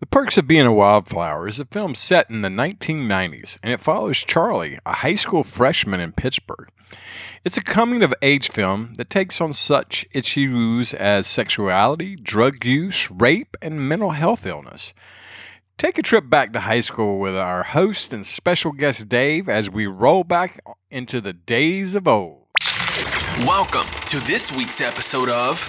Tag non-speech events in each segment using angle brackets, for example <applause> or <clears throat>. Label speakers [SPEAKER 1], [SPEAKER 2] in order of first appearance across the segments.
[SPEAKER 1] The Perks of Being a Wildflower is a film set in the 1990s, and it follows Charlie, a high school freshman in Pittsburgh. It's a coming of age film that takes on such issues as sexuality, drug use, rape, and mental health illness. Take a trip back to high school with our host and special guest Dave as we roll back into the days of old.
[SPEAKER 2] Welcome to this week's episode of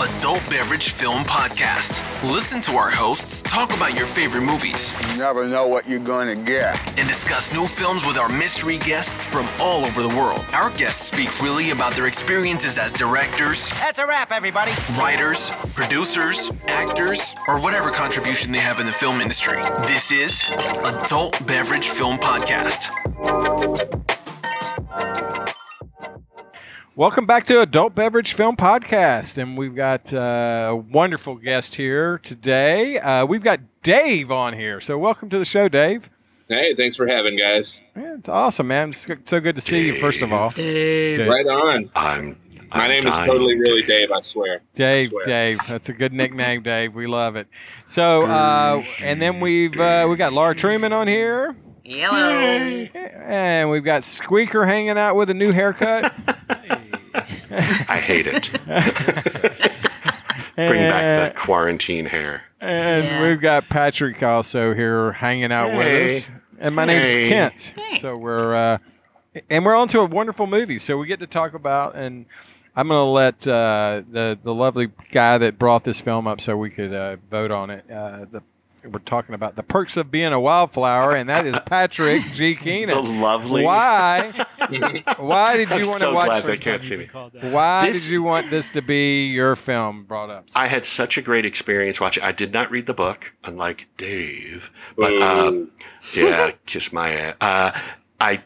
[SPEAKER 2] Adult Beverage Film Podcast. Listen to our hosts talk about your favorite movies
[SPEAKER 3] You never know what you're going to get.
[SPEAKER 2] and discuss new films with our mystery guests from all over the world. Our guests speak freely about their experiences as directors,
[SPEAKER 4] That's a wrap, everybody.
[SPEAKER 2] writers, producers, actors, or whatever contribution they have in the film industry. This is Adult Beverage Film Podcast.
[SPEAKER 1] Welcome back to Adult Beverage Film Podcast, and we've got uh, a wonderful guest here today. Uh, we've got Dave on here, so welcome to the show, Dave.
[SPEAKER 5] Hey, thanks for having guys.
[SPEAKER 1] Man, it's awesome, man. It's so- so good to see you. First of all,
[SPEAKER 5] Right on.
[SPEAKER 6] I'm.
[SPEAKER 5] My
[SPEAKER 6] I'm
[SPEAKER 5] name is
[SPEAKER 6] dying.
[SPEAKER 5] totally really Dave, I swear.
[SPEAKER 1] Dave,
[SPEAKER 5] swear.
[SPEAKER 1] Dave, that's a good nickname, Dave. We love it. So, uh, and then we've uh, we got Laura Truman on here,
[SPEAKER 4] Yellow.
[SPEAKER 1] and we've got Squeaker hanging out with a new haircut.
[SPEAKER 6] I hate it. <laughs> Bring back
[SPEAKER 1] And-
[SPEAKER 6] the quarantine hair.
[SPEAKER 1] And
[SPEAKER 4] Yeah.
[SPEAKER 1] we've got Patrick also here hanging out
[SPEAKER 6] Hey.
[SPEAKER 1] with us. And my name's
[SPEAKER 6] Hey.
[SPEAKER 1] Kent.
[SPEAKER 4] Hey.
[SPEAKER 1] So we're uh, and we're on to a wonderful movie. So we get to talk about and I'm gonna let uh, the the lovely guy that brought this film up so we could uh, vote on it. Uh, the we're talking about the perks of being a wildflower, and that is Patrick G. Keenan.
[SPEAKER 6] <laughs> The lovely- <laughs>
[SPEAKER 1] Why? Why did you
[SPEAKER 6] I'm
[SPEAKER 1] want
[SPEAKER 6] so
[SPEAKER 1] to watch?
[SPEAKER 6] glad they
[SPEAKER 1] this?
[SPEAKER 6] can't see me.
[SPEAKER 1] Why
[SPEAKER 6] This-
[SPEAKER 1] did you want this to be your film brought up?
[SPEAKER 6] I had such a great experience watching. I did not read the book, unlike Dave. But um, yeah, kiss my ass. Uh, I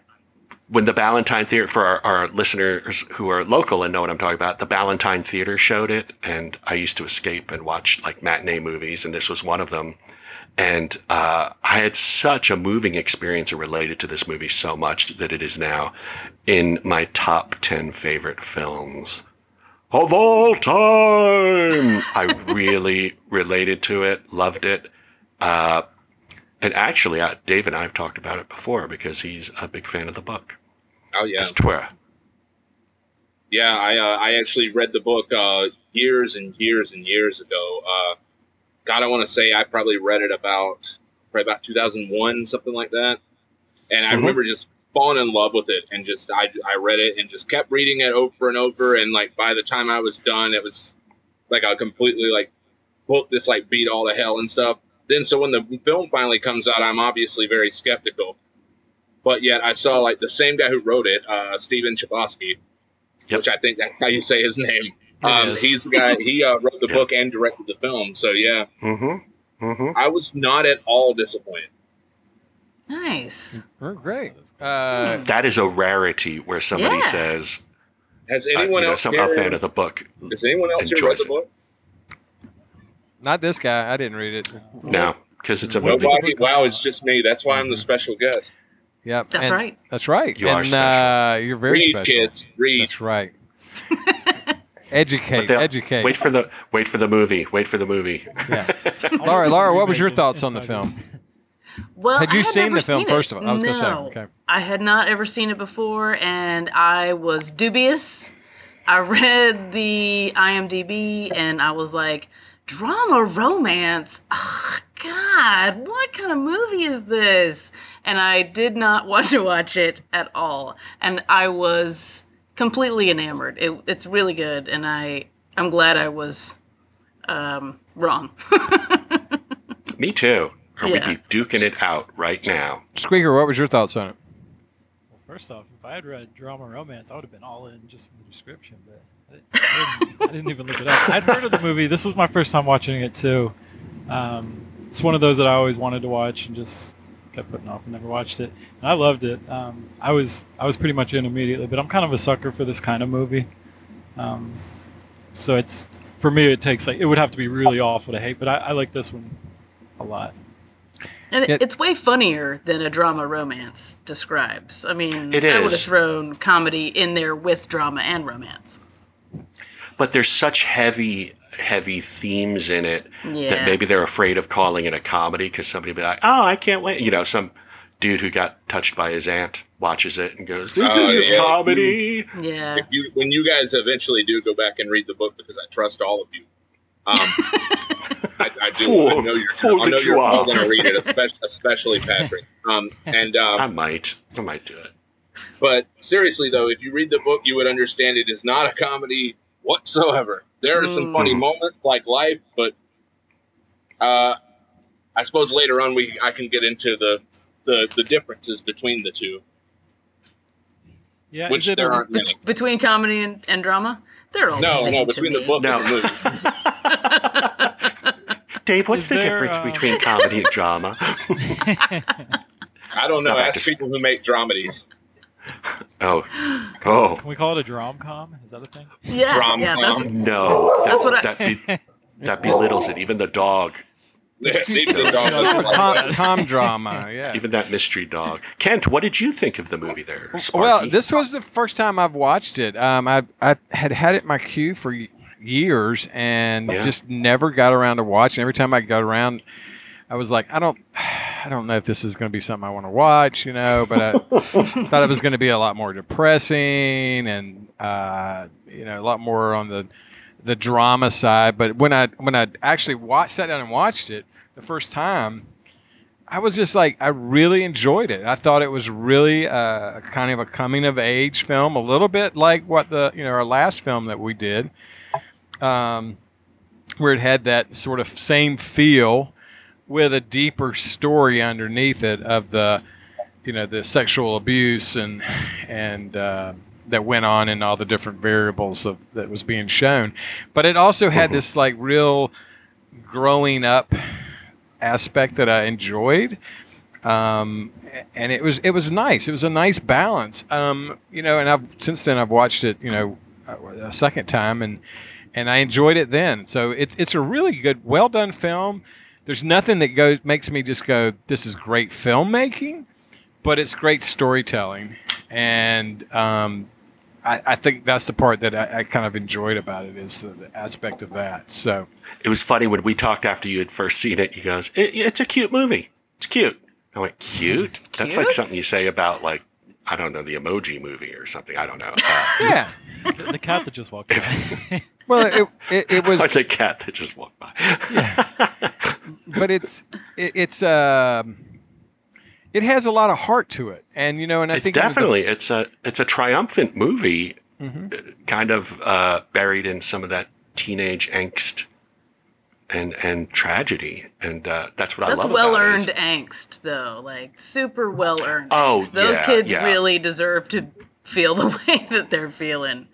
[SPEAKER 6] when the Ballantine Theater for our, our listeners who are local and know what I'm talking about, the Ballantine Theater showed it, and I used to escape and watch like matinee movies, and this was one of them. And uh, I had such a moving experience related to this movie so much that it is now in my top ten favorite films of all time. I really related to it, loved it. Uh, and actually, uh, Dave and I have talked about it before because he's a big fan of the book.
[SPEAKER 5] Oh yeah.
[SPEAKER 6] It's Twer.
[SPEAKER 5] Yeah, I uh, I actually read the book uh, years and years and years ago. Uh, God, I want to say I probably read it about probably about 2001, something like that. And I
[SPEAKER 6] Mhm.
[SPEAKER 5] remember just falling in love with it, and just I I read it and just kept reading it over and over. And like by the time I was done, it was like I completely like booked this like beat all to hell and stuff. Then so when the film finally comes out, I'm obviously very skeptical. But yet I saw like the same guy who wrote it, uh, Steven Chbosky,
[SPEAKER 6] Yep.
[SPEAKER 5] which I think that's how you say his name.
[SPEAKER 1] It
[SPEAKER 5] Um,
[SPEAKER 1] is.
[SPEAKER 5] he's the guy. He uh, wrote the
[SPEAKER 6] Yeah.
[SPEAKER 5] book and directed the film. So yeah,
[SPEAKER 6] Mm-hmm. Mm-hmm.
[SPEAKER 5] I was not at all disappointed.
[SPEAKER 4] Nice.
[SPEAKER 1] We're great. Uh,
[SPEAKER 6] That is a rarity where somebody
[SPEAKER 4] Yeah.
[SPEAKER 6] says,
[SPEAKER 5] Has
[SPEAKER 6] uh, you
[SPEAKER 5] anyone
[SPEAKER 6] know,
[SPEAKER 5] else?
[SPEAKER 6] some,
[SPEAKER 5] here,
[SPEAKER 6] a fan of the book.
[SPEAKER 5] Is anyone else who read
[SPEAKER 6] enjoys
[SPEAKER 5] the
[SPEAKER 6] it.
[SPEAKER 5] book?
[SPEAKER 1] Not this guy. I didn't read it.
[SPEAKER 6] No, because it's a movie.
[SPEAKER 5] Nobody. Wow, it's just me. That's why
[SPEAKER 6] Mm-hmm.
[SPEAKER 5] I'm the special guest.
[SPEAKER 1] Yep.
[SPEAKER 4] That's
[SPEAKER 1] and-
[SPEAKER 4] right.
[SPEAKER 1] That's right.
[SPEAKER 6] You are
[SPEAKER 1] And,
[SPEAKER 6] special.
[SPEAKER 1] Uh, you're very
[SPEAKER 5] read,
[SPEAKER 1] special.
[SPEAKER 5] kids. Read.
[SPEAKER 1] That's
[SPEAKER 4] <laughs>
[SPEAKER 1] right.
[SPEAKER 6] But
[SPEAKER 1] educate.
[SPEAKER 6] they'll-
[SPEAKER 1] Educate.
[SPEAKER 6] Wait for the wait for the movie. Wait for the movie. <laughs>
[SPEAKER 1] yeah. Laura, Laura, what was your thoughts on the film?
[SPEAKER 4] Well,
[SPEAKER 1] Had
[SPEAKER 4] I
[SPEAKER 1] you seen
[SPEAKER 4] never
[SPEAKER 1] the film,
[SPEAKER 4] seen
[SPEAKER 1] first
[SPEAKER 4] it.
[SPEAKER 1] of all? I was
[SPEAKER 4] no,
[SPEAKER 1] gonna say, okay.
[SPEAKER 4] I had not ever seen it before, and I was dubious. I read the IMDb, and I was like, drama romance. Ugh, God, what kind of movie is this? And I did not <laughs> want to watch it at all, and I was completely enamored. It, it's really good, and I I'm glad I was um, wrong. <laughs>
[SPEAKER 6] Me too. Or
[SPEAKER 4] Yeah.
[SPEAKER 6] we'd be duking it out right now.
[SPEAKER 1] Squeaker, what was your thoughts on it?
[SPEAKER 7] Well, first off, if I had read drama romance, I would have been all in just from the description, but I didn't, I didn't- I didn't even look it up. I'd heard of the movie. This was my first time watching it too. Um, it's one of those that I always wanted to watch and just kept putting off and never watched it. And I loved it. Um, I was I was pretty much in immediately, but I'm kind of a sucker for this kind of movie. Um, so it's for me, it takes like it would have to be really awful to hate, but I, I like this one a lot.
[SPEAKER 4] And it,
[SPEAKER 1] Yeah.
[SPEAKER 4] it's way funnier than a drama romance describes. I mean,
[SPEAKER 6] It
[SPEAKER 4] I would have
[SPEAKER 6] is.
[SPEAKER 4] thrown comedy in there with drama and romance.
[SPEAKER 6] but there's such heavy heavy themes in it
[SPEAKER 4] Yeah.
[SPEAKER 6] that maybe they're afraid of calling it a comedy because somebody be like, "Oh, I can't wait," you know, some dude who got touched by his aunt watches it and goes, "This
[SPEAKER 5] Oh,
[SPEAKER 6] isn't
[SPEAKER 5] yeah.
[SPEAKER 6] comedy."
[SPEAKER 4] Yeah.
[SPEAKER 5] If you, when you guys eventually do go back and read the book, because I trust all of you.
[SPEAKER 6] <laughs>
[SPEAKER 5] Um, I, I do. I
[SPEAKER 6] Fool.
[SPEAKER 5] know you're,
[SPEAKER 6] Fool
[SPEAKER 5] I know
[SPEAKER 6] that
[SPEAKER 5] you're
[SPEAKER 6] you
[SPEAKER 5] all
[SPEAKER 6] are.
[SPEAKER 5] going to read it, especially, especially Patrick. Um,
[SPEAKER 6] <laughs>
[SPEAKER 5] and um,
[SPEAKER 6] I might, I might do it.
[SPEAKER 5] But seriously, though, if you read the book, you would understand it is not a comedy whatsoever. There are some funny
[SPEAKER 6] Mm.
[SPEAKER 5] moments, like life, but uh, I suppose later on we I can get into the the, the differences between the two,
[SPEAKER 7] Yeah,
[SPEAKER 5] which
[SPEAKER 7] is it
[SPEAKER 5] there
[SPEAKER 7] a-
[SPEAKER 5] aren't many.
[SPEAKER 4] Bet- between comedy and, and drama, they're all the
[SPEAKER 5] No,
[SPEAKER 4] same
[SPEAKER 5] no,
[SPEAKER 4] to
[SPEAKER 5] between the
[SPEAKER 4] me.
[SPEAKER 5] book and the
[SPEAKER 6] No.
[SPEAKER 5] movie.
[SPEAKER 6] <laughs> Dave, what's
[SPEAKER 7] Is
[SPEAKER 6] the
[SPEAKER 7] there,
[SPEAKER 6] difference
[SPEAKER 7] uh,
[SPEAKER 6] between comedy and drama?
[SPEAKER 5] I don't know.
[SPEAKER 6] No, I
[SPEAKER 5] Ask
[SPEAKER 6] just-
[SPEAKER 5] people who make dramedies.
[SPEAKER 6] Oh, oh
[SPEAKER 7] Can we call it a drom com? Is that a thing?
[SPEAKER 4] Yeah,
[SPEAKER 5] Drama.
[SPEAKER 4] yeah, that's
[SPEAKER 6] no, that,
[SPEAKER 4] That's what I-
[SPEAKER 6] that, be, that belittles it. Even the dog,
[SPEAKER 5] Even the dogs
[SPEAKER 7] Still
[SPEAKER 5] are
[SPEAKER 7] a
[SPEAKER 5] like,
[SPEAKER 1] com, com drama, yeah.
[SPEAKER 6] even that mystery dog. Kent, what did you think of the movie there?
[SPEAKER 1] Well,
[SPEAKER 6] Sparky?
[SPEAKER 1] this was the first time I've watched it. Um, I I had had it in my queue for y- years and
[SPEAKER 6] Yeah.
[SPEAKER 1] just never got around to watching. Every time I got around, I was like, I don't, <sighs> I don't know if this is going to be something I want to watch, you know. But I thought it was going to be a lot more depressing and uh, you know a lot more on the the drama side. But when I when I actually watched sat down and watched it the first time. I was just like, I really enjoyed it. I thought it was really uh, kind of a coming of age film, a little bit like what the you know our last film that we did, um, where it had that sort of same feel, with a deeper story underneath it of the, you know, the sexual abuse and and uh, that went on and all the different variables of that was being shown, but it also had this like real growing up aspect that I enjoyed. Um, a- and it was it was nice. It was a nice balance. Um, you know, and I've since then I've watched it. You know, a a second time, and and I enjoyed it then. So it's it's a really good, well done film. There's nothing that goes makes me just go, this is great filmmaking, but it's great storytelling, and um, I, I think that's the part that I, I kind of enjoyed about it is the, the aspect of that. So
[SPEAKER 6] it was funny when we talked after you had first seen it. He goes, it, "It's a cute movie. It's cute." I went, "Cute? That's like
[SPEAKER 4] Cute?
[SPEAKER 6] something you say about like I don't know the emoji movie or something. I don't know." Uh,
[SPEAKER 1] yeah,
[SPEAKER 7] The, the cat that just
[SPEAKER 5] <laughs>
[SPEAKER 7] walked by.
[SPEAKER 1] well, it it, it was
[SPEAKER 6] <laughs> like the cat that just walked by.
[SPEAKER 1] but it's it, it's um it has a lot of heart to it, and you know, and I
[SPEAKER 6] it's
[SPEAKER 1] think it was the-
[SPEAKER 6] definitely it's a it's a triumphant movie, uh, kind of uh, buried in some of that teenage angst and and tragedy, and uh, that's what I
[SPEAKER 4] that's
[SPEAKER 6] love.
[SPEAKER 4] well
[SPEAKER 6] about it
[SPEAKER 4] earned
[SPEAKER 6] is-
[SPEAKER 4] angst, though. Like super well earned.
[SPEAKER 6] Oh,
[SPEAKER 4] angst. those
[SPEAKER 6] yeah,
[SPEAKER 4] kids
[SPEAKER 6] yeah.
[SPEAKER 4] really deserve to feel <laughs> the way that they're feeling.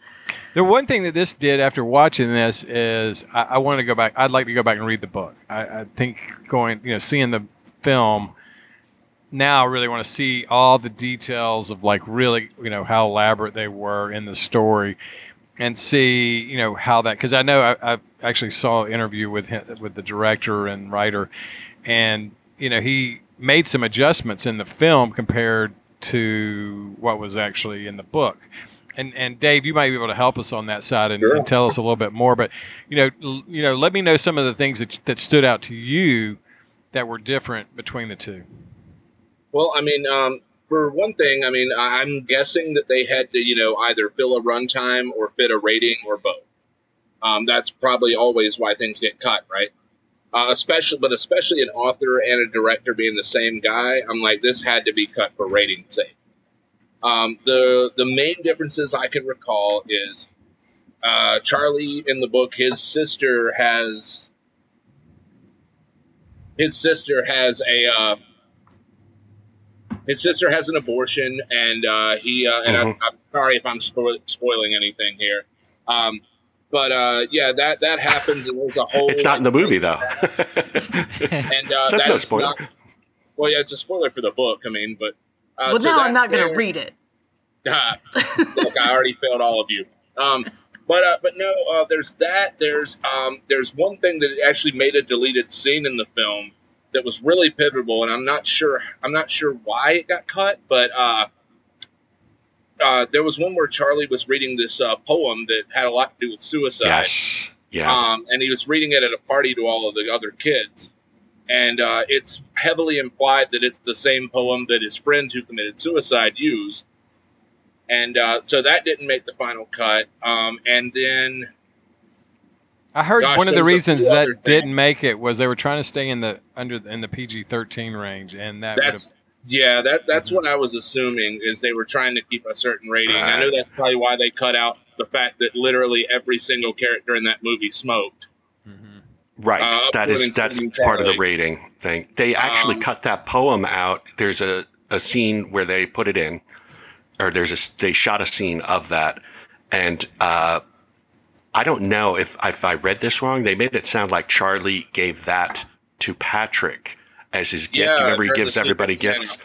[SPEAKER 1] The one thing that this did after watching this is I, I want to go back. I'd like to go back and read the book. I, I think going, you know, seeing the film now, I really want to see all the details of like really, you know, how elaborate they were in the story and see, you know, how that, because I know I, I actually saw an interview with him, with the director and writer, and, you know, he made some adjustments in the film compared to what was actually in the book and and Dave, you might be able to help us on that side and,
[SPEAKER 5] Sure.
[SPEAKER 1] and tell us a little bit more. But you know, l- you know, let me know some of the things that that stood out to you that were different between the two.
[SPEAKER 5] Well, I mean, um, for one thing, I mean, I- I'm guessing that they had to, you know, either fill a runtime or fit a rating or both. Um, that's probably always why things get cut, right? Uh, especially, but especially an author and a director being the same guy, I'm like, this had to be cut for ratings sake. Um, the the main differences I can recall is uh, Charlie in the book, his sister has his sister has a uh, his sister has an abortion, and uh, he uh, and
[SPEAKER 6] Mm-hmm.
[SPEAKER 5] I'm, I'm sorry if I'm spoil- spoiling anything here, um, but uh, yeah, that that happens, and there's a whole.
[SPEAKER 6] It's not in the movie though. <laughs>
[SPEAKER 5] And uh,
[SPEAKER 6] That's
[SPEAKER 5] that
[SPEAKER 6] no
[SPEAKER 5] is
[SPEAKER 6] spoiler.
[SPEAKER 5] not- well, yeah, it's a spoiler for the book. I mean, but uh,
[SPEAKER 4] well,
[SPEAKER 5] so
[SPEAKER 4] now I'm
[SPEAKER 5] that
[SPEAKER 4] not going
[SPEAKER 5] there-
[SPEAKER 4] to read it.
[SPEAKER 5] Ah, look, I already failed all of you. Um, but uh, but no, uh, there's that. There's um, there's one thing that actually made a deleted scene in the film that was really pivotal, and I'm not sure I'm not sure why it got cut, but uh, uh, there was one where Charlie was reading this uh, poem that had a lot to do with suicide.
[SPEAKER 6] yes, Yeah.
[SPEAKER 5] um, and he was reading it at a party to all of the other kids. And uh, it's heavily implied that it's the same poem that his friends who committed suicide used. And uh, so that didn't make the final cut. Um, and then,
[SPEAKER 1] I heard
[SPEAKER 5] Gosh,
[SPEAKER 1] one of the
[SPEAKER 5] there's a
[SPEAKER 1] reasons
[SPEAKER 5] few
[SPEAKER 1] that
[SPEAKER 5] other things.
[SPEAKER 1] didn't make it was they were trying to stay in the under in the PG thirteen range, and that would have
[SPEAKER 5] that's yeah, that that's what I was assuming is they were trying to keep a certain rating. I know that's probably why they cut out the fact that literally every single character in that movie smoked.
[SPEAKER 6] Right.
[SPEAKER 5] Uh,
[SPEAKER 6] that is
[SPEAKER 5] Upwood and
[SPEAKER 6] that's
[SPEAKER 5] Clinton
[SPEAKER 6] part of the
[SPEAKER 5] Charlie.
[SPEAKER 6] rating thing. They actually
[SPEAKER 5] Um,
[SPEAKER 6] cut that poem out. There's a, a scene where they put it in, or there's a s- they shot a scene of that, and uh, I don't know if if I read this wrong. They made it sound like Charlie gave that to Patrick as his gift.
[SPEAKER 5] Yeah,
[SPEAKER 6] Remember, he
[SPEAKER 5] during the
[SPEAKER 6] gives everybody
[SPEAKER 5] Secret
[SPEAKER 6] gifts.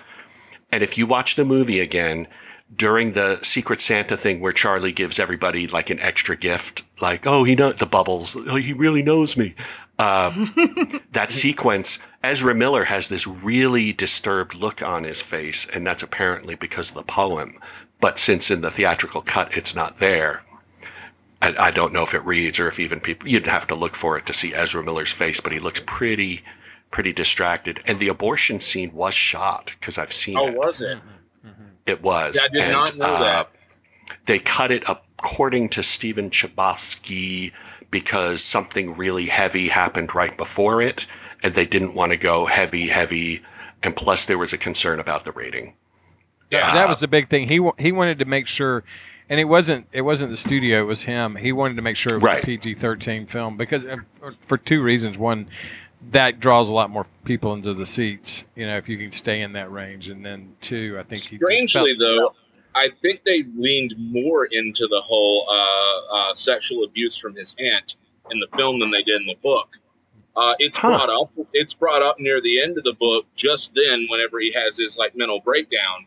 [SPEAKER 6] And if you watch the movie again, during the Secret Santa thing where Charlie gives everybody like an extra gift, like, oh, he knows the bubbles, oh, he really knows me. Uh, that sequence, Ezra Miller has this really disturbed look on his face, and that's apparently because of the poem. But since in the theatrical cut it's not there, I, I don't know if it reads or if even people, you'd have to look for it to see Ezra Miller's face, but he looks pretty, pretty distracted. And the abortion scene was shot because I've seen
[SPEAKER 5] Oh,
[SPEAKER 6] it.
[SPEAKER 5] was it?
[SPEAKER 6] It was. uh,
[SPEAKER 5] Yeah, I did not know that.
[SPEAKER 6] They cut it according to Stephen Chbosky because something really heavy happened right before it, and they didn't want to go heavy, heavy. And plus, there was a concern about the rating.
[SPEAKER 5] Yeah.
[SPEAKER 1] that was the big thing. He wa- he wanted to make sure, and it wasn't it wasn't the studio. It was him. He wanted to make sure it was
[SPEAKER 6] Right.
[SPEAKER 1] a PG thirteen film because uh, for- for two reasons. One, that draws a lot more people into the seats. You know, if you can stay in that range, and then two, I think he just
[SPEAKER 5] Strangely,
[SPEAKER 1] felt-
[SPEAKER 5] though, I think they leaned more into the whole uh, uh, sexual abuse from his aunt in the film than they did in the book. Uh, it's
[SPEAKER 6] Huh.
[SPEAKER 5] brought up. It's brought up near the end of the book, just then, whenever he has his like mental breakdown.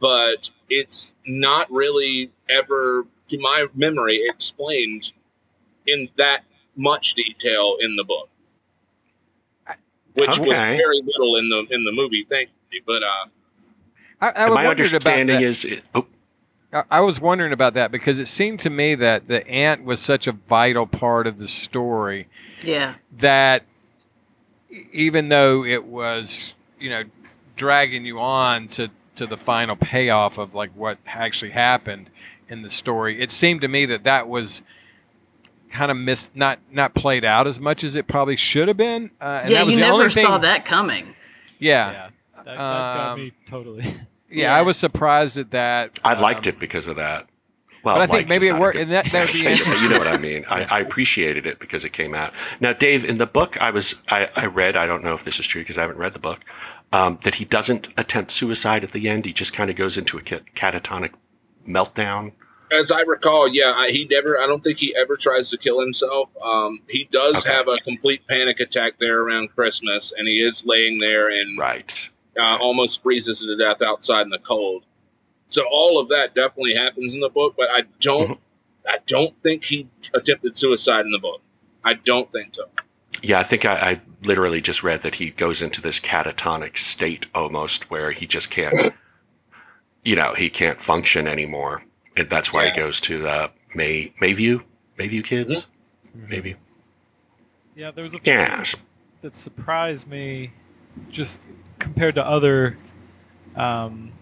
[SPEAKER 5] But it's not really ever, to my memory, explained in that much detail in the book, which was
[SPEAKER 6] Okay.
[SPEAKER 5] very little in the in the movie. Thankfully, but uh,
[SPEAKER 1] I, I
[SPEAKER 6] And my
[SPEAKER 1] wondered about
[SPEAKER 6] understanding
[SPEAKER 1] that.
[SPEAKER 6] is, it, oh,
[SPEAKER 1] I- I was wondering about that because it seemed to me that the aunt was such a vital part of the story.
[SPEAKER 4] Yeah.
[SPEAKER 1] that e- even though it was you know dragging you on to to the final payoff of like what actually happened in the story it seemed to me that that was kind of miss not not played out as much as it probably should have been uh, and
[SPEAKER 4] Yeah,
[SPEAKER 1] that was
[SPEAKER 4] you
[SPEAKER 1] the
[SPEAKER 4] never
[SPEAKER 1] only thing,
[SPEAKER 4] saw that coming.
[SPEAKER 1] yeah yeah,
[SPEAKER 7] Yeah, that, that got
[SPEAKER 1] Um,
[SPEAKER 7] me totally. <laughs>
[SPEAKER 4] Yeah.
[SPEAKER 1] i was surprised at that
[SPEAKER 6] I liked
[SPEAKER 1] Um,
[SPEAKER 6] it because of that. Well,
[SPEAKER 1] but I think
[SPEAKER 6] liked
[SPEAKER 1] maybe
[SPEAKER 6] is
[SPEAKER 1] it
[SPEAKER 6] not a
[SPEAKER 1] worked,
[SPEAKER 6] good-
[SPEAKER 1] and that- that would be
[SPEAKER 6] <laughs> Say it, but You know what I mean? I, I appreciated it because it came out. Now, Dave, in the book, I was I, I read. I don't know if this is true because I haven't read the book. Um, that he doesn't attempt suicide at the end. He just kind of goes into a ca- catatonic meltdown.
[SPEAKER 5] as I recall, yeah, I, he never. I don't think he ever tries to kill himself. Um, he does
[SPEAKER 6] Okay.
[SPEAKER 5] have a complete panic attack there around Christmas, and he is laying there and
[SPEAKER 6] Right.
[SPEAKER 5] uh, almost freezes to death outside in the cold. So all of that definitely happens in the book, but I don't.
[SPEAKER 6] Mm-hmm.
[SPEAKER 5] I don't think he attempted suicide in the book. I don't think so.
[SPEAKER 6] Yeah, I think I, I literally just read that he goes into this catatonic state almost where he just can't, you know, he can't function anymore. And that's why
[SPEAKER 5] Yeah.
[SPEAKER 6] he goes to the May Mayview Mayview kids.
[SPEAKER 4] Mm-hmm.
[SPEAKER 6] Mayview.
[SPEAKER 7] yeah, there was a
[SPEAKER 6] Yes.
[SPEAKER 7] that surprised me just compared to other um,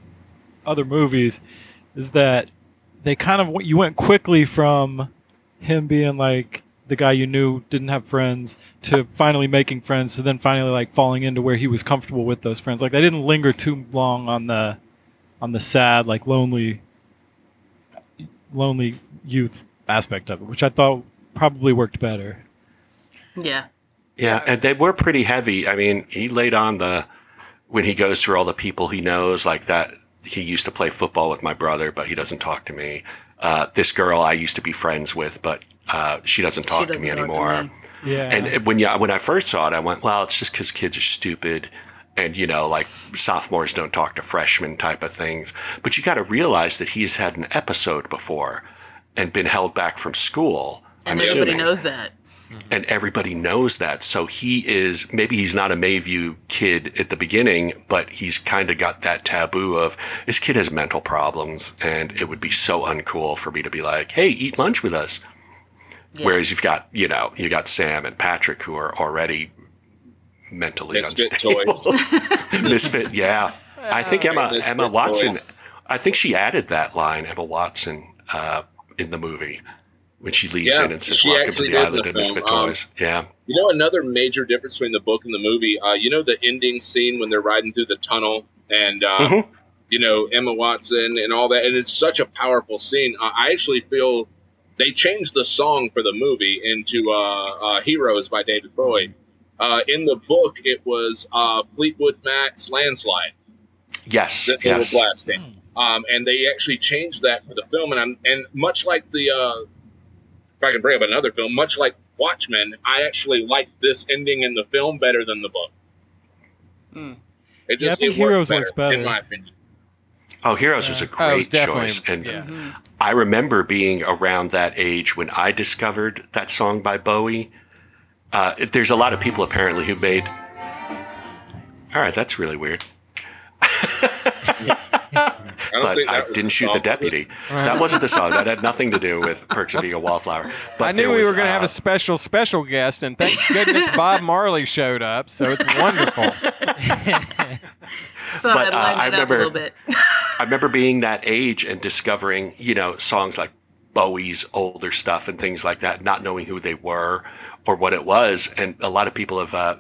[SPEAKER 7] other movies is that they kind of went- you went quickly from him being like the guy you knew didn't have friends to finally making friends to then finally like falling into where he was comfortable with those friends like they didn't linger too long on the on the sad like lonely lonely youth aspect of it which i thought probably worked better
[SPEAKER 4] Yeah.
[SPEAKER 6] Yeah, and they were pretty heavy. I mean, he laid on the when he goes through all the people he knows, like that. He used to play football with my brother, but he doesn't talk to me. Uh, this girl I used to be friends with, but uh, she doesn't talk
[SPEAKER 4] doesn't
[SPEAKER 6] to me
[SPEAKER 4] talk to
[SPEAKER 6] anymore.
[SPEAKER 4] me.
[SPEAKER 7] yeah
[SPEAKER 6] And when yeah, when I first saw it, I went, well, it's just because kids are stupid, and you know, like sophomores don't talk to freshmen type of things. But you got to realize that he's had an episode before and been held back from school.
[SPEAKER 4] And
[SPEAKER 6] I'm
[SPEAKER 4] everybody
[SPEAKER 6] assuming
[SPEAKER 4] knows that.
[SPEAKER 6] and everybody knows that. So he is maybe he's not a Mayview kid at the beginning, but he's kind of got that taboo of this kid has mental problems, and it would be so uncool for me to be like, "Hey, eat lunch with us."
[SPEAKER 4] Yeah.
[SPEAKER 6] Whereas you've got, you know, you got Sam and Patrick who are already mentally
[SPEAKER 5] Misfit
[SPEAKER 6] unstable. <laughs> Misfit, yeah. I think Emma
[SPEAKER 5] Misfit
[SPEAKER 6] Emma Watson.
[SPEAKER 5] toys.
[SPEAKER 6] I think she added that line, Emma Watson, uh, in the movie when she leads
[SPEAKER 5] Yeah,
[SPEAKER 6] in and says,
[SPEAKER 5] she
[SPEAKER 6] "Welcome to
[SPEAKER 5] actually
[SPEAKER 6] the
[SPEAKER 5] did in
[SPEAKER 6] island
[SPEAKER 5] the
[SPEAKER 6] of Misfit
[SPEAKER 5] film, um,
[SPEAKER 6] Toys." Yeah,
[SPEAKER 5] You know, another major difference between the book and the movie. Uh, you know, the ending scene when they're riding through the tunnel, and uh,
[SPEAKER 6] Mhm.
[SPEAKER 5] you know Emma Watson and all that, and it's such a powerful scene. Uh, I actually feel they changed the song for the movie into uh, uh, "Heroes" by David Bowie. Uh, in the book, it was uh, Fleetwood Mac's "Landslide"
[SPEAKER 6] yes,
[SPEAKER 5] that they
[SPEAKER 6] yes.
[SPEAKER 5] were blasting,
[SPEAKER 7] Hmm.
[SPEAKER 5] um, and they actually changed that for the film. And I'm, and much like the, uh, if I can bring up another film, much like Watchmen, I actually like this ending in the film better than the book.
[SPEAKER 4] Hmm.
[SPEAKER 5] It
[SPEAKER 7] Yeah, I
[SPEAKER 5] just
[SPEAKER 7] think
[SPEAKER 5] it
[SPEAKER 7] Heroes
[SPEAKER 5] works
[SPEAKER 7] works
[SPEAKER 5] better, in
[SPEAKER 7] better.
[SPEAKER 5] my opinion.
[SPEAKER 6] Oh, Heroes was
[SPEAKER 7] Yeah.
[SPEAKER 6] a
[SPEAKER 1] Oh, it was
[SPEAKER 6] great
[SPEAKER 1] definitely-
[SPEAKER 6] choice, and
[SPEAKER 1] yeah. Mm-hmm.
[SPEAKER 6] I remember being around that age when I discovered that song by Bowie. Uh, it- there's a lot of people apparently who made. All right, that's really weird.
[SPEAKER 5] I don't
[SPEAKER 6] but
[SPEAKER 5] think
[SPEAKER 6] I
[SPEAKER 5] that was
[SPEAKER 6] didn't shoot
[SPEAKER 5] song.
[SPEAKER 1] <laughs>
[SPEAKER 6] the deputy. That wasn't the song. That had nothing to do with Perks of Being a Wallflower. But
[SPEAKER 1] I knew
[SPEAKER 6] there
[SPEAKER 1] we
[SPEAKER 6] was,
[SPEAKER 1] were going to have
[SPEAKER 6] uh,
[SPEAKER 1] a special, special guest, and thanks
[SPEAKER 4] <laughs>
[SPEAKER 1] goodness Bob Marley showed up, so it's wonderful.
[SPEAKER 4] Thought
[SPEAKER 6] But,
[SPEAKER 4] I'd
[SPEAKER 6] uh,
[SPEAKER 4] lighten
[SPEAKER 6] I
[SPEAKER 4] it up a
[SPEAKER 6] remember-
[SPEAKER 4] little bit.
[SPEAKER 6] I remember being that age and discovering, you know, songs like Bowie's older stuff and things like that, not knowing who they were or what it was. And a lot of people have uh,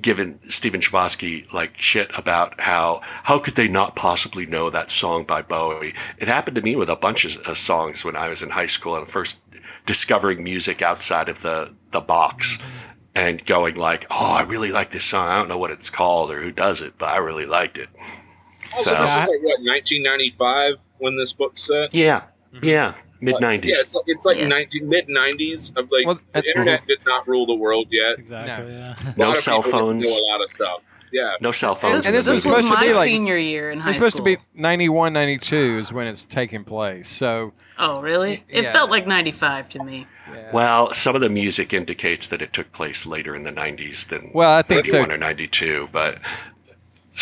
[SPEAKER 6] given Stephen Chbosky like shit about how how could they not possibly know that song by Bowie? It happened to me with a bunch of uh, songs when I was in high school and first discovering music outside of the the box. And going like, oh, I really like this song. I don't know what it's called or who does it, but I really liked it.
[SPEAKER 5] Also,
[SPEAKER 6] So-
[SPEAKER 5] this is like, what 1995 when this book's set.
[SPEAKER 6] Yeah, yeah, mid
[SPEAKER 5] Mm-hmm.
[SPEAKER 6] nineties.
[SPEAKER 5] Yeah, it's like, it's like
[SPEAKER 4] Yeah.
[SPEAKER 5] 19 mid 90s of like
[SPEAKER 1] Well,
[SPEAKER 5] the
[SPEAKER 1] at-
[SPEAKER 5] internet did not rule the world yet.
[SPEAKER 7] Exactly. Yeah.
[SPEAKER 5] A lot
[SPEAKER 6] No
[SPEAKER 5] of
[SPEAKER 6] cell
[SPEAKER 5] people didn't
[SPEAKER 6] phones.
[SPEAKER 5] Know a lot of stuff. Yeah.
[SPEAKER 6] No cell
[SPEAKER 4] This,
[SPEAKER 6] phones.
[SPEAKER 1] And
[SPEAKER 6] in the
[SPEAKER 4] this was
[SPEAKER 1] supposed
[SPEAKER 6] movies.
[SPEAKER 1] to
[SPEAKER 4] my
[SPEAKER 1] be like-
[SPEAKER 4] senior year in high
[SPEAKER 1] It's supposed to
[SPEAKER 4] school.
[SPEAKER 1] be 91, 92 is when it's taking place. So,
[SPEAKER 4] Oh, really? It
[SPEAKER 1] Yeah.
[SPEAKER 4] felt like 95 to me.
[SPEAKER 6] well, some of the music indicates that it took place later in the nineties than
[SPEAKER 1] well, I think so.
[SPEAKER 6] 91 or ninety two, but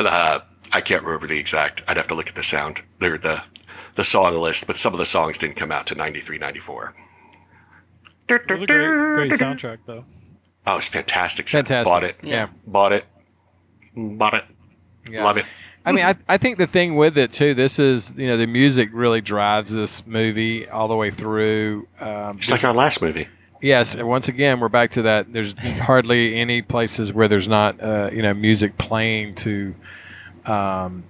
[SPEAKER 6] uh, I can't remember the exact. I'd have to look at the sound or the the song list, but some of the songs didn't come out to 93, 94.
[SPEAKER 7] It was a great, great soundtrack, though.
[SPEAKER 6] Oh, it's fantastic.
[SPEAKER 1] Fantastic.
[SPEAKER 6] Bought it.
[SPEAKER 1] Yeah.
[SPEAKER 6] Bought it. Bought it.
[SPEAKER 1] yeah.
[SPEAKER 6] Love it.
[SPEAKER 1] I mean, I, I think the thing with it too, this is you know the music really drives this movie all the way through. Um,
[SPEAKER 6] Just like our last movie.
[SPEAKER 1] yes, and once again we're back to that. There's hardly any places where there's not uh, you know music playing to um,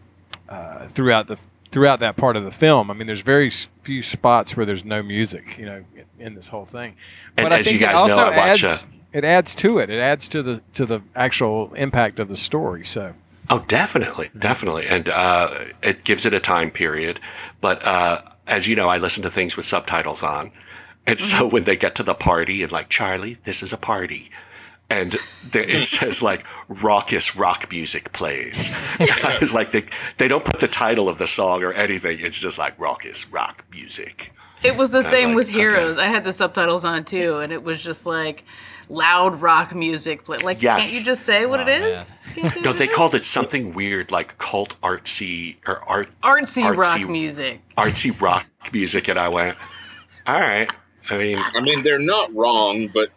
[SPEAKER 1] uh, throughout the throughout that part of the film. I mean, there's very s- few spots where there's no music. You know, in this whole thing.
[SPEAKER 6] And as you
[SPEAKER 1] it
[SPEAKER 6] guys know, I watch. uh,
[SPEAKER 1] adds, it adds to it. It adds to the to the actual impact of the story. So
[SPEAKER 6] Oh, definitely, definitely, and uh, it gives it a time period. But uh, as you know, I listen to things with subtitles on, and so when they get to the party and like Charlie, this is a party, and the, it says like raucous rock music plays. And I was like, they they don't put the title of the song or anything. It's just like raucous rock music.
[SPEAKER 4] It was the same
[SPEAKER 6] like,
[SPEAKER 4] with
[SPEAKER 6] okay.
[SPEAKER 4] Heroes. I had the subtitles on too, and it was just like loud rock music. Play. Like,
[SPEAKER 6] Yes.
[SPEAKER 4] can't you just say
[SPEAKER 1] Oh,
[SPEAKER 4] what it is? Can't say
[SPEAKER 6] No,
[SPEAKER 4] what
[SPEAKER 6] they
[SPEAKER 4] it is?
[SPEAKER 6] called it something weird, like cult artsy or art
[SPEAKER 4] artsy,
[SPEAKER 6] artsy-
[SPEAKER 4] rock music.
[SPEAKER 6] artsy rock music, and I went, all right. I mean.
[SPEAKER 5] I mean, they're not wrong, but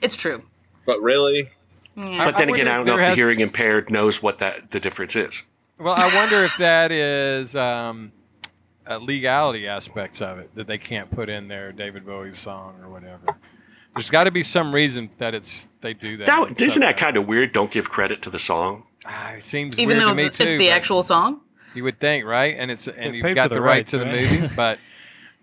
[SPEAKER 4] It's true.
[SPEAKER 5] but really,
[SPEAKER 4] Yeah.
[SPEAKER 6] But then
[SPEAKER 1] wonder
[SPEAKER 6] again, I
[SPEAKER 1] if
[SPEAKER 6] don't know
[SPEAKER 1] there
[SPEAKER 6] if the
[SPEAKER 1] has-
[SPEAKER 6] hearing impaired knows what that the difference is.
[SPEAKER 1] Well, I wonder if that is um, uh, legality aspects of it that they can't put in their David Bowie song or whatever. There's got to be some reason that it's they do that.
[SPEAKER 6] Now, isn't that kind of weird? Don't give credit to the song.
[SPEAKER 1] of Ah, it seems
[SPEAKER 4] Even
[SPEAKER 1] weird
[SPEAKER 4] though
[SPEAKER 1] to me
[SPEAKER 4] it's
[SPEAKER 1] too,
[SPEAKER 4] the
[SPEAKER 1] but
[SPEAKER 4] actual song.
[SPEAKER 1] You would think, right? And it's and
[SPEAKER 7] they
[SPEAKER 1] you've
[SPEAKER 7] paid
[SPEAKER 1] got
[SPEAKER 7] for
[SPEAKER 1] the,
[SPEAKER 7] the
[SPEAKER 1] right
[SPEAKER 7] rights,
[SPEAKER 1] to the
[SPEAKER 7] right?
[SPEAKER 1] movie, <laughs> but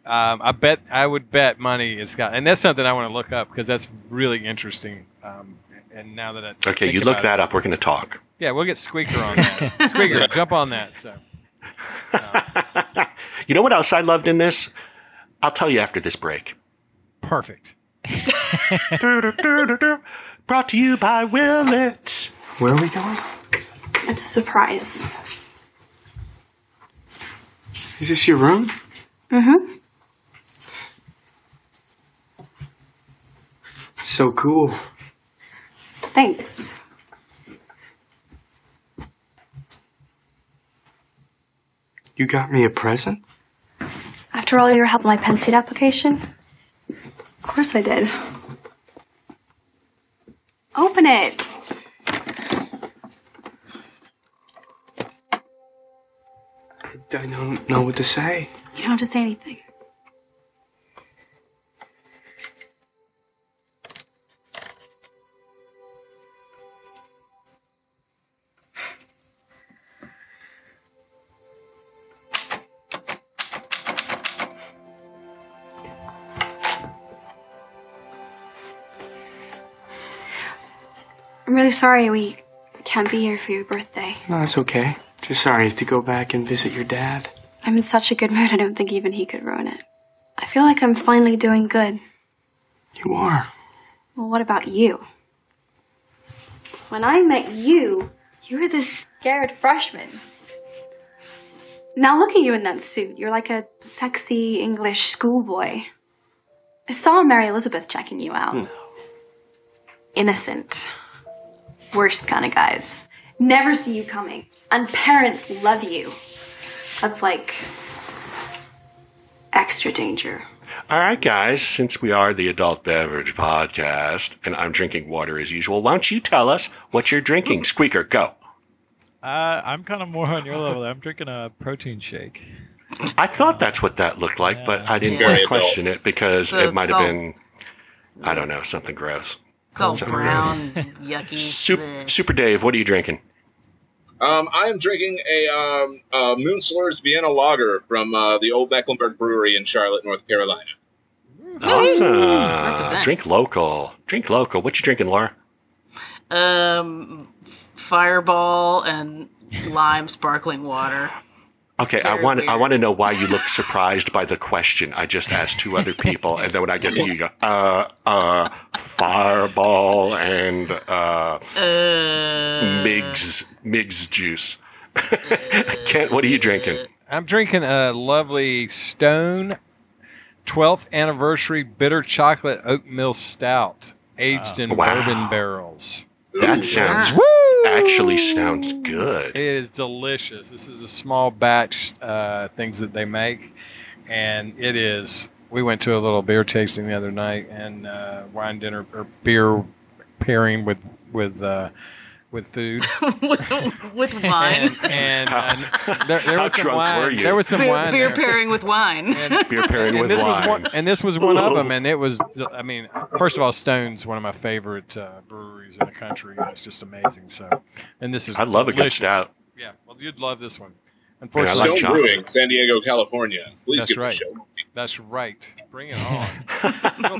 [SPEAKER 1] um, I bet I would bet money it's got, and that's something I want to look up because that's really interesting. Um, and now that I
[SPEAKER 6] Okay,
[SPEAKER 1] think
[SPEAKER 6] you
[SPEAKER 1] about
[SPEAKER 6] look
[SPEAKER 1] it-
[SPEAKER 6] that up. We're going to talk.
[SPEAKER 1] yeah, we'll get Squeaker on that.
[SPEAKER 6] <laughs>
[SPEAKER 1] Squeaker, jump on that. So
[SPEAKER 6] You know what else I loved in this? I'll tell you after
[SPEAKER 1] <laughs>
[SPEAKER 6] this break.
[SPEAKER 1] perfect.
[SPEAKER 6] Brought to you by Willett.
[SPEAKER 8] Where are we going?
[SPEAKER 9] It's a surprise.
[SPEAKER 8] Is this your room?
[SPEAKER 9] Mm-hmm.
[SPEAKER 8] So cool.
[SPEAKER 9] Thanks.
[SPEAKER 8] You got me a present?
[SPEAKER 9] After all your help on my Penn State application? Of course I did.
[SPEAKER 8] I don't know what to say.
[SPEAKER 9] You don't have to say anything. I'm really sorry we can't be here for your birthday.
[SPEAKER 8] No, that's okay. Just sorry you have to go back and visit your dad.
[SPEAKER 9] I'm in such a good mood, I don't think even he could ruin it. I feel like I'm finally doing good.
[SPEAKER 8] You are.
[SPEAKER 9] Well, what about you? When I met you, you were this
[SPEAKER 10] Scared freshman.
[SPEAKER 9] Now look at you in that suit. You're like a sexy English schoolboy. I saw Mary Elizabeth checking you out. Innocent. Worst kind of guys. Never see you coming. And parents love you. That's like extra danger.
[SPEAKER 6] All right, guys, since we are the Adult Beverage Podcast and I'm drinking water as usual, why don't you tell us what you're drinking? Squeaker, go.
[SPEAKER 7] Uh, I'm kind of more on your level. I'm drinking a protein shake.
[SPEAKER 6] I thought that's what that looked like, but I didn't
[SPEAKER 5] Very
[SPEAKER 6] want to
[SPEAKER 5] adult.
[SPEAKER 6] question it because
[SPEAKER 4] So
[SPEAKER 6] it might
[SPEAKER 4] it's
[SPEAKER 6] have
[SPEAKER 4] all-
[SPEAKER 6] been, I don't know, something gross.
[SPEAKER 4] It's all brown,
[SPEAKER 6] <laughs>
[SPEAKER 4] yucky.
[SPEAKER 6] Super,
[SPEAKER 4] bleh.
[SPEAKER 6] Super Dave, what are you drinking?
[SPEAKER 5] Um, I am drinking a, um, uh Moonsler's Vienna Lager from uh, the Old Mecklenburg Brewery in Charlotte, North Carolina.
[SPEAKER 6] Awesome.
[SPEAKER 4] Represent.
[SPEAKER 6] Drink local. Drink local. What you drinking, Laura?
[SPEAKER 4] Um, f- fireball and lime sparkling water.
[SPEAKER 6] Okay, I
[SPEAKER 4] very
[SPEAKER 6] want I
[SPEAKER 4] weird.
[SPEAKER 6] want to know why you look surprised by the question I just asked two other people, and then when I get to you, you go uh uh fireball and
[SPEAKER 4] Uh,
[SPEAKER 6] uh, Migs Migs juice. <laughs> Kent, what are you drinking?
[SPEAKER 1] I'm drinking a lovely Stone 12th anniversary bitter chocolate oatmeal stout aged in
[SPEAKER 6] Ah. Wow.
[SPEAKER 1] bourbon barrels.
[SPEAKER 6] That sounds actually sounds
[SPEAKER 1] It
[SPEAKER 6] good.
[SPEAKER 1] is delicious. This is a small batch uh, things that they make, and it is. We went to a little beer tasting the other night and uh, wine dinner or beer pairing with with uh, with
[SPEAKER 4] <laughs>
[SPEAKER 1] food.
[SPEAKER 4] <laughs> with, with wine.
[SPEAKER 1] And, and uh, there, there
[SPEAKER 6] <laughs> How
[SPEAKER 1] was some
[SPEAKER 6] drunk
[SPEAKER 1] wine.
[SPEAKER 6] were you?
[SPEAKER 1] There was some
[SPEAKER 4] Beer,
[SPEAKER 1] wine.
[SPEAKER 4] beer
[SPEAKER 1] there. <laughs>
[SPEAKER 4] pairing with wine. <laughs>
[SPEAKER 6] Beer pairing
[SPEAKER 1] and
[SPEAKER 6] with
[SPEAKER 1] this
[SPEAKER 6] wine.
[SPEAKER 1] was one, and this was one of them, and it was. I mean, first of all, Stone's one of my favorite uh, breweries in the country, and it's just amazing. So, and this is
[SPEAKER 6] I love a good
[SPEAKER 1] delicious.
[SPEAKER 6] stout.
[SPEAKER 1] Yeah, well, you'd love this one.
[SPEAKER 6] I
[SPEAKER 1] Unfortunately,
[SPEAKER 5] Stone
[SPEAKER 6] like chocolate.
[SPEAKER 5] Brewing, San Diego, California. Please
[SPEAKER 1] That's
[SPEAKER 5] give
[SPEAKER 1] right.
[SPEAKER 5] it a show.
[SPEAKER 1] that's right. Bring it on.
[SPEAKER 6] <laughs>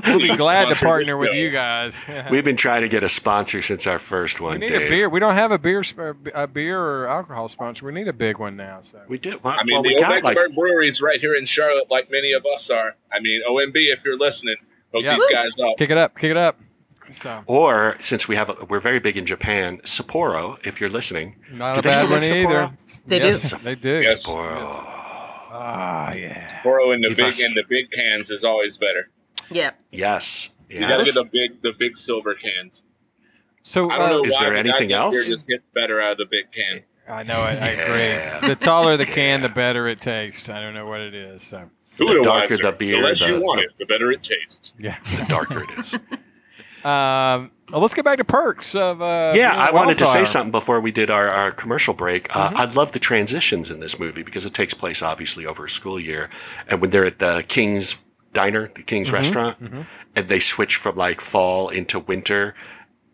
[SPEAKER 1] we'll, we'll be glad to
[SPEAKER 5] Sponsor
[SPEAKER 1] partner
[SPEAKER 5] this
[SPEAKER 1] with
[SPEAKER 5] show.
[SPEAKER 1] you guys. <laughs>
[SPEAKER 6] We've been trying to get a sponsor since our first one.
[SPEAKER 1] we need
[SPEAKER 6] Dave.
[SPEAKER 1] a beer. We don't have a beer, sp- a beer or alcohol sponsor. We need a big one now. So
[SPEAKER 6] We did. Well,
[SPEAKER 5] I mean,
[SPEAKER 6] well,
[SPEAKER 5] the
[SPEAKER 6] we
[SPEAKER 5] Old
[SPEAKER 6] got like
[SPEAKER 5] Mecklenburg Brewery's right here in Charlotte, like many of us are. I mean, OMB, if you're listening, hook
[SPEAKER 1] Yeah.
[SPEAKER 5] these guys up.
[SPEAKER 1] kick it up, kick it up. So
[SPEAKER 6] Or since we have, a, we're very big in Japan. Sapporo, if you're listening,
[SPEAKER 1] not
[SPEAKER 6] Do
[SPEAKER 1] a
[SPEAKER 6] they still
[SPEAKER 1] bad one
[SPEAKER 6] make
[SPEAKER 1] either.
[SPEAKER 6] Sapporo?
[SPEAKER 4] They
[SPEAKER 1] Yes,
[SPEAKER 4] do.
[SPEAKER 1] They do.
[SPEAKER 5] Yes.
[SPEAKER 6] Sapporo.
[SPEAKER 1] Ah, yeah.
[SPEAKER 5] Toro in the
[SPEAKER 6] Give
[SPEAKER 5] big
[SPEAKER 6] us-
[SPEAKER 5] in the big cans is always better.
[SPEAKER 4] Yep.
[SPEAKER 6] Yes.
[SPEAKER 5] You gotta
[SPEAKER 6] Yes.
[SPEAKER 5] get the big the big silver cans.
[SPEAKER 1] So
[SPEAKER 5] I don't
[SPEAKER 1] uh,
[SPEAKER 5] know
[SPEAKER 6] Is
[SPEAKER 5] why
[SPEAKER 6] there
[SPEAKER 5] but I
[SPEAKER 6] anything
[SPEAKER 5] think
[SPEAKER 6] else?
[SPEAKER 5] beer just gets better out of the big can.
[SPEAKER 1] I know it. I
[SPEAKER 6] Yeah.
[SPEAKER 1] agree. The taller the can, the better it tastes. I don't know what it is. So
[SPEAKER 5] Who
[SPEAKER 6] The
[SPEAKER 5] the
[SPEAKER 6] darker
[SPEAKER 5] darker
[SPEAKER 6] the beer,
[SPEAKER 5] the less
[SPEAKER 6] the-
[SPEAKER 5] you want
[SPEAKER 6] the-
[SPEAKER 5] it, the better it tastes.
[SPEAKER 1] yeah.
[SPEAKER 6] the darker it
[SPEAKER 5] <laughs>
[SPEAKER 6] is.
[SPEAKER 1] Um, well, let's get back to perks of. Uh,
[SPEAKER 6] yeah,
[SPEAKER 1] being a
[SPEAKER 6] I wanted to say
[SPEAKER 1] wildfire.
[SPEAKER 6] something before we did our, our commercial break.
[SPEAKER 5] Mm-hmm.
[SPEAKER 6] Uh, I love the transitions in this movie because it takes place obviously over a school year. And when they're at the King's Diner, the King's
[SPEAKER 5] Mm-hmm.
[SPEAKER 6] Restaurant, and they switch from like fall into winter,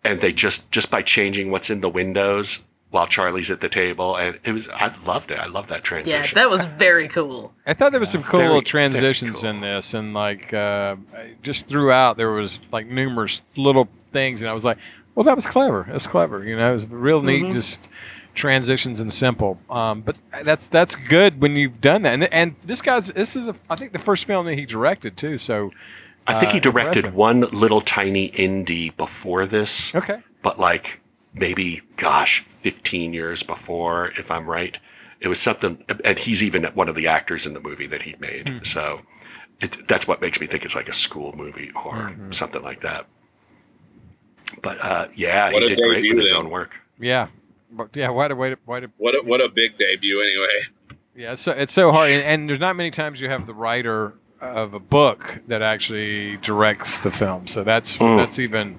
[SPEAKER 6] and they just, just by changing what's in the windows while Charlie's at the table. And it was, I loved it. I love that
[SPEAKER 4] Yeah,
[SPEAKER 6] transition.
[SPEAKER 4] that was very cool.
[SPEAKER 1] I thought there was some cool
[SPEAKER 6] Very,
[SPEAKER 1] little
[SPEAKER 6] very
[SPEAKER 1] transitions
[SPEAKER 6] cool.
[SPEAKER 1] in this, and like uh, I- just throughout there was like numerous little things, and I was like, "Well, that was clever. That's clever." You know, it was real neat,
[SPEAKER 6] Mm-hmm.
[SPEAKER 1] just transitions and simple. Um, but that's that's good when you've done that. And, and this guy's this is a, I think the first film that he directed too. So
[SPEAKER 6] I think he
[SPEAKER 1] uh,
[SPEAKER 6] directed
[SPEAKER 1] impressive.
[SPEAKER 6] one little tiny indie before this.
[SPEAKER 1] okay,
[SPEAKER 6] but like maybe gosh 15 years before if i'm right it was something and he's even one of the actors in the movie that he made
[SPEAKER 1] Hmm.
[SPEAKER 6] so it, that's what makes me think it's like a school movie or
[SPEAKER 1] Hmm,
[SPEAKER 6] something like that but uh, yeah
[SPEAKER 5] What
[SPEAKER 6] he
[SPEAKER 5] a
[SPEAKER 6] did great with
[SPEAKER 5] debut
[SPEAKER 6] his
[SPEAKER 5] then.
[SPEAKER 6] own work
[SPEAKER 1] yeah, but yeah, why to wait, why to
[SPEAKER 5] What a, what a big debut anyway.
[SPEAKER 1] Yeah, it's so, it's so hard, and, and there's not many times you have the writer
[SPEAKER 5] Hmm.
[SPEAKER 1] of a book that actually directs the film. So that's that's even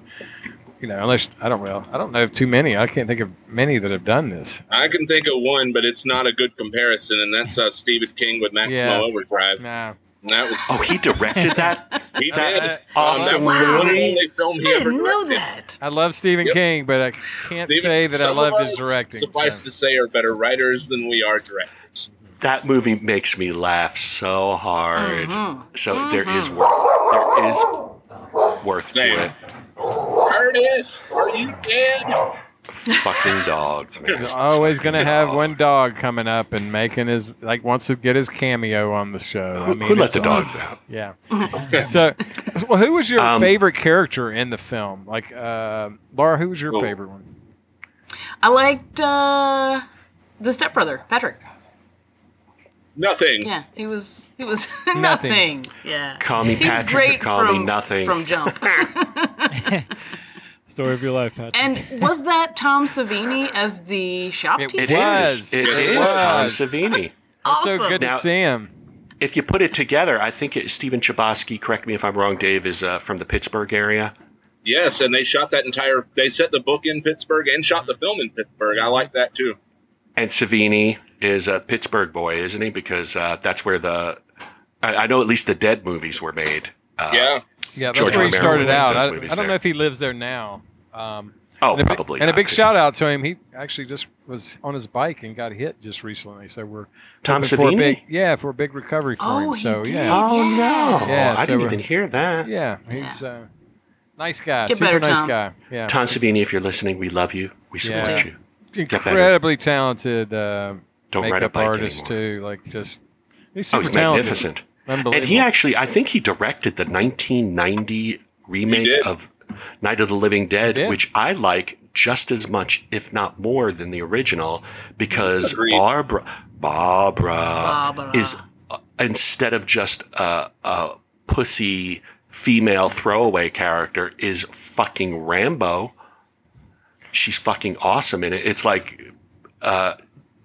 [SPEAKER 1] You know, unless I don't well, I don't know of too many. I can't think of many that have done this.
[SPEAKER 5] I can think of one, but it's not a good comparison, and that's uh, Stephen King with Maximo
[SPEAKER 1] Yeah.
[SPEAKER 5] Overdrive.
[SPEAKER 1] Nah.
[SPEAKER 5] And that was
[SPEAKER 6] Oh, he directed
[SPEAKER 5] <laughs>
[SPEAKER 6] that.
[SPEAKER 5] he
[SPEAKER 1] that-
[SPEAKER 5] did.
[SPEAKER 1] that-
[SPEAKER 6] awesome
[SPEAKER 5] that was the
[SPEAKER 6] movie.
[SPEAKER 5] only film he
[SPEAKER 4] I
[SPEAKER 5] ever
[SPEAKER 4] didn't know
[SPEAKER 5] directed.
[SPEAKER 4] that.
[SPEAKER 1] I love Stephen
[SPEAKER 5] Yep.
[SPEAKER 1] King, but I can't
[SPEAKER 5] Stephen-
[SPEAKER 1] say that I
[SPEAKER 5] some of
[SPEAKER 1] loved his
[SPEAKER 5] us,
[SPEAKER 1] directing.
[SPEAKER 5] Suffice
[SPEAKER 1] so.
[SPEAKER 5] to say, are better writers than we are directors.
[SPEAKER 6] that movie makes me laugh so hard.
[SPEAKER 4] Mm-hmm.
[SPEAKER 6] So there is worth. There is worth to
[SPEAKER 5] Damn.
[SPEAKER 6] it.
[SPEAKER 5] Curtis, are you dead?
[SPEAKER 6] Fucking dogs,
[SPEAKER 5] <laughs>
[SPEAKER 6] man.
[SPEAKER 1] always going to have one dog coming up and making his like wants to get his cameo on the show. I
[SPEAKER 6] Who,
[SPEAKER 1] mean,
[SPEAKER 6] who
[SPEAKER 1] it's
[SPEAKER 6] let the
[SPEAKER 1] all-
[SPEAKER 6] dogs out?
[SPEAKER 1] Yeah. so, well, who was your
[SPEAKER 6] Um,
[SPEAKER 1] favorite character in the film? Like, uh, Laura, who was your
[SPEAKER 5] Oh.
[SPEAKER 1] favorite one?
[SPEAKER 4] I liked uh, the stepbrother, Patrick.
[SPEAKER 5] Nothing.
[SPEAKER 4] Yeah, he was he was <laughs>
[SPEAKER 1] Nothing.
[SPEAKER 4] nothing. Yeah,
[SPEAKER 6] Call me
[SPEAKER 4] he was
[SPEAKER 6] Patrick or
[SPEAKER 4] great
[SPEAKER 6] call me
[SPEAKER 4] from-
[SPEAKER 6] nothing.
[SPEAKER 4] from jump.
[SPEAKER 7] Story of your life, Patrick.
[SPEAKER 4] and was that Tom Savini as the shop
[SPEAKER 1] It-
[SPEAKER 4] teacher?
[SPEAKER 6] It
[SPEAKER 1] Was.
[SPEAKER 6] is. It
[SPEAKER 1] It
[SPEAKER 6] is Tom
[SPEAKER 1] was.
[SPEAKER 6] Savini.
[SPEAKER 4] awesome.
[SPEAKER 1] So good
[SPEAKER 6] Now-
[SPEAKER 1] to see him.
[SPEAKER 6] If you put it together, I think it, Stephen Chbosky, correct me if I'm wrong, Dave, is uh, from the Pittsburgh area.
[SPEAKER 5] Yes, and they shot that entire. They set the book in Pittsburgh and shot the film in Pittsburgh. I like that too.
[SPEAKER 6] And Savini is a Pittsburgh boy, isn't he? Because uh, that's where the, I, I know at least the Dead movies were made. Uh,
[SPEAKER 5] Yeah.
[SPEAKER 1] Yeah, that's
[SPEAKER 6] George
[SPEAKER 1] where he
[SPEAKER 6] Romero
[SPEAKER 1] started
[SPEAKER 6] made
[SPEAKER 1] out.
[SPEAKER 6] those
[SPEAKER 1] I, I
[SPEAKER 6] movies
[SPEAKER 1] don't know
[SPEAKER 6] there.
[SPEAKER 1] if he lives there now. Um,
[SPEAKER 6] Oh,
[SPEAKER 1] and a big-
[SPEAKER 6] probably.
[SPEAKER 1] and a
[SPEAKER 6] not,
[SPEAKER 1] big
[SPEAKER 6] 'cause
[SPEAKER 1] shout out to him. He actually just was on his bike and got hit just recently. So we're
[SPEAKER 6] Tom
[SPEAKER 1] hoping for a
[SPEAKER 6] Savini?
[SPEAKER 1] big, yeah, for a big recovery for
[SPEAKER 4] Oh,
[SPEAKER 1] him.
[SPEAKER 4] he
[SPEAKER 1] So
[SPEAKER 4] did.
[SPEAKER 1] yeah,
[SPEAKER 6] Oh no!
[SPEAKER 1] Yeah,
[SPEAKER 6] I
[SPEAKER 1] so
[SPEAKER 6] didn't
[SPEAKER 1] we're-
[SPEAKER 6] even hear that.
[SPEAKER 1] yeah, he's uh, nice guy,
[SPEAKER 4] Get
[SPEAKER 1] super
[SPEAKER 4] better,
[SPEAKER 1] nice
[SPEAKER 4] Tom.
[SPEAKER 1] guy. Yeah,
[SPEAKER 6] Tom Savini, if you're listening, we love you. We support
[SPEAKER 1] Yeah.
[SPEAKER 6] you. better.
[SPEAKER 1] incredibly talented uh,
[SPEAKER 6] Don't ride a
[SPEAKER 1] makeup
[SPEAKER 6] bike
[SPEAKER 1] artist too. Like just he's super
[SPEAKER 6] oh, he's
[SPEAKER 1] talented.
[SPEAKER 6] magnificent.
[SPEAKER 1] Unbelievable.
[SPEAKER 6] And he actually, I think he directed the 1990
[SPEAKER 5] He
[SPEAKER 6] remake
[SPEAKER 5] did.
[SPEAKER 6] of Night of the Living Dead,
[SPEAKER 1] did.
[SPEAKER 6] which I like just as much, if not more, than the original because
[SPEAKER 5] Agreed.
[SPEAKER 6] Barbara, Barbara,
[SPEAKER 4] Barbara.
[SPEAKER 6] is uh, instead of just a, a pussy female throwaway character, is fucking Rambo. She's fucking awesome in it. It's like uh,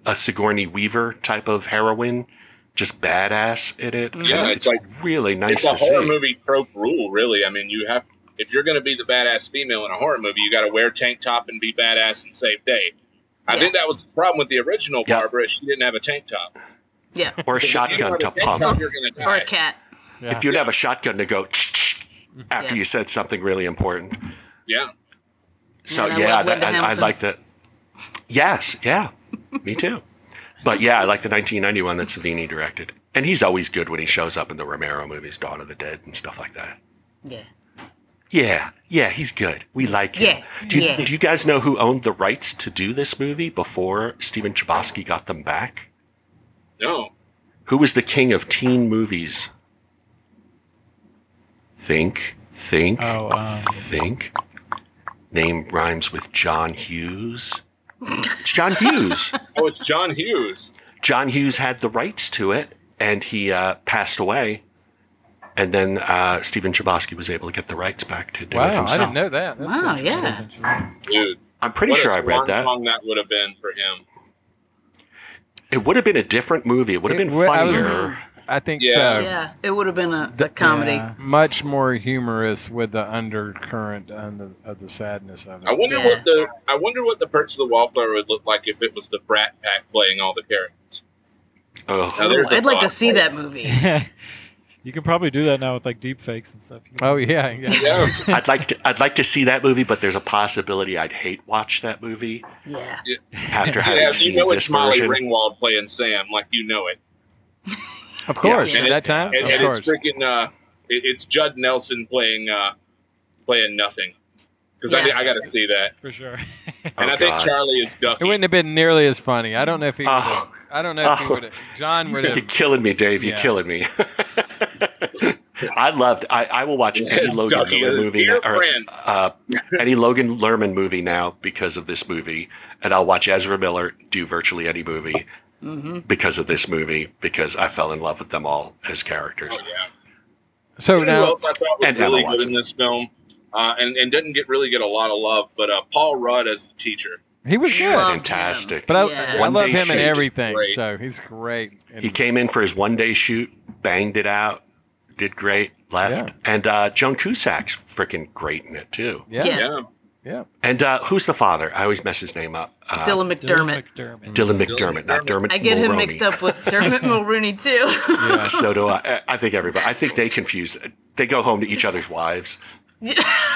[SPEAKER 6] a Sigourney Weaver type of heroine, just badass in it.
[SPEAKER 5] Yeah,
[SPEAKER 6] And
[SPEAKER 5] it's like-
[SPEAKER 6] really nice
[SPEAKER 5] it's a
[SPEAKER 6] to see.
[SPEAKER 5] horror movie trope rule, really. I mean, you have if you're going to be the badass female in a horror movie, you got to wear tank top and be badass and save day. I think that was the problem with the original
[SPEAKER 6] Yeah.
[SPEAKER 5] Barbara. is She didn't have a tank top.
[SPEAKER 4] Yeah,
[SPEAKER 6] Or a
[SPEAKER 5] If you
[SPEAKER 6] shotgun
[SPEAKER 5] don't
[SPEAKER 6] to
[SPEAKER 5] have a tank top,
[SPEAKER 6] pump.
[SPEAKER 5] You're going to
[SPEAKER 4] <laughs> or
[SPEAKER 5] die.
[SPEAKER 4] a cat.
[SPEAKER 1] Yeah.
[SPEAKER 6] If you'd have a shotgun to go after
[SPEAKER 4] Yeah.
[SPEAKER 6] you said something really important.
[SPEAKER 5] Yeah.
[SPEAKER 6] So
[SPEAKER 4] And I
[SPEAKER 6] yeah,
[SPEAKER 4] love
[SPEAKER 6] that,
[SPEAKER 4] Linda
[SPEAKER 6] I, I
[SPEAKER 4] Hamilton.
[SPEAKER 6] like that. Yes, yeah, me too. But yeah, I like the 1991 that Savini directed, and he's always good when he shows up in the Romero movies, Dawn of the Dead and stuff like that.
[SPEAKER 4] Yeah,
[SPEAKER 6] Yeah, yeah, he's good. We like him.
[SPEAKER 4] Yeah,
[SPEAKER 6] Do you,
[SPEAKER 4] yeah.
[SPEAKER 6] do you guys know who owned the rights to do this movie before Steven Chbosky got them back?
[SPEAKER 5] No.
[SPEAKER 6] Who was the king of teen movies? Think, think,
[SPEAKER 7] Oh, um,
[SPEAKER 1] uh,
[SPEAKER 6] think. Name rhymes with John Hughes. It's John
[SPEAKER 4] <laughs>
[SPEAKER 6] Hughes.
[SPEAKER 5] Oh, it's John Hughes.
[SPEAKER 6] John Hughes had the rights to it, and he uh, passed away. And then uh, Stephen Chbosky was able to get the rights back to do it
[SPEAKER 1] Wow, I
[SPEAKER 6] himself.
[SPEAKER 1] didn't know that. That's
[SPEAKER 4] wow,
[SPEAKER 1] interesting.
[SPEAKER 4] yeah.
[SPEAKER 5] Dude,
[SPEAKER 6] I'm pretty
[SPEAKER 5] what
[SPEAKER 6] sure
[SPEAKER 5] a
[SPEAKER 6] I read
[SPEAKER 5] swan
[SPEAKER 6] that.
[SPEAKER 5] song that would have been for him.
[SPEAKER 6] It would have been a different movie. It would have
[SPEAKER 1] It
[SPEAKER 6] been
[SPEAKER 1] would- I was-
[SPEAKER 6] funnier.
[SPEAKER 1] I think
[SPEAKER 5] Yeah.
[SPEAKER 1] so.
[SPEAKER 4] Yeah, it would have been a, a comedy.
[SPEAKER 7] Yeah.
[SPEAKER 1] Much more humorous with the undercurrent and the, of the sadness of it.
[SPEAKER 5] I wonder
[SPEAKER 4] Yeah.
[SPEAKER 5] what the I wonder what the Perks of the Wallflower would look like if it was the Brat Pack playing all the characters.
[SPEAKER 6] Ugh.
[SPEAKER 5] Now, there's a
[SPEAKER 4] I'd like to
[SPEAKER 5] thought.
[SPEAKER 4] see that movie.
[SPEAKER 7] <laughs> you can probably do that now with like deep fakes and stuff. You can-
[SPEAKER 1] Oh yeah, yeah.
[SPEAKER 5] Yeah,
[SPEAKER 6] <laughs> I'd like to. I'd like to see that movie, but there's a possibility I'd hate watch that movie
[SPEAKER 4] Yeah,
[SPEAKER 6] after having
[SPEAKER 5] yeah
[SPEAKER 6] seen
[SPEAKER 5] you know
[SPEAKER 6] this
[SPEAKER 5] it's Molly
[SPEAKER 6] version.
[SPEAKER 5] Ringwald playing Sam, like you know it.
[SPEAKER 1] Of course,
[SPEAKER 5] Yeah.
[SPEAKER 1] at that time,
[SPEAKER 5] and,
[SPEAKER 1] of
[SPEAKER 5] and
[SPEAKER 1] course.
[SPEAKER 5] it's freaking uh, it, it's Judd Nelson playing uh, playing nothing because I,
[SPEAKER 4] Yeah.
[SPEAKER 5] I got to see that,
[SPEAKER 7] for sure.
[SPEAKER 5] and
[SPEAKER 6] Oh,
[SPEAKER 5] I think
[SPEAKER 6] God.
[SPEAKER 5] Charlie is
[SPEAKER 1] It
[SPEAKER 5] Ducky.
[SPEAKER 1] wouldn't have been nearly as funny. I don't know if he.
[SPEAKER 6] Oh.
[SPEAKER 1] would've- I don't know if he
[SPEAKER 6] Oh.
[SPEAKER 1] would have. John would
[SPEAKER 6] You're
[SPEAKER 1] have.
[SPEAKER 6] killing me, Dave. You're
[SPEAKER 1] Yeah.
[SPEAKER 6] killing me. <laughs> I loved. I, I will watch any
[SPEAKER 5] Yes,
[SPEAKER 6] Logan
[SPEAKER 5] Ducky,
[SPEAKER 6] Lerman
[SPEAKER 5] a
[SPEAKER 6] movie
[SPEAKER 5] dear
[SPEAKER 6] now, or
[SPEAKER 5] friend.
[SPEAKER 6] uh, any Logan Lerman movie now because of this movie, and I'll watch Ezra Miller do virtually any movie
[SPEAKER 1] Mm-hmm.
[SPEAKER 6] because of this movie because I fell in love with them all as characters.
[SPEAKER 5] Oh,
[SPEAKER 1] So
[SPEAKER 5] You know who
[SPEAKER 1] now,
[SPEAKER 5] else I thought was
[SPEAKER 6] And Emma
[SPEAKER 5] really good
[SPEAKER 6] Watson.
[SPEAKER 5] in this film, uh, and and didn't get really get a lot of love, but uh, Paul Rudd as the teacher.
[SPEAKER 1] he was
[SPEAKER 4] Sure.
[SPEAKER 1] good,
[SPEAKER 6] Fantastic.
[SPEAKER 1] but I,
[SPEAKER 4] Yeah.
[SPEAKER 1] I
[SPEAKER 6] One
[SPEAKER 1] love
[SPEAKER 6] Day
[SPEAKER 1] him in
[SPEAKER 6] Shoot.
[SPEAKER 1] everything.
[SPEAKER 5] Great.
[SPEAKER 1] So he's great. And
[SPEAKER 6] He came in for his one day shoot, banged it out, did great, left. And uh, Joan Cusack's freaking great in it too.
[SPEAKER 1] yeah.
[SPEAKER 4] Yeah.
[SPEAKER 5] Yeah,
[SPEAKER 1] Yeah.
[SPEAKER 6] And uh, who's the father? I always mess his name up. Uh,
[SPEAKER 4] Dylan
[SPEAKER 7] Dylan
[SPEAKER 4] McDermott.
[SPEAKER 7] McDermott.
[SPEAKER 6] Dylan McDermott, not Dermot.
[SPEAKER 4] I get him
[SPEAKER 6] Mulroney.
[SPEAKER 4] mixed up with
[SPEAKER 1] <laughs>
[SPEAKER 4] Dermot Mulrooney too.
[SPEAKER 6] Yeah, so do I. I- I think everybody. I think they confuse. They go home to each other's wives.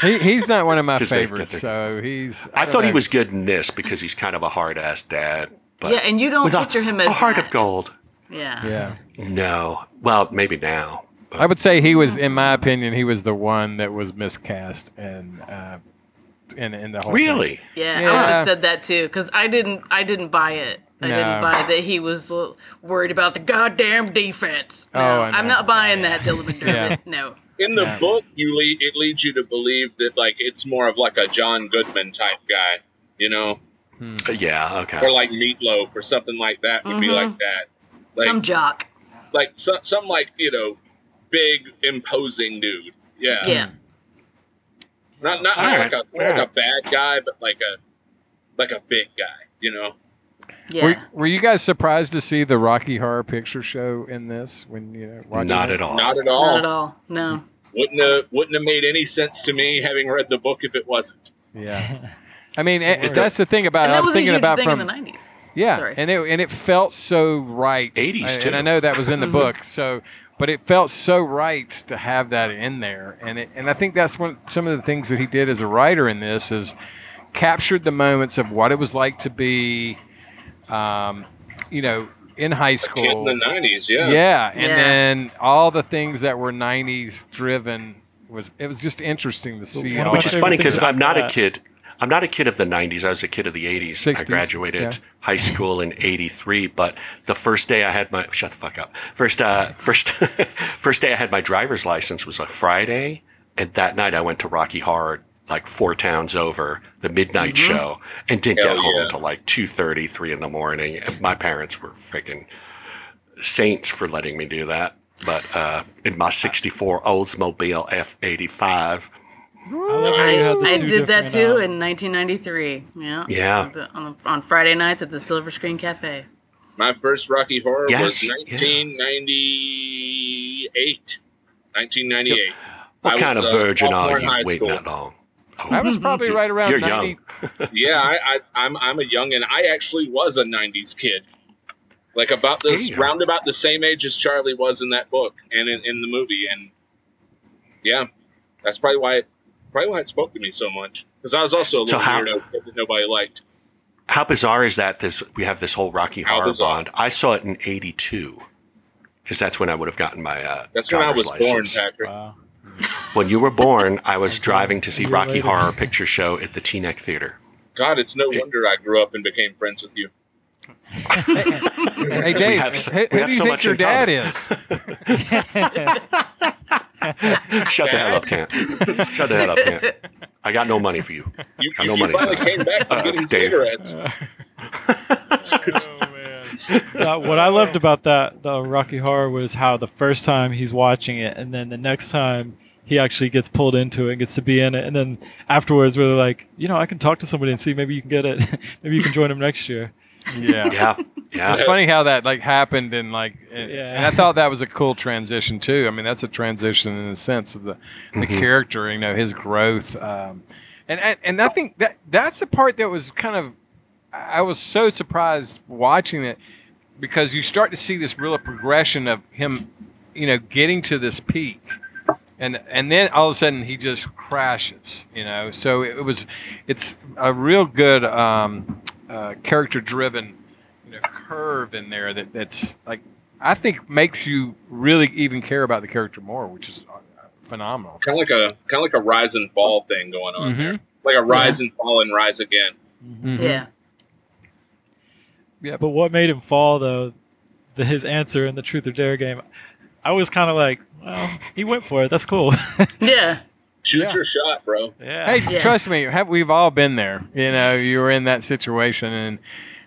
[SPEAKER 1] He, he's not one of my
[SPEAKER 6] 'Cause they-
[SPEAKER 1] favorites, so he's.
[SPEAKER 6] I,
[SPEAKER 1] don't
[SPEAKER 6] thought he
[SPEAKER 1] know.
[SPEAKER 6] was good in this because he's kind of a hard ass dad.
[SPEAKER 4] <laughs>
[SPEAKER 6] But
[SPEAKER 4] yeah, and you don't
[SPEAKER 6] with a,
[SPEAKER 4] picture him
[SPEAKER 6] a
[SPEAKER 4] as
[SPEAKER 6] heart
[SPEAKER 4] that.
[SPEAKER 6] of gold.
[SPEAKER 4] Yeah.
[SPEAKER 1] Yeah,
[SPEAKER 6] No. Well, maybe now.
[SPEAKER 1] I would say he was, in my opinion, he was the one that was miscast and uh, in in the whole. thing.
[SPEAKER 6] Really?
[SPEAKER 4] Yeah, I would
[SPEAKER 1] Yeah.
[SPEAKER 4] have said that too because I didn't. I didn't buy it. I
[SPEAKER 1] No.
[SPEAKER 4] didn't buy that he was l- worried about the goddamn defense. No,
[SPEAKER 1] Oh, I
[SPEAKER 4] I'm
[SPEAKER 1] know.
[SPEAKER 4] not buying that, Dylan McDermott.
[SPEAKER 1] Yeah.
[SPEAKER 4] No.
[SPEAKER 5] In the book, you lead it leads you to believe that like it's more of like a John Goodman type guy, you know,
[SPEAKER 1] Mm-hmm.
[SPEAKER 6] Uh, Yeah. Okay.
[SPEAKER 5] or like Meatloaf or something like that would be like that. Like
[SPEAKER 4] Some jock.
[SPEAKER 5] like some, some like you know, big imposing dude. Yeah,
[SPEAKER 1] Hmm.
[SPEAKER 4] Yeah.
[SPEAKER 5] Not not,
[SPEAKER 6] All
[SPEAKER 5] not like
[SPEAKER 6] right.
[SPEAKER 5] a not like a bad guy, but like a like a big guy. You know,
[SPEAKER 4] Yeah.
[SPEAKER 1] Were, were you guys surprised to see the Rocky Horror Picture Show in this? When you know, watching
[SPEAKER 6] Oh, Not
[SPEAKER 1] it?
[SPEAKER 6] at all.
[SPEAKER 5] not at all.
[SPEAKER 4] Not at all.
[SPEAKER 1] Uh,
[SPEAKER 4] No.
[SPEAKER 5] Wouldn't have wouldn't have made any sense to me having read the book if it wasn't.
[SPEAKER 1] Yeah. I mean, it-
[SPEAKER 7] Word.
[SPEAKER 1] that's the thing about.
[SPEAKER 4] And
[SPEAKER 1] I
[SPEAKER 4] that
[SPEAKER 1] was
[SPEAKER 4] was a
[SPEAKER 1] thinking
[SPEAKER 4] huge
[SPEAKER 1] about
[SPEAKER 4] thing
[SPEAKER 1] from
[SPEAKER 4] in the '90s.
[SPEAKER 1] yeah,
[SPEAKER 4] Sorry.
[SPEAKER 1] and it and it felt so right.
[SPEAKER 6] 80s
[SPEAKER 1] I- And I
[SPEAKER 6] too.
[SPEAKER 1] know that was
[SPEAKER 4] <laughs>
[SPEAKER 1] in the book. So, but it felt so right to have that in there. And it, and I think that's one some of the things that he did as a writer in this is captured the moments of what it was like to be, um, you know, in high school.
[SPEAKER 5] Kid in the nineties, yeah.
[SPEAKER 1] Yeah, and
[SPEAKER 4] Yeah.
[SPEAKER 1] then all the things that were '90s driven was it was just interesting to see.
[SPEAKER 7] one
[SPEAKER 1] all
[SPEAKER 7] of
[SPEAKER 6] Which
[SPEAKER 1] that.
[SPEAKER 6] is
[SPEAKER 7] Favorite
[SPEAKER 6] funny
[SPEAKER 7] thing
[SPEAKER 6] because
[SPEAKER 7] about
[SPEAKER 6] I'm not a
[SPEAKER 7] that.
[SPEAKER 6] kid. I'm not a kid of the 90s. I was a kid of the 80s. I
[SPEAKER 1] 60s,
[SPEAKER 6] graduated
[SPEAKER 1] yeah.
[SPEAKER 6] high school in 83, but the first day I had my shut the fuck up. First
[SPEAKER 7] <laughs>
[SPEAKER 6] uh first <laughs> first day I had my driver's license was a Friday, and that night I went to Rocky Horror like four towns over the midnight
[SPEAKER 7] Mm-hmm.
[SPEAKER 6] show and didn't
[SPEAKER 5] Hell
[SPEAKER 6] get home
[SPEAKER 5] yeah.
[SPEAKER 6] until like 2:30, 3 in the morning. And my parents were freaking saints for letting me do that. But uh, in my 64 Oldsmobile F85,
[SPEAKER 7] I, love how you had the
[SPEAKER 4] I
[SPEAKER 7] two
[SPEAKER 4] did that
[SPEAKER 7] different,
[SPEAKER 4] too
[SPEAKER 1] uh,
[SPEAKER 7] um,
[SPEAKER 4] in 1993. Yeah.
[SPEAKER 6] Yeah.
[SPEAKER 4] At the- on, on Friday nights at the Silver Screen Cafe.
[SPEAKER 5] My first Rocky Horror
[SPEAKER 6] Yes,
[SPEAKER 5] was
[SPEAKER 6] yeah.
[SPEAKER 5] 1998. 1998. I
[SPEAKER 6] What
[SPEAKER 5] was
[SPEAKER 6] kind of
[SPEAKER 5] a
[SPEAKER 6] virgin
[SPEAKER 5] sophomore
[SPEAKER 6] are
[SPEAKER 5] in
[SPEAKER 6] you
[SPEAKER 5] high school.
[SPEAKER 6] waiting that long?
[SPEAKER 1] I was probably right around
[SPEAKER 6] You're
[SPEAKER 1] 90.
[SPEAKER 6] young.
[SPEAKER 5] yeah, I, I, I'm I'm a young and I actually was a '90s kid, like about
[SPEAKER 6] There
[SPEAKER 5] this
[SPEAKER 6] you go.
[SPEAKER 5] round about the same age as Charlie was in that book and in, in the movie, and yeah, that's probably why it, probably why it spoke to me so much because I was also a
[SPEAKER 6] So
[SPEAKER 5] little
[SPEAKER 6] how-
[SPEAKER 5] weirdo kid that nobody liked.
[SPEAKER 6] How bizarre is that? This we have this whole Rocky
[SPEAKER 5] How
[SPEAKER 6] Horror
[SPEAKER 5] bizarre.
[SPEAKER 6] Bond. I saw it in '82 because that's when I would have gotten my uh,
[SPEAKER 5] That's when I was
[SPEAKER 6] driver's license.
[SPEAKER 5] born, Patrick.
[SPEAKER 7] Wow.
[SPEAKER 6] When you were born, I was driving to see
[SPEAKER 7] year
[SPEAKER 6] Rocky
[SPEAKER 7] later.
[SPEAKER 6] Horror Picture Show at the Teaneck
[SPEAKER 5] <laughs>
[SPEAKER 6] Theater.
[SPEAKER 5] God, it's no wonder I grew up and became friends with you.
[SPEAKER 1] Hey, Dave,
[SPEAKER 6] have so-
[SPEAKER 1] who,
[SPEAKER 6] we
[SPEAKER 1] who
[SPEAKER 6] have
[SPEAKER 1] do you
[SPEAKER 6] so
[SPEAKER 1] think
[SPEAKER 6] much
[SPEAKER 1] your
[SPEAKER 6] in
[SPEAKER 1] dad
[SPEAKER 6] common.
[SPEAKER 1] is?
[SPEAKER 6] <laughs> Shut the hell up, Camp. Shut the hell up, Camp. I got no money for you.
[SPEAKER 5] You,
[SPEAKER 6] I know
[SPEAKER 5] you
[SPEAKER 6] money,
[SPEAKER 5] finally
[SPEAKER 6] son.
[SPEAKER 5] came back
[SPEAKER 6] <laughs>
[SPEAKER 5] from
[SPEAKER 6] Uh,
[SPEAKER 5] getting
[SPEAKER 6] Dave.
[SPEAKER 5] cigarettes.
[SPEAKER 7] <laughs> Uh, what I loved about that the Rocky Horror was how the first time he's watching it, and then the next time he actually gets pulled into it and gets to be in it, and then afterwards we're like, you know, I can talk to somebody and see maybe you can get it, <laughs> maybe you can join him next year.
[SPEAKER 1] Yeah.
[SPEAKER 6] Yeah, yeah.
[SPEAKER 1] It's funny how that like happened and like and,
[SPEAKER 7] Yeah.
[SPEAKER 1] and I thought that was a cool transition too. I mean, that's a transition in the sense of the the character, you know, his growth um and, and and I think that that's the part that was kind of I was so surprised watching it because you start to see this real progression of him, you know, getting to this peak, and and then all of a sudden he just crashes, you know. So it was, it's a real good um, uh, character-driven, you know, curve in there that that's like I think makes you really even care about the character more, which is uh, phenomenal.
[SPEAKER 5] Kind of like a kind of like a rise and fall thing going on
[SPEAKER 1] Mm-hmm.
[SPEAKER 5] there, like a rise and fall and rise again.
[SPEAKER 4] Yeah.
[SPEAKER 7] But what made him fall though, the, his answer in the Truth or Dare game, I was kind of like, well, he went for it.
[SPEAKER 6] <laughs>
[SPEAKER 7] That's cool.
[SPEAKER 4] Yeah.
[SPEAKER 5] Shoot
[SPEAKER 1] Yeah.
[SPEAKER 5] your shot, bro.
[SPEAKER 7] <laughs> yeah.
[SPEAKER 1] Hey,
[SPEAKER 4] Yeah.
[SPEAKER 1] trust me, have, we've all been there. You know, you were in that situation, and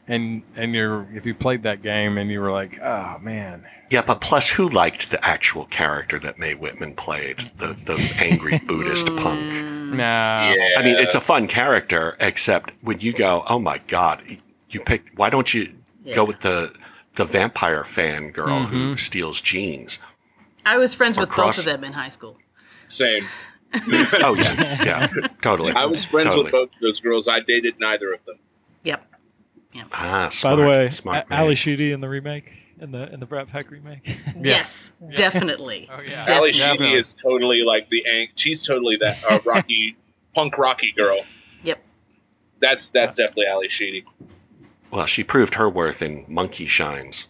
[SPEAKER 1] and and you're if you played that game and you were like, oh man,
[SPEAKER 6] Yeah, but plus, who liked the actual character that Mae Whitman played, the the angry Buddhist punk?
[SPEAKER 4] Mm.
[SPEAKER 1] no,
[SPEAKER 5] yeah.
[SPEAKER 6] I mean, it's a fun character, except when you go, oh my god, you pick. Why don't you
[SPEAKER 4] Yeah.
[SPEAKER 6] go with the the vampire fan girl
[SPEAKER 1] Mm-hmm.
[SPEAKER 6] who steals jeans?
[SPEAKER 4] I was friends with both
[SPEAKER 6] Across-
[SPEAKER 4] of them in high school.
[SPEAKER 5] Same.
[SPEAKER 6] Oh
[SPEAKER 5] <laughs>
[SPEAKER 6] yeah, yeah, totally.
[SPEAKER 5] I was friends
[SPEAKER 6] totally.
[SPEAKER 5] with both of those girls. I dated neither of them.
[SPEAKER 4] Yep.
[SPEAKER 6] Ah,
[SPEAKER 7] By
[SPEAKER 6] smart,
[SPEAKER 7] the way,
[SPEAKER 6] smart
[SPEAKER 7] A-
[SPEAKER 6] man.
[SPEAKER 7] Ali Sheedy in the remake, in the in the Brat Pack remake. <laughs>
[SPEAKER 4] Yes,
[SPEAKER 5] <laughs>
[SPEAKER 4] definitely.
[SPEAKER 7] oh yeah.
[SPEAKER 4] Definitely.
[SPEAKER 5] Ali Sheedy is totally like the ang- she's totally that
[SPEAKER 6] <laughs>
[SPEAKER 5] uh, rocky punk rocky girl.
[SPEAKER 4] Yep.
[SPEAKER 5] That's that's definitely Ali Sheedy.
[SPEAKER 6] well, she proved her worth in Monkey Shines.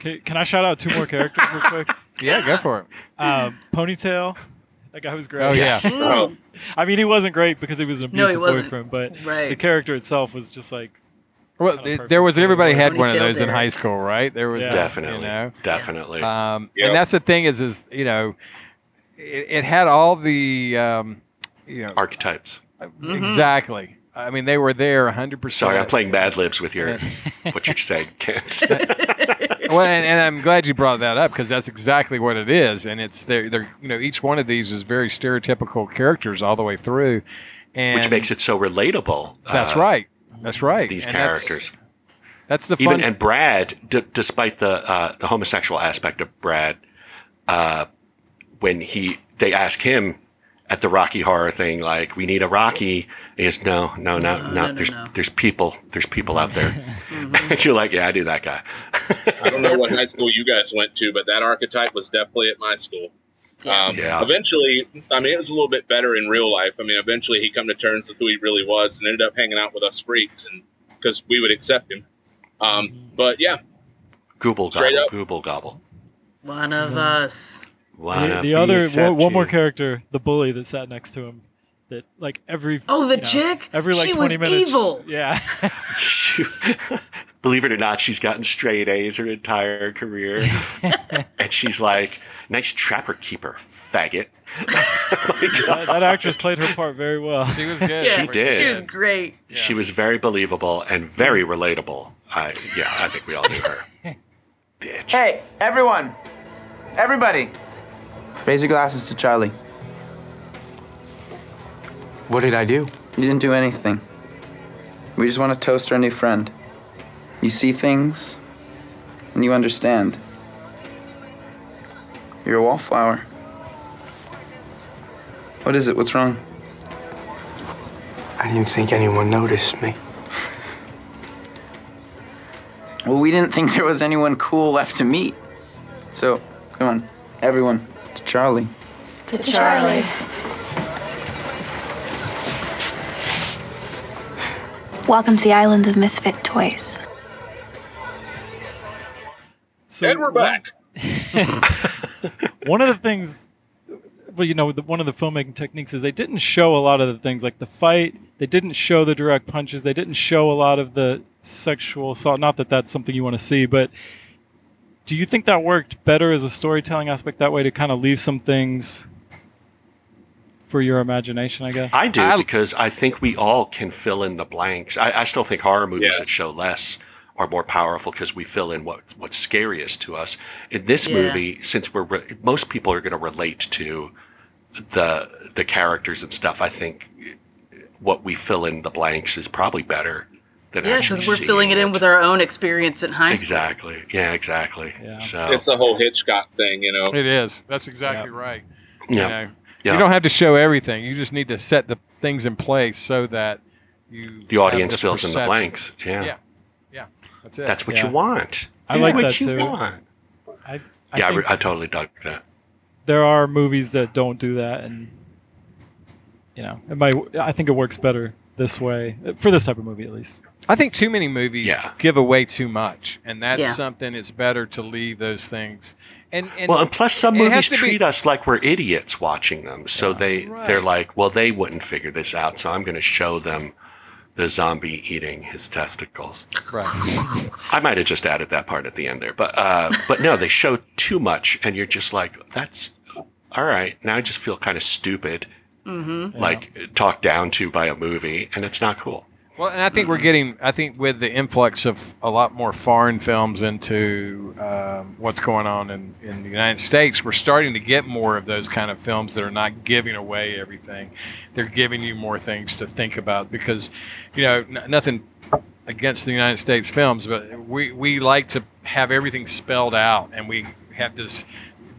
[SPEAKER 7] Can, can I shout out two more characters real quick?
[SPEAKER 1] Yeah, go for it.
[SPEAKER 7] Um, Ponytail, that guy was great.
[SPEAKER 1] Oh yeah.
[SPEAKER 6] Hmm. um,
[SPEAKER 5] Oh,
[SPEAKER 7] I mean, he wasn't great because he was an
[SPEAKER 4] No, he
[SPEAKER 7] abusive
[SPEAKER 4] wasn't.
[SPEAKER 7] boyfriend, but
[SPEAKER 4] Right.
[SPEAKER 7] the character itself was just like
[SPEAKER 1] Well,
[SPEAKER 7] Kinda
[SPEAKER 1] th-
[SPEAKER 7] perfect.
[SPEAKER 1] there was everybody had
[SPEAKER 4] Ponytail
[SPEAKER 1] one of those in
[SPEAKER 4] there.
[SPEAKER 1] high school, right? There was
[SPEAKER 7] Yeah.
[SPEAKER 1] uh,
[SPEAKER 6] Definitely,
[SPEAKER 1] you know?
[SPEAKER 6] definitely.
[SPEAKER 1] Um,
[SPEAKER 5] Yep.
[SPEAKER 1] And that's the thing is, is you know, it, it had all the, um, you know,
[SPEAKER 6] Archetypes.
[SPEAKER 1] Mm-hmm. exactly. I mean, they were there 100. percent
[SPEAKER 6] Sorry, I'm playing Mad Libs
[SPEAKER 1] <laughs>
[SPEAKER 6] with your what you're <laughs> saying, Kent.
[SPEAKER 1] Well, and, and I'm glad you brought that up because that's exactly what it is, and it's they're, they're you know each one of these is very stereotypical characters all the way through, and
[SPEAKER 6] which makes it so relatable.
[SPEAKER 1] that's
[SPEAKER 6] uh,
[SPEAKER 1] right, that's right.
[SPEAKER 6] These
[SPEAKER 1] And that's-
[SPEAKER 6] characters.
[SPEAKER 1] That's, the fun.
[SPEAKER 6] even and Brad, d- despite the uh, the homosexual aspect of Brad, uh, when he they ask him at the Rocky Horror thing, like we need a Rocky, he goes, no, no, no, no.
[SPEAKER 4] no,
[SPEAKER 6] there's
[SPEAKER 4] no.
[SPEAKER 6] there's people, there's people out there. <laughs> You're like, yeah, I knew that guy.
[SPEAKER 5] I don't know what high school you guys went to, but that archetype was definitely at my school. Um,
[SPEAKER 6] Yeah.
[SPEAKER 5] Eventually, I mean, it was a little bit better in real life. I mean, eventually he come to terms with who he really was and ended up hanging out with us freaks, and because we would accept him. Um,
[SPEAKER 6] Mm-hmm.
[SPEAKER 5] but yeah,
[SPEAKER 6] Google
[SPEAKER 5] Straight
[SPEAKER 6] gobble,
[SPEAKER 5] up.
[SPEAKER 6] Google gobble.
[SPEAKER 4] One of us.
[SPEAKER 6] Wanna
[SPEAKER 7] the, the
[SPEAKER 6] be
[SPEAKER 7] other one, one more
[SPEAKER 6] accepted.
[SPEAKER 7] character, the bully that sat next to him, that like every
[SPEAKER 4] Oh, the
[SPEAKER 7] you know,
[SPEAKER 4] chick?
[SPEAKER 7] every like
[SPEAKER 4] She
[SPEAKER 7] 20
[SPEAKER 4] was
[SPEAKER 7] minutes,
[SPEAKER 4] evil.
[SPEAKER 7] Yeah, <laughs>
[SPEAKER 6] Believe it or not, she's gotten straight A's her entire
[SPEAKER 7] <laughs>
[SPEAKER 6] career. and she's like, nice trapper keeper, faggot. <laughs> Oh
[SPEAKER 7] <laughs> that, that actress played her part very well.
[SPEAKER 1] she was good.
[SPEAKER 4] She
[SPEAKER 6] She did.
[SPEAKER 4] She was great.
[SPEAKER 6] She was very believable and very relatable. I yeah, I think we all
[SPEAKER 5] <laughs>
[SPEAKER 6] knew her. Bitch.
[SPEAKER 10] Hey, everyone! Everybody! Raise your glasses to Charlie.
[SPEAKER 8] What did I do?
[SPEAKER 10] You didn't do anything. We just want to toast our new friend. You see things, and you understand. You're a wallflower. What is it? What's wrong?
[SPEAKER 8] I didn't think anyone noticed me.
[SPEAKER 10] Well, we didn't think there was anyone cool left to meet. So, come on, everyone, to Charlie.
[SPEAKER 9] Charlie. Welcome to the island of misfit toys.
[SPEAKER 7] So
[SPEAKER 5] and we're back.
[SPEAKER 7] one of the things well you know the, one of the filmmaking techniques is they didn't show a lot of the things like the fight they didn't show the direct punches they didn't show a lot of the sexual assault not that that's something you want to see but do you think that worked better as a storytelling aspect that way to kind of leave some things for your imagination i guess
[SPEAKER 6] I do
[SPEAKER 1] I-
[SPEAKER 6] because I think we all can fill in the blanks. I, I still think horror movies
[SPEAKER 5] Yeah.
[SPEAKER 6] that show less are more powerful because we fill in what what's scariest to us. In this
[SPEAKER 4] Yeah.
[SPEAKER 6] movie, since we're re- most people are going to relate to the the characters and stuff, I think what we fill in the blanks is probably better than
[SPEAKER 4] Yeah,
[SPEAKER 6] actually
[SPEAKER 4] because we're filling it
[SPEAKER 6] seeing
[SPEAKER 4] in with our own experience in high school.
[SPEAKER 6] Exactly. Yeah. Exactly.
[SPEAKER 7] Yeah.
[SPEAKER 6] So
[SPEAKER 5] It's the whole Hitchcock thing, you know.
[SPEAKER 1] It is. That's exactly right.
[SPEAKER 6] yeah.
[SPEAKER 1] You, know,
[SPEAKER 6] Yeah.
[SPEAKER 1] you don't have to show everything. You just need to set the things in place so that you
[SPEAKER 6] the audience
[SPEAKER 1] have this
[SPEAKER 6] fills in the
[SPEAKER 1] perception.
[SPEAKER 6] blanks. Yeah.
[SPEAKER 1] Yeah, yeah, that's it.
[SPEAKER 6] That's what
[SPEAKER 7] Yeah.
[SPEAKER 6] you want.
[SPEAKER 7] I
[SPEAKER 6] That's
[SPEAKER 7] like
[SPEAKER 6] what
[SPEAKER 7] that
[SPEAKER 6] you
[SPEAKER 7] too.
[SPEAKER 6] want.
[SPEAKER 7] i, I
[SPEAKER 6] yeah, I, re-
[SPEAKER 7] think
[SPEAKER 6] I totally dug that.
[SPEAKER 7] there are movies that don't do that and you know it might i think it works better this way for this type of movie at least
[SPEAKER 1] I think too many movies
[SPEAKER 6] Yeah.
[SPEAKER 1] give away too much, and that's
[SPEAKER 4] Yeah.
[SPEAKER 1] something. It's better to leave those things. And, and
[SPEAKER 6] Well, and plus some
[SPEAKER 1] it has
[SPEAKER 6] movies
[SPEAKER 1] to be-
[SPEAKER 6] treat us like we're idiots watching them. So they they're like, well, they wouldn't figure this out, so I'm going to show them the zombie eating his testicles.
[SPEAKER 1] Right.
[SPEAKER 6] I might have just added that part at the end there, but uh, but no, they show too much, and you're just like, that's all right. Now I just feel kind of stupid,
[SPEAKER 1] Mm-hmm.
[SPEAKER 6] like talked down to by a movie, and it's not cool.
[SPEAKER 1] Well, and I think we're getting. I think with the influx of a lot more foreign films into um, what's going on in, in the United States, we're starting to get more of those kind of films that are not giving away everything. They're giving you more things to think about because, you know, n- nothing against the United States films, but we we like to have everything spelled out, and we have this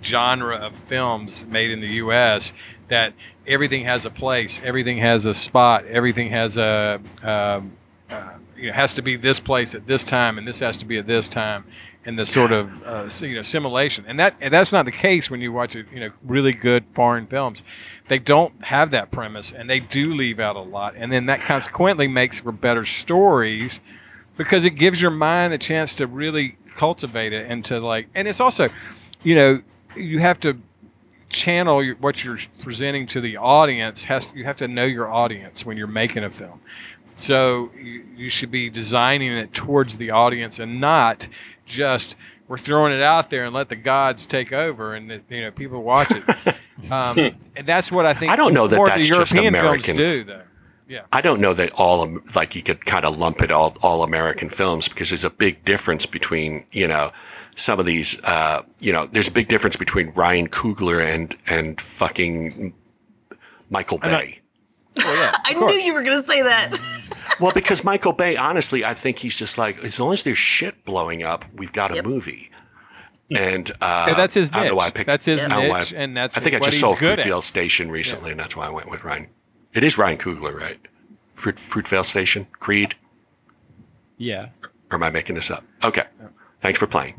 [SPEAKER 1] genre of films made in the U.S. that everything has a place, everything has a spot, everything has a um, uh, it has to be this place at this time, and this has to be at this time, and the sort of uh, so, you know simulation. And that and that's not the case when you watch it. You know, really good foreign films, they don't have that premise, and they do leave out a lot. And then that consequently makes for better stories because it gives your mind a chance to really cultivate it and to like. And it's also, you know, you have to channel your, what you're presenting to the audience has you have to know your audience when you're making a film so you, you should be designing it towards the audience and not just we're throwing it out there and let the gods take over and the, you know people watch
[SPEAKER 6] <laughs>
[SPEAKER 1] it. um, and that's what I think.
[SPEAKER 6] I don't know that
[SPEAKER 1] more of
[SPEAKER 6] that's
[SPEAKER 1] the
[SPEAKER 6] just
[SPEAKER 1] European
[SPEAKER 6] American.
[SPEAKER 1] films do though. Yeah.
[SPEAKER 6] I don't know that all like you could kind of lump it all all American films because there's a big difference between you know some of these uh, you know there's a big difference between Ryan Coogler and and fucking Michael Bay.
[SPEAKER 1] Well, yeah.
[SPEAKER 4] I
[SPEAKER 1] of course.
[SPEAKER 4] knew you were gonna say that.
[SPEAKER 6] Well, because Michael Bay, honestly, I think he's just like, as long as there's shit blowing up, we've got a movie. And uh,
[SPEAKER 1] Yeah, that's his
[SPEAKER 6] I don't know why I
[SPEAKER 1] niche.
[SPEAKER 6] picked.
[SPEAKER 1] That's his
[SPEAKER 6] I don't know why I-
[SPEAKER 1] niche, and that's
[SPEAKER 6] I think I
[SPEAKER 1] what
[SPEAKER 6] just
[SPEAKER 1] he's
[SPEAKER 6] saw
[SPEAKER 1] good at.
[SPEAKER 6] Fruitvale Station recently, and that's why I went with Ryan. It is Ryan Coogler, right? Fruit, Fruitvale Station, Creed,
[SPEAKER 7] Yeah.
[SPEAKER 6] or am I making this up? Okay, thanks for playing.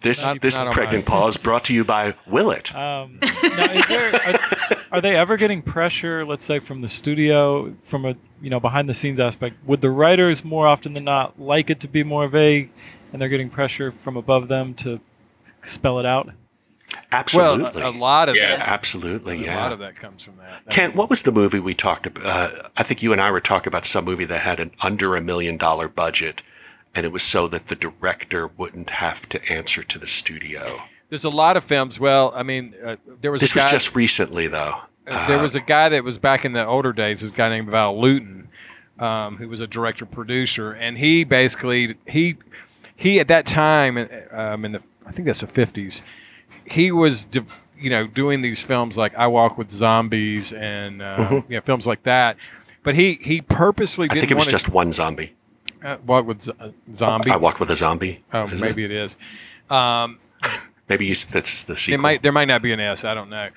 [SPEAKER 6] This
[SPEAKER 1] Not-
[SPEAKER 6] this
[SPEAKER 1] not on Uh,
[SPEAKER 6] pregnant
[SPEAKER 1] mine.
[SPEAKER 6] pause brought to you by Willet.
[SPEAKER 7] Um, now, is there, are, are they ever getting pressure, let's say, from the studio, from a you know behind the scenes aspect? Would the writers more often than not like it to be more vague, and they're getting pressure from above them to spell it out?
[SPEAKER 1] Well,
[SPEAKER 6] Absolutely,
[SPEAKER 1] a, a lot of
[SPEAKER 5] Yeah.
[SPEAKER 1] that.
[SPEAKER 6] absolutely, yeah.
[SPEAKER 1] A lot of that comes from that. That-
[SPEAKER 6] Kent, what was the movie we talked about? Uh, I think you and I were talking about some movie that had an under a million dollar budget, and it was so that the director wouldn't have to answer to the studio.
[SPEAKER 1] There's a lot of films. Well, I mean, uh, there was
[SPEAKER 6] This
[SPEAKER 1] a guy,
[SPEAKER 6] was just recently, though.
[SPEAKER 1] uh, there was a guy that was back in the older days. This guy named Val Luton, um, who was a director producer, and he basically he he at that time um, in the I think that's the fifties, he was de- you know doing these films like I Walk with Zombies and uh, you know, films like that. But he he purposely
[SPEAKER 6] Mm-hmm. I
[SPEAKER 1] didn't
[SPEAKER 6] think it was
[SPEAKER 1] want
[SPEAKER 6] just one zombie.
[SPEAKER 1] to uh, walk with Z- uh, zombie.
[SPEAKER 6] I walked with a zombie.
[SPEAKER 1] oh,
[SPEAKER 6] isn't it?
[SPEAKER 1] maybe it is. Um,
[SPEAKER 6] Maybe you, s- that's the
[SPEAKER 1] It
[SPEAKER 6] sequel.
[SPEAKER 1] might there might not be an S. I don't know.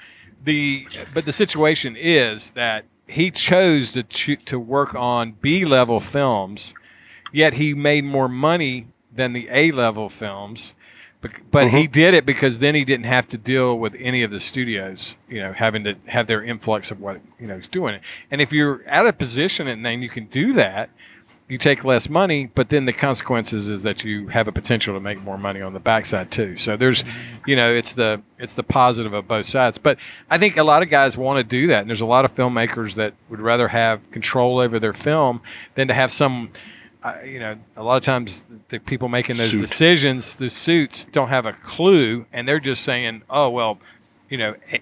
[SPEAKER 1] The but the situation is that he chose to cho- to work on B level films, yet he made more money than the A level films. Bec- But he did it because then he didn't have to deal with any of the studios, you know, having to have their influx of what you know he's doing. And if you're at a position and then you can do that, you take less money, but then the consequences is that you have a potential to make more money on the backside too. So there's, you know, it's the it's the positive of both sides. But I think a lot of guys want to do that, and there's a lot of filmmakers that would rather have control over their film than to have some. Uh, you know, a lot of times the people making those
[SPEAKER 6] Suit.
[SPEAKER 1] decisions, the suits don't have a clue, and they're just saying, "Oh well, you know, A-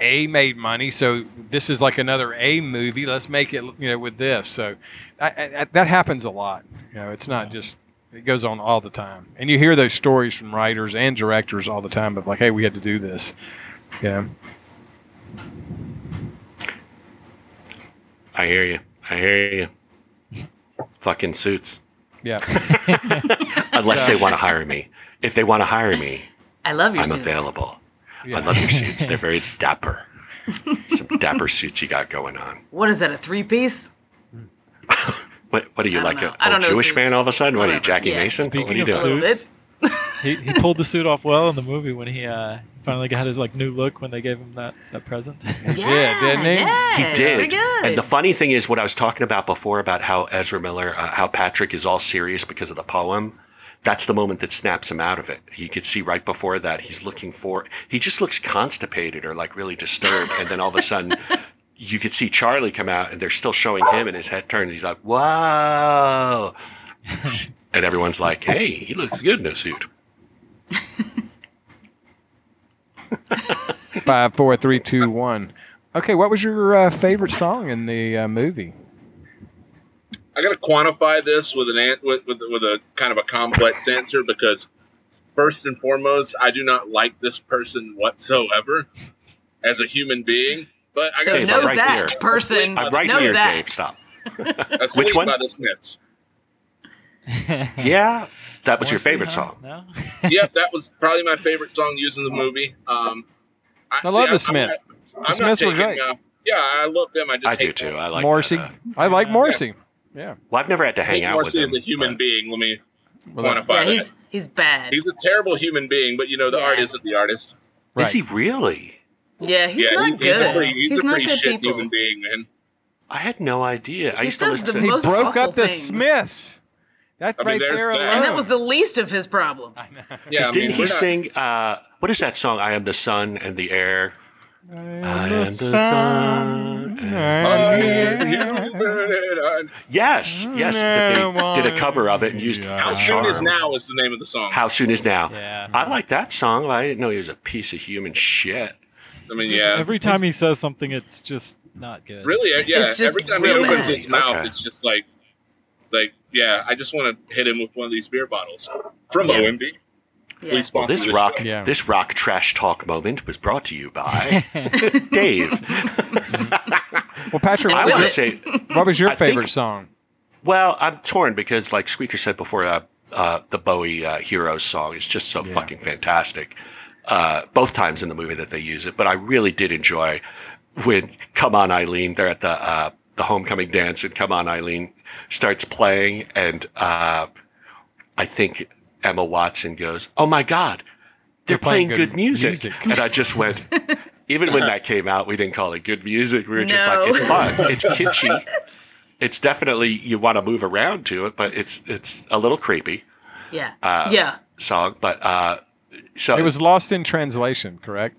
[SPEAKER 1] A made money, so this is like another A movie. Let's make it, you know, with this. So I, I, I- that happens a lot. You know, it's not just it goes on all the time, and you hear those stories from writers and directors all the time of like, hey, we had to do this. Yeah,
[SPEAKER 6] I hear you. I hear you. Fucking suits.
[SPEAKER 1] yeah.
[SPEAKER 6] Unless they want to hire me. If they want to hire me,
[SPEAKER 4] I love your
[SPEAKER 6] I'm
[SPEAKER 4] suits.
[SPEAKER 6] available.
[SPEAKER 1] Yeah.
[SPEAKER 6] I love your suits. They're very dapper. Some dapper suits you got going on.
[SPEAKER 4] What is that? A three piece?
[SPEAKER 6] What, what are you
[SPEAKER 4] I don't
[SPEAKER 6] like,
[SPEAKER 4] know.
[SPEAKER 6] a
[SPEAKER 4] I don't
[SPEAKER 6] old
[SPEAKER 4] know
[SPEAKER 6] Jewish
[SPEAKER 4] suits.
[SPEAKER 6] man all of a sudden? What are you,
[SPEAKER 4] Whatever.
[SPEAKER 6] Jackie
[SPEAKER 4] Yeah.
[SPEAKER 6] Mason? what
[SPEAKER 7] Speaking
[SPEAKER 6] are you
[SPEAKER 7] of
[SPEAKER 6] doing?
[SPEAKER 4] A little bit.
[SPEAKER 7] Suits? He, he pulled the suit off well in the movie when he uh, finally got his like new look when they gave him that,
[SPEAKER 6] <laughs>
[SPEAKER 7] that present.
[SPEAKER 4] Yeah,
[SPEAKER 1] didn't he?
[SPEAKER 4] Yeah,
[SPEAKER 6] He
[SPEAKER 4] Very
[SPEAKER 6] did.
[SPEAKER 4] good.
[SPEAKER 6] And the funny thing is, what I was talking about before about how Ezra Miller, uh, how Patrick is all serious because of the poem. That's the moment that snaps him out of it. You could see right before that he's looking for. He just looks constipated or like really disturbed, and then all of a sudden, <laughs> you could see Charlie come out, and they're still showing him, and his head turns. He's like, "Whoa!" and everyone's like, "Hey, he looks good in a suit."
[SPEAKER 1] Five, four, three, two, one. Okay, what was your uh, favorite song in the uh, movie?
[SPEAKER 5] I gotta quantify this with an an- with, with with a kind of a
[SPEAKER 6] <laughs>
[SPEAKER 5] complex answer because first and foremost, I do not like this person whatsoever as a human being. But I
[SPEAKER 4] so
[SPEAKER 5] gotta
[SPEAKER 6] Dave,
[SPEAKER 4] know
[SPEAKER 6] I'm right
[SPEAKER 4] that
[SPEAKER 6] here.
[SPEAKER 4] person.
[SPEAKER 6] I'm right
[SPEAKER 4] know
[SPEAKER 6] here,
[SPEAKER 4] that.
[SPEAKER 6] Dave. Stop.
[SPEAKER 5] Asleep
[SPEAKER 6] one?
[SPEAKER 5] by the Smiths.
[SPEAKER 6] yeah, that was your
[SPEAKER 7] Honestly,
[SPEAKER 6] favorite
[SPEAKER 7] huh?
[SPEAKER 6] song.
[SPEAKER 7] No.
[SPEAKER 5] yep, that was probably my favorite song used
[SPEAKER 6] Oh.
[SPEAKER 5] in the movie. Um, I,
[SPEAKER 1] love the
[SPEAKER 5] I'm
[SPEAKER 1] Smith.
[SPEAKER 5] not- I'm
[SPEAKER 1] The
[SPEAKER 5] not
[SPEAKER 1] Smiths were
[SPEAKER 5] taking,
[SPEAKER 1] great.
[SPEAKER 5] uh, yeah, I love them. I just
[SPEAKER 6] I do
[SPEAKER 5] hate
[SPEAKER 6] too.
[SPEAKER 5] them.
[SPEAKER 6] I like
[SPEAKER 1] Morrissey.
[SPEAKER 6] that, uh,
[SPEAKER 1] I like Morrissey. Yeah.
[SPEAKER 6] well, I've never had to
[SPEAKER 5] I
[SPEAKER 6] hang
[SPEAKER 5] hate
[SPEAKER 6] out with
[SPEAKER 5] Morrissey as
[SPEAKER 6] him.
[SPEAKER 5] a human
[SPEAKER 6] but-
[SPEAKER 5] being. Let me
[SPEAKER 1] Well, that-
[SPEAKER 5] quantify
[SPEAKER 4] Yeah,
[SPEAKER 5] that.
[SPEAKER 4] he's he's bad.
[SPEAKER 5] He's a terrible human being, but you know the
[SPEAKER 4] Yeah.
[SPEAKER 5] art isn't the artist.
[SPEAKER 1] right.
[SPEAKER 6] Is he really?
[SPEAKER 4] yeah, he's
[SPEAKER 5] yeah,
[SPEAKER 4] not
[SPEAKER 5] he-
[SPEAKER 4] good.
[SPEAKER 5] he's a pretty, he's a
[SPEAKER 4] not
[SPEAKER 5] pretty
[SPEAKER 4] good
[SPEAKER 5] shit
[SPEAKER 4] people.
[SPEAKER 5] human being, man.
[SPEAKER 6] I had no idea. I
[SPEAKER 4] He
[SPEAKER 6] used to
[SPEAKER 4] says the
[SPEAKER 6] listen.
[SPEAKER 1] he
[SPEAKER 4] most
[SPEAKER 1] broke
[SPEAKER 4] awful
[SPEAKER 1] up the
[SPEAKER 4] things.
[SPEAKER 1] Smiths. That
[SPEAKER 5] I mean,
[SPEAKER 1] right
[SPEAKER 5] there's
[SPEAKER 1] there
[SPEAKER 5] that.
[SPEAKER 1] alone.
[SPEAKER 4] and that was the least of his problems.
[SPEAKER 5] Yeah, I mean,
[SPEAKER 6] Didn't
[SPEAKER 5] we're
[SPEAKER 6] he
[SPEAKER 5] not- <laughs>
[SPEAKER 6] sing? Uh, what is that song? I am the sun and the air. I am the sun. and-
[SPEAKER 5] <laughs>
[SPEAKER 6] Yes, yes. That they did a cover of it and used
[SPEAKER 5] How
[SPEAKER 6] How
[SPEAKER 5] soon is
[SPEAKER 6] Charmed.
[SPEAKER 5] now is the name of the song.
[SPEAKER 6] How soon is now?
[SPEAKER 7] Yeah.
[SPEAKER 6] I like that song. but I didn't know he was a piece of human shit.
[SPEAKER 5] I mean, yeah,
[SPEAKER 7] Every time he says something, it's just not good.
[SPEAKER 5] really, uh, yeah.
[SPEAKER 4] It's just
[SPEAKER 5] Every time he
[SPEAKER 4] really
[SPEAKER 5] opens
[SPEAKER 4] bad.
[SPEAKER 5] his mouth,
[SPEAKER 6] Okay.
[SPEAKER 5] it's just like, like, yeah. I just want to hit him with one of these beer bottles from
[SPEAKER 4] Yeah.
[SPEAKER 5] OMB.
[SPEAKER 4] Yeah.
[SPEAKER 5] Please
[SPEAKER 6] Well,
[SPEAKER 5] sponsor
[SPEAKER 6] this
[SPEAKER 5] the
[SPEAKER 6] rock,
[SPEAKER 5] show.
[SPEAKER 1] Yeah.
[SPEAKER 6] this rock trash talk moment was brought to
[SPEAKER 4] <laughs>
[SPEAKER 6] you by Dave.
[SPEAKER 1] Well, Patrick,
[SPEAKER 6] I
[SPEAKER 1] what
[SPEAKER 4] Will
[SPEAKER 6] want to
[SPEAKER 4] it?
[SPEAKER 1] was,
[SPEAKER 6] say,
[SPEAKER 1] what was your
[SPEAKER 6] I think-
[SPEAKER 1] favorite song?
[SPEAKER 6] well, I'm torn because, like Squeaker said before, uh, uh, the Bowie uh, Heroes song is just so fucking fantastic. Uh, both times in the movie that they use it, but I really did enjoy when "Come On Eileen" they're at the uh, the homecoming dance, and "Come On Eileen" starts playing, and uh, I think Emma Watson goes, "Oh my god, they're,
[SPEAKER 1] playing
[SPEAKER 6] playing,
[SPEAKER 1] good
[SPEAKER 6] good, music.
[SPEAKER 1] music.
[SPEAKER 6] and I just <laughs> went. Even when that came out, we didn't call it good music. We were just
[SPEAKER 4] No.
[SPEAKER 6] like, it's fun, it's kitschy, it's definitely you want to move around to it, but it's it's a little creepy
[SPEAKER 4] Yeah,
[SPEAKER 6] Uh,
[SPEAKER 4] yeah.
[SPEAKER 6] song. But uh, so
[SPEAKER 1] It was lost in translation, correct?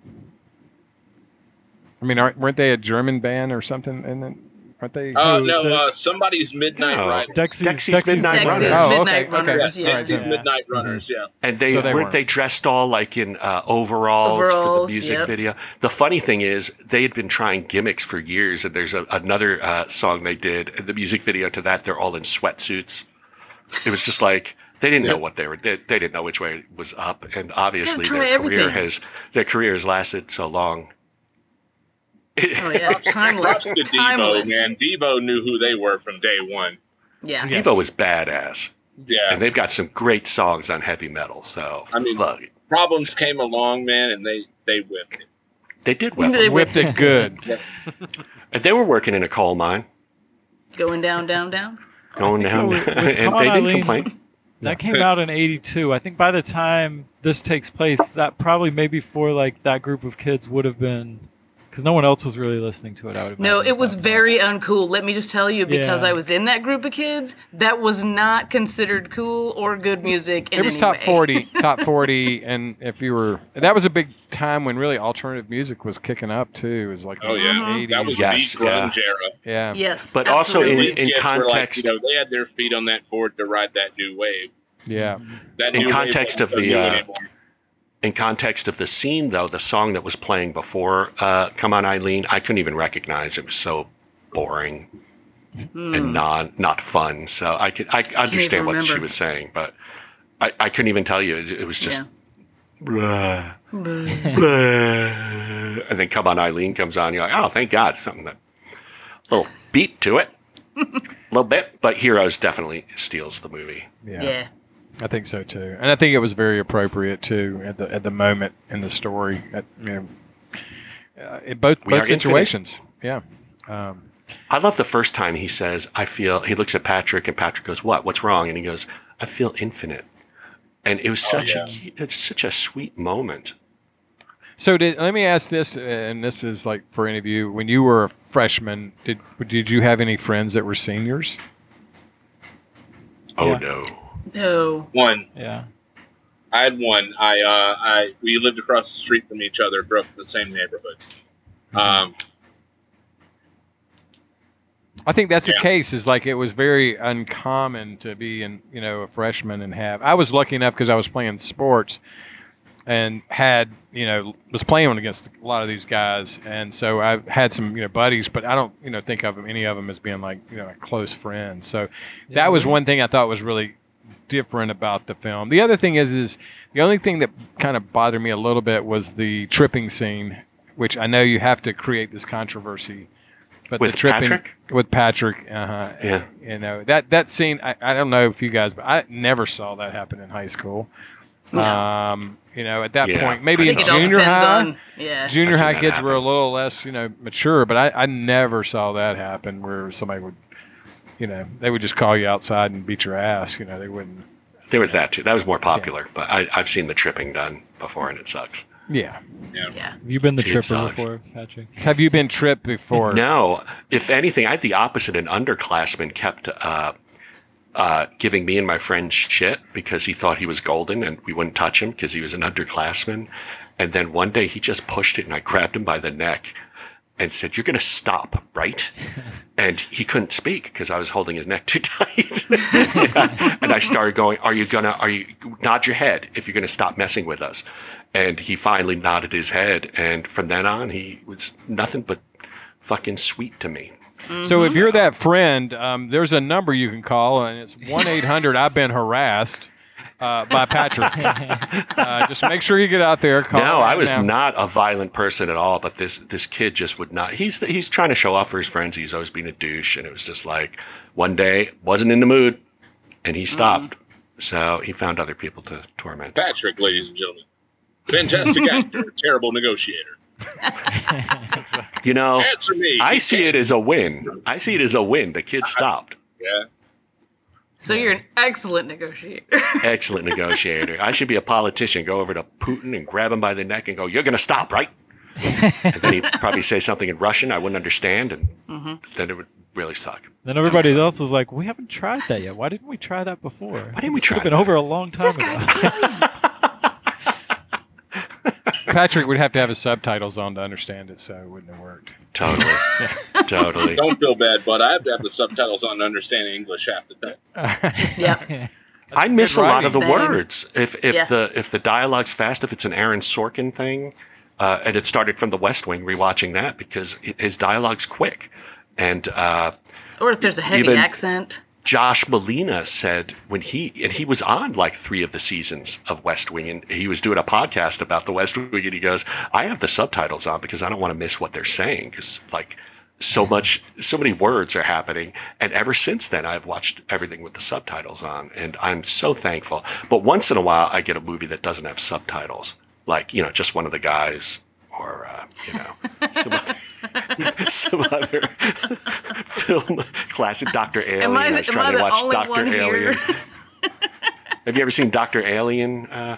[SPEAKER 1] I mean, aren't, weren't they a German band or something? And then, aren't they?
[SPEAKER 6] Oh.
[SPEAKER 5] Uh,
[SPEAKER 7] Who,
[SPEAKER 5] no,
[SPEAKER 7] the-
[SPEAKER 5] uh, somebody's Midnight
[SPEAKER 6] No.
[SPEAKER 5] Riders.
[SPEAKER 7] Dexy's,
[SPEAKER 6] Dexy's Midnight
[SPEAKER 4] Texas
[SPEAKER 6] Runners.
[SPEAKER 1] Oh, okay,
[SPEAKER 4] Midnight
[SPEAKER 1] okay.
[SPEAKER 4] Runners.
[SPEAKER 1] Yeah,
[SPEAKER 4] Yeah, Mm-hmm.
[SPEAKER 1] Texas
[SPEAKER 5] Dexy's Midnight Runners. Yeah.
[SPEAKER 6] and they
[SPEAKER 1] So they
[SPEAKER 6] weren't
[SPEAKER 1] weren't.
[SPEAKER 6] they dressed all like in uh, overalls, for
[SPEAKER 4] Overalls,
[SPEAKER 6] the music
[SPEAKER 4] yep.
[SPEAKER 6] video. The funny thing is, they had been trying gimmicks for years, and there's a, another uh, song they did. and The music video to that, they're all in sweatsuits. It was just like they didn't know what they were. They, they didn't know which way was up, and obviously
[SPEAKER 4] try
[SPEAKER 6] their career
[SPEAKER 4] everything.
[SPEAKER 6] has their career has lasted so long.
[SPEAKER 4] Oh yeah,
[SPEAKER 5] Props
[SPEAKER 4] timeless,
[SPEAKER 5] to Devo,
[SPEAKER 4] timeless.
[SPEAKER 5] man. Devo knew who they were from day one.
[SPEAKER 4] Yeah,
[SPEAKER 1] Yes.
[SPEAKER 6] Devo was badass,
[SPEAKER 5] Yeah.
[SPEAKER 6] and they've got some great songs on heavy metal. So
[SPEAKER 5] I mean-
[SPEAKER 6] fuck it.
[SPEAKER 5] Problems came along, man, and they they whipped it.
[SPEAKER 6] they did well,
[SPEAKER 4] They
[SPEAKER 1] <laughs> Whipped it good.
[SPEAKER 6] and they were working in a coal mine.
[SPEAKER 4] going down, down, down.
[SPEAKER 6] Going down,
[SPEAKER 7] with-
[SPEAKER 6] <laughs>
[SPEAKER 7] with
[SPEAKER 6] and
[SPEAKER 7] Come
[SPEAKER 6] they
[SPEAKER 7] On,
[SPEAKER 6] didn't
[SPEAKER 7] Eileen.
[SPEAKER 6] complain.
[SPEAKER 7] That came out in '82. I think by the time this takes place, that probably maybe for like that group of kids would have been, because no one else was really listening to it. I would.
[SPEAKER 4] No,
[SPEAKER 7] imagine
[SPEAKER 4] it was
[SPEAKER 7] at that
[SPEAKER 4] very uncool. Let me just tell you, because
[SPEAKER 7] Yeah.
[SPEAKER 4] I was in that group of kids, that was not considered cool or good music. In
[SPEAKER 1] it was
[SPEAKER 4] any
[SPEAKER 1] top
[SPEAKER 4] way. <laughs>
[SPEAKER 1] 40 top 40 and if you were that was a big time when really alternative music was kicking up too it was like
[SPEAKER 5] Oh
[SPEAKER 1] the
[SPEAKER 5] yeah,
[SPEAKER 1] 80s.
[SPEAKER 4] Mm-hmm.
[SPEAKER 5] that was
[SPEAKER 6] Yes,
[SPEAKER 5] the grunge era.
[SPEAKER 1] yeah
[SPEAKER 4] Yes,
[SPEAKER 6] But also
[SPEAKER 5] These
[SPEAKER 4] absolutely.
[SPEAKER 6] in- in
[SPEAKER 5] kids were
[SPEAKER 6] context-
[SPEAKER 5] like, you know, they had their feet on that board to ride that new wave.
[SPEAKER 1] yeah
[SPEAKER 5] That
[SPEAKER 6] In
[SPEAKER 5] new wave
[SPEAKER 6] context
[SPEAKER 5] wasn't
[SPEAKER 6] of the,
[SPEAKER 5] new
[SPEAKER 6] uh,
[SPEAKER 5] anymore.
[SPEAKER 6] In context of the scene, though, the song that was playing before uh, "Come On, Eileen," I couldn't even recognize. It was so boring and non not fun. So I could I understand what she
[SPEAKER 4] remember.
[SPEAKER 6] was saying, but I, I couldn't even tell you. It, it was just. "Bruh, bruh." and then "Come On, Eileen" comes on. You're like, oh, thank God, something that little beat to it, a little bit. But "Heroes" definitely steals the movie.
[SPEAKER 1] yeah
[SPEAKER 4] yeah. yeah.
[SPEAKER 1] i think so too and i think it was very appropriate too at the at the moment in the story at, you know, uh, in both
[SPEAKER 6] We are
[SPEAKER 1] both
[SPEAKER 6] infinite.
[SPEAKER 1] situations yeah um,
[SPEAKER 6] I love the first time he says, I feel, he looks at Patrick and Patrick goes, What? What's wrong? And he goes, I feel infinite. And it was such a cute a, it's such a sweet moment.
[SPEAKER 1] So did let me ask this, uh, and this is like for any of you. When you were a freshman, did did you have any friends that were seniors?
[SPEAKER 6] Oh
[SPEAKER 7] Yeah.
[SPEAKER 6] no.
[SPEAKER 4] No.
[SPEAKER 5] one.
[SPEAKER 7] point. Yeah.
[SPEAKER 5] I had one. I uh, I we lived across the street from each other, grew up in the same neighborhood. Um,
[SPEAKER 1] I think that's the
[SPEAKER 5] Yeah.
[SPEAKER 1] case. Is like it was very uncommon to be in you know a freshman and have. I was lucky enough because I was playing sports and had you know was playing against a lot of these guys, and so I had some you know buddies, but I don't you know think of any of them as being like you know a close friend. So
[SPEAKER 7] Yeah,
[SPEAKER 1] that was
[SPEAKER 7] we-
[SPEAKER 1] one thing I thought was really different about the film. The other thing is is the only thing that kind of bothered me a little bit was the tripping scene, which I know you have to create this controversy But
[SPEAKER 6] With
[SPEAKER 1] the tripping,
[SPEAKER 6] Patrick?
[SPEAKER 1] with Patrick, uh-huh,
[SPEAKER 6] Yeah.
[SPEAKER 1] you know that that scene. I, I don't know if you guys, but I never saw that happen in high school.
[SPEAKER 4] No.
[SPEAKER 1] Um, you know, at that
[SPEAKER 6] Yeah.
[SPEAKER 1] point,
[SPEAKER 4] I
[SPEAKER 1] maybe in
[SPEAKER 4] think it all
[SPEAKER 1] junior
[SPEAKER 4] depends
[SPEAKER 1] high,
[SPEAKER 4] on yeah.
[SPEAKER 1] junior
[SPEAKER 6] I've seen
[SPEAKER 1] high
[SPEAKER 6] that
[SPEAKER 1] kids were a
[SPEAKER 6] happen.
[SPEAKER 1] little less, you know, mature. But I, I never saw that happen where somebody would, you know, they would just call you outside and beat your ass. You know, they wouldn't.
[SPEAKER 6] There was that too. That was more popular, but I, I've seen the tripping done before, and it sucks.
[SPEAKER 1] Yeah.
[SPEAKER 4] yeah.
[SPEAKER 7] Have you been the
[SPEAKER 6] It
[SPEAKER 7] tripper
[SPEAKER 6] sucks.
[SPEAKER 7] before, Patrick?
[SPEAKER 1] Have you been tripped before?
[SPEAKER 6] No, if anything, I had the opposite. An underclassman kept uh, uh, giving me and my friend shit because he thought he was golden, and we wouldn't touch him because he was an underclassman. And then one day he just pushed it, and I grabbed him by the neck and said, "You're going to stop, right?" and he couldn't speak because I was holding his neck <laughs> too tight. and I started going, "Are you gonna? Are you nod your head if you're gonna stop messing with us?" And he finally nodded his head, and from then on, he was nothing but fucking sweet to me.
[SPEAKER 1] So if you're that friend, um, there's a number you can call, and it's one eight hundred. I've been harassed uh, by Patrick. uh, just make sure you get out there. Call
[SPEAKER 6] no,
[SPEAKER 1] right
[SPEAKER 6] I was
[SPEAKER 1] now.
[SPEAKER 6] not a violent person at all, but this this kid just would not. He's he's trying to show off for his friends. He's always been a douche, and it was just like one day wasn't in the mood, and he stopped. So he found other people to torment.
[SPEAKER 5] Patrick, ladies and gentlemen. Fantastic
[SPEAKER 6] <laughs>
[SPEAKER 5] actor, terrible negotiator.
[SPEAKER 6] You know,
[SPEAKER 5] Answer me.
[SPEAKER 6] I see it as a win. I see it as a win. The
[SPEAKER 5] Uh-huh.
[SPEAKER 6] kid stopped.
[SPEAKER 5] Yeah.
[SPEAKER 4] So you're an excellent negotiator.
[SPEAKER 1] <laughs>
[SPEAKER 6] Excellent negotiator. I should be a politician. Go over to Putin and grab him by the neck and go, "You're going to stop, right?" and
[SPEAKER 4] <laughs>
[SPEAKER 6] then he'd probably say something in Russian I wouldn't understand, and
[SPEAKER 4] Mm-hmm.
[SPEAKER 6] then it would really suck.
[SPEAKER 7] Then everybody else is like, we haven't tried that yet. Why didn't we try that before? Why
[SPEAKER 6] didn't we
[SPEAKER 7] this
[SPEAKER 6] try
[SPEAKER 7] could have been
[SPEAKER 6] that?"
[SPEAKER 7] over a long time
[SPEAKER 4] this
[SPEAKER 1] <laughs>
[SPEAKER 7] ago.
[SPEAKER 4] guy's brilliant.
[SPEAKER 1] Patrick would have to have his subtitles on to understand it, so it wouldn't have worked.
[SPEAKER 4] <laughs>
[SPEAKER 6] Totally, totally.
[SPEAKER 5] Don't feel bad, but I have to have the subtitles on to understand English half the time.
[SPEAKER 4] yep.
[SPEAKER 6] I miss a lot of the
[SPEAKER 4] writing. Same.
[SPEAKER 6] words. If if
[SPEAKER 4] Yeah.
[SPEAKER 6] the if the dialogue's fast, if it's an Aaron Sorkin thing, uh, and it started from The West Wing, rewatching that because hi- his dialogue's quick, and uh,
[SPEAKER 4] Or if there's a heavy
[SPEAKER 6] Even-
[SPEAKER 4] accent.
[SPEAKER 6] Josh Molina said when he and he was on like three of the seasons of West Wing, and he was doing a podcast about the West Wing, and he goes, "I have the subtitles on because I don't want to miss what they're saying because like so much, so many words are happening." And ever since then, I've watched everything with the subtitles on, and I'm so thankful. But once in a while, I get a movie that doesn't have subtitles, like you know, just one of the guys or uh, you know, some other, <laughs> some other <laughs> film classic, Doctor Alien.
[SPEAKER 4] I
[SPEAKER 6] I
[SPEAKER 4] the-
[SPEAKER 6] was
[SPEAKER 4] am I
[SPEAKER 6] trying to
[SPEAKER 4] the
[SPEAKER 6] watch
[SPEAKER 4] only
[SPEAKER 6] Doctor
[SPEAKER 4] one here? <laughs>
[SPEAKER 6] Alien. Have you ever seen Doctor Alien, uh,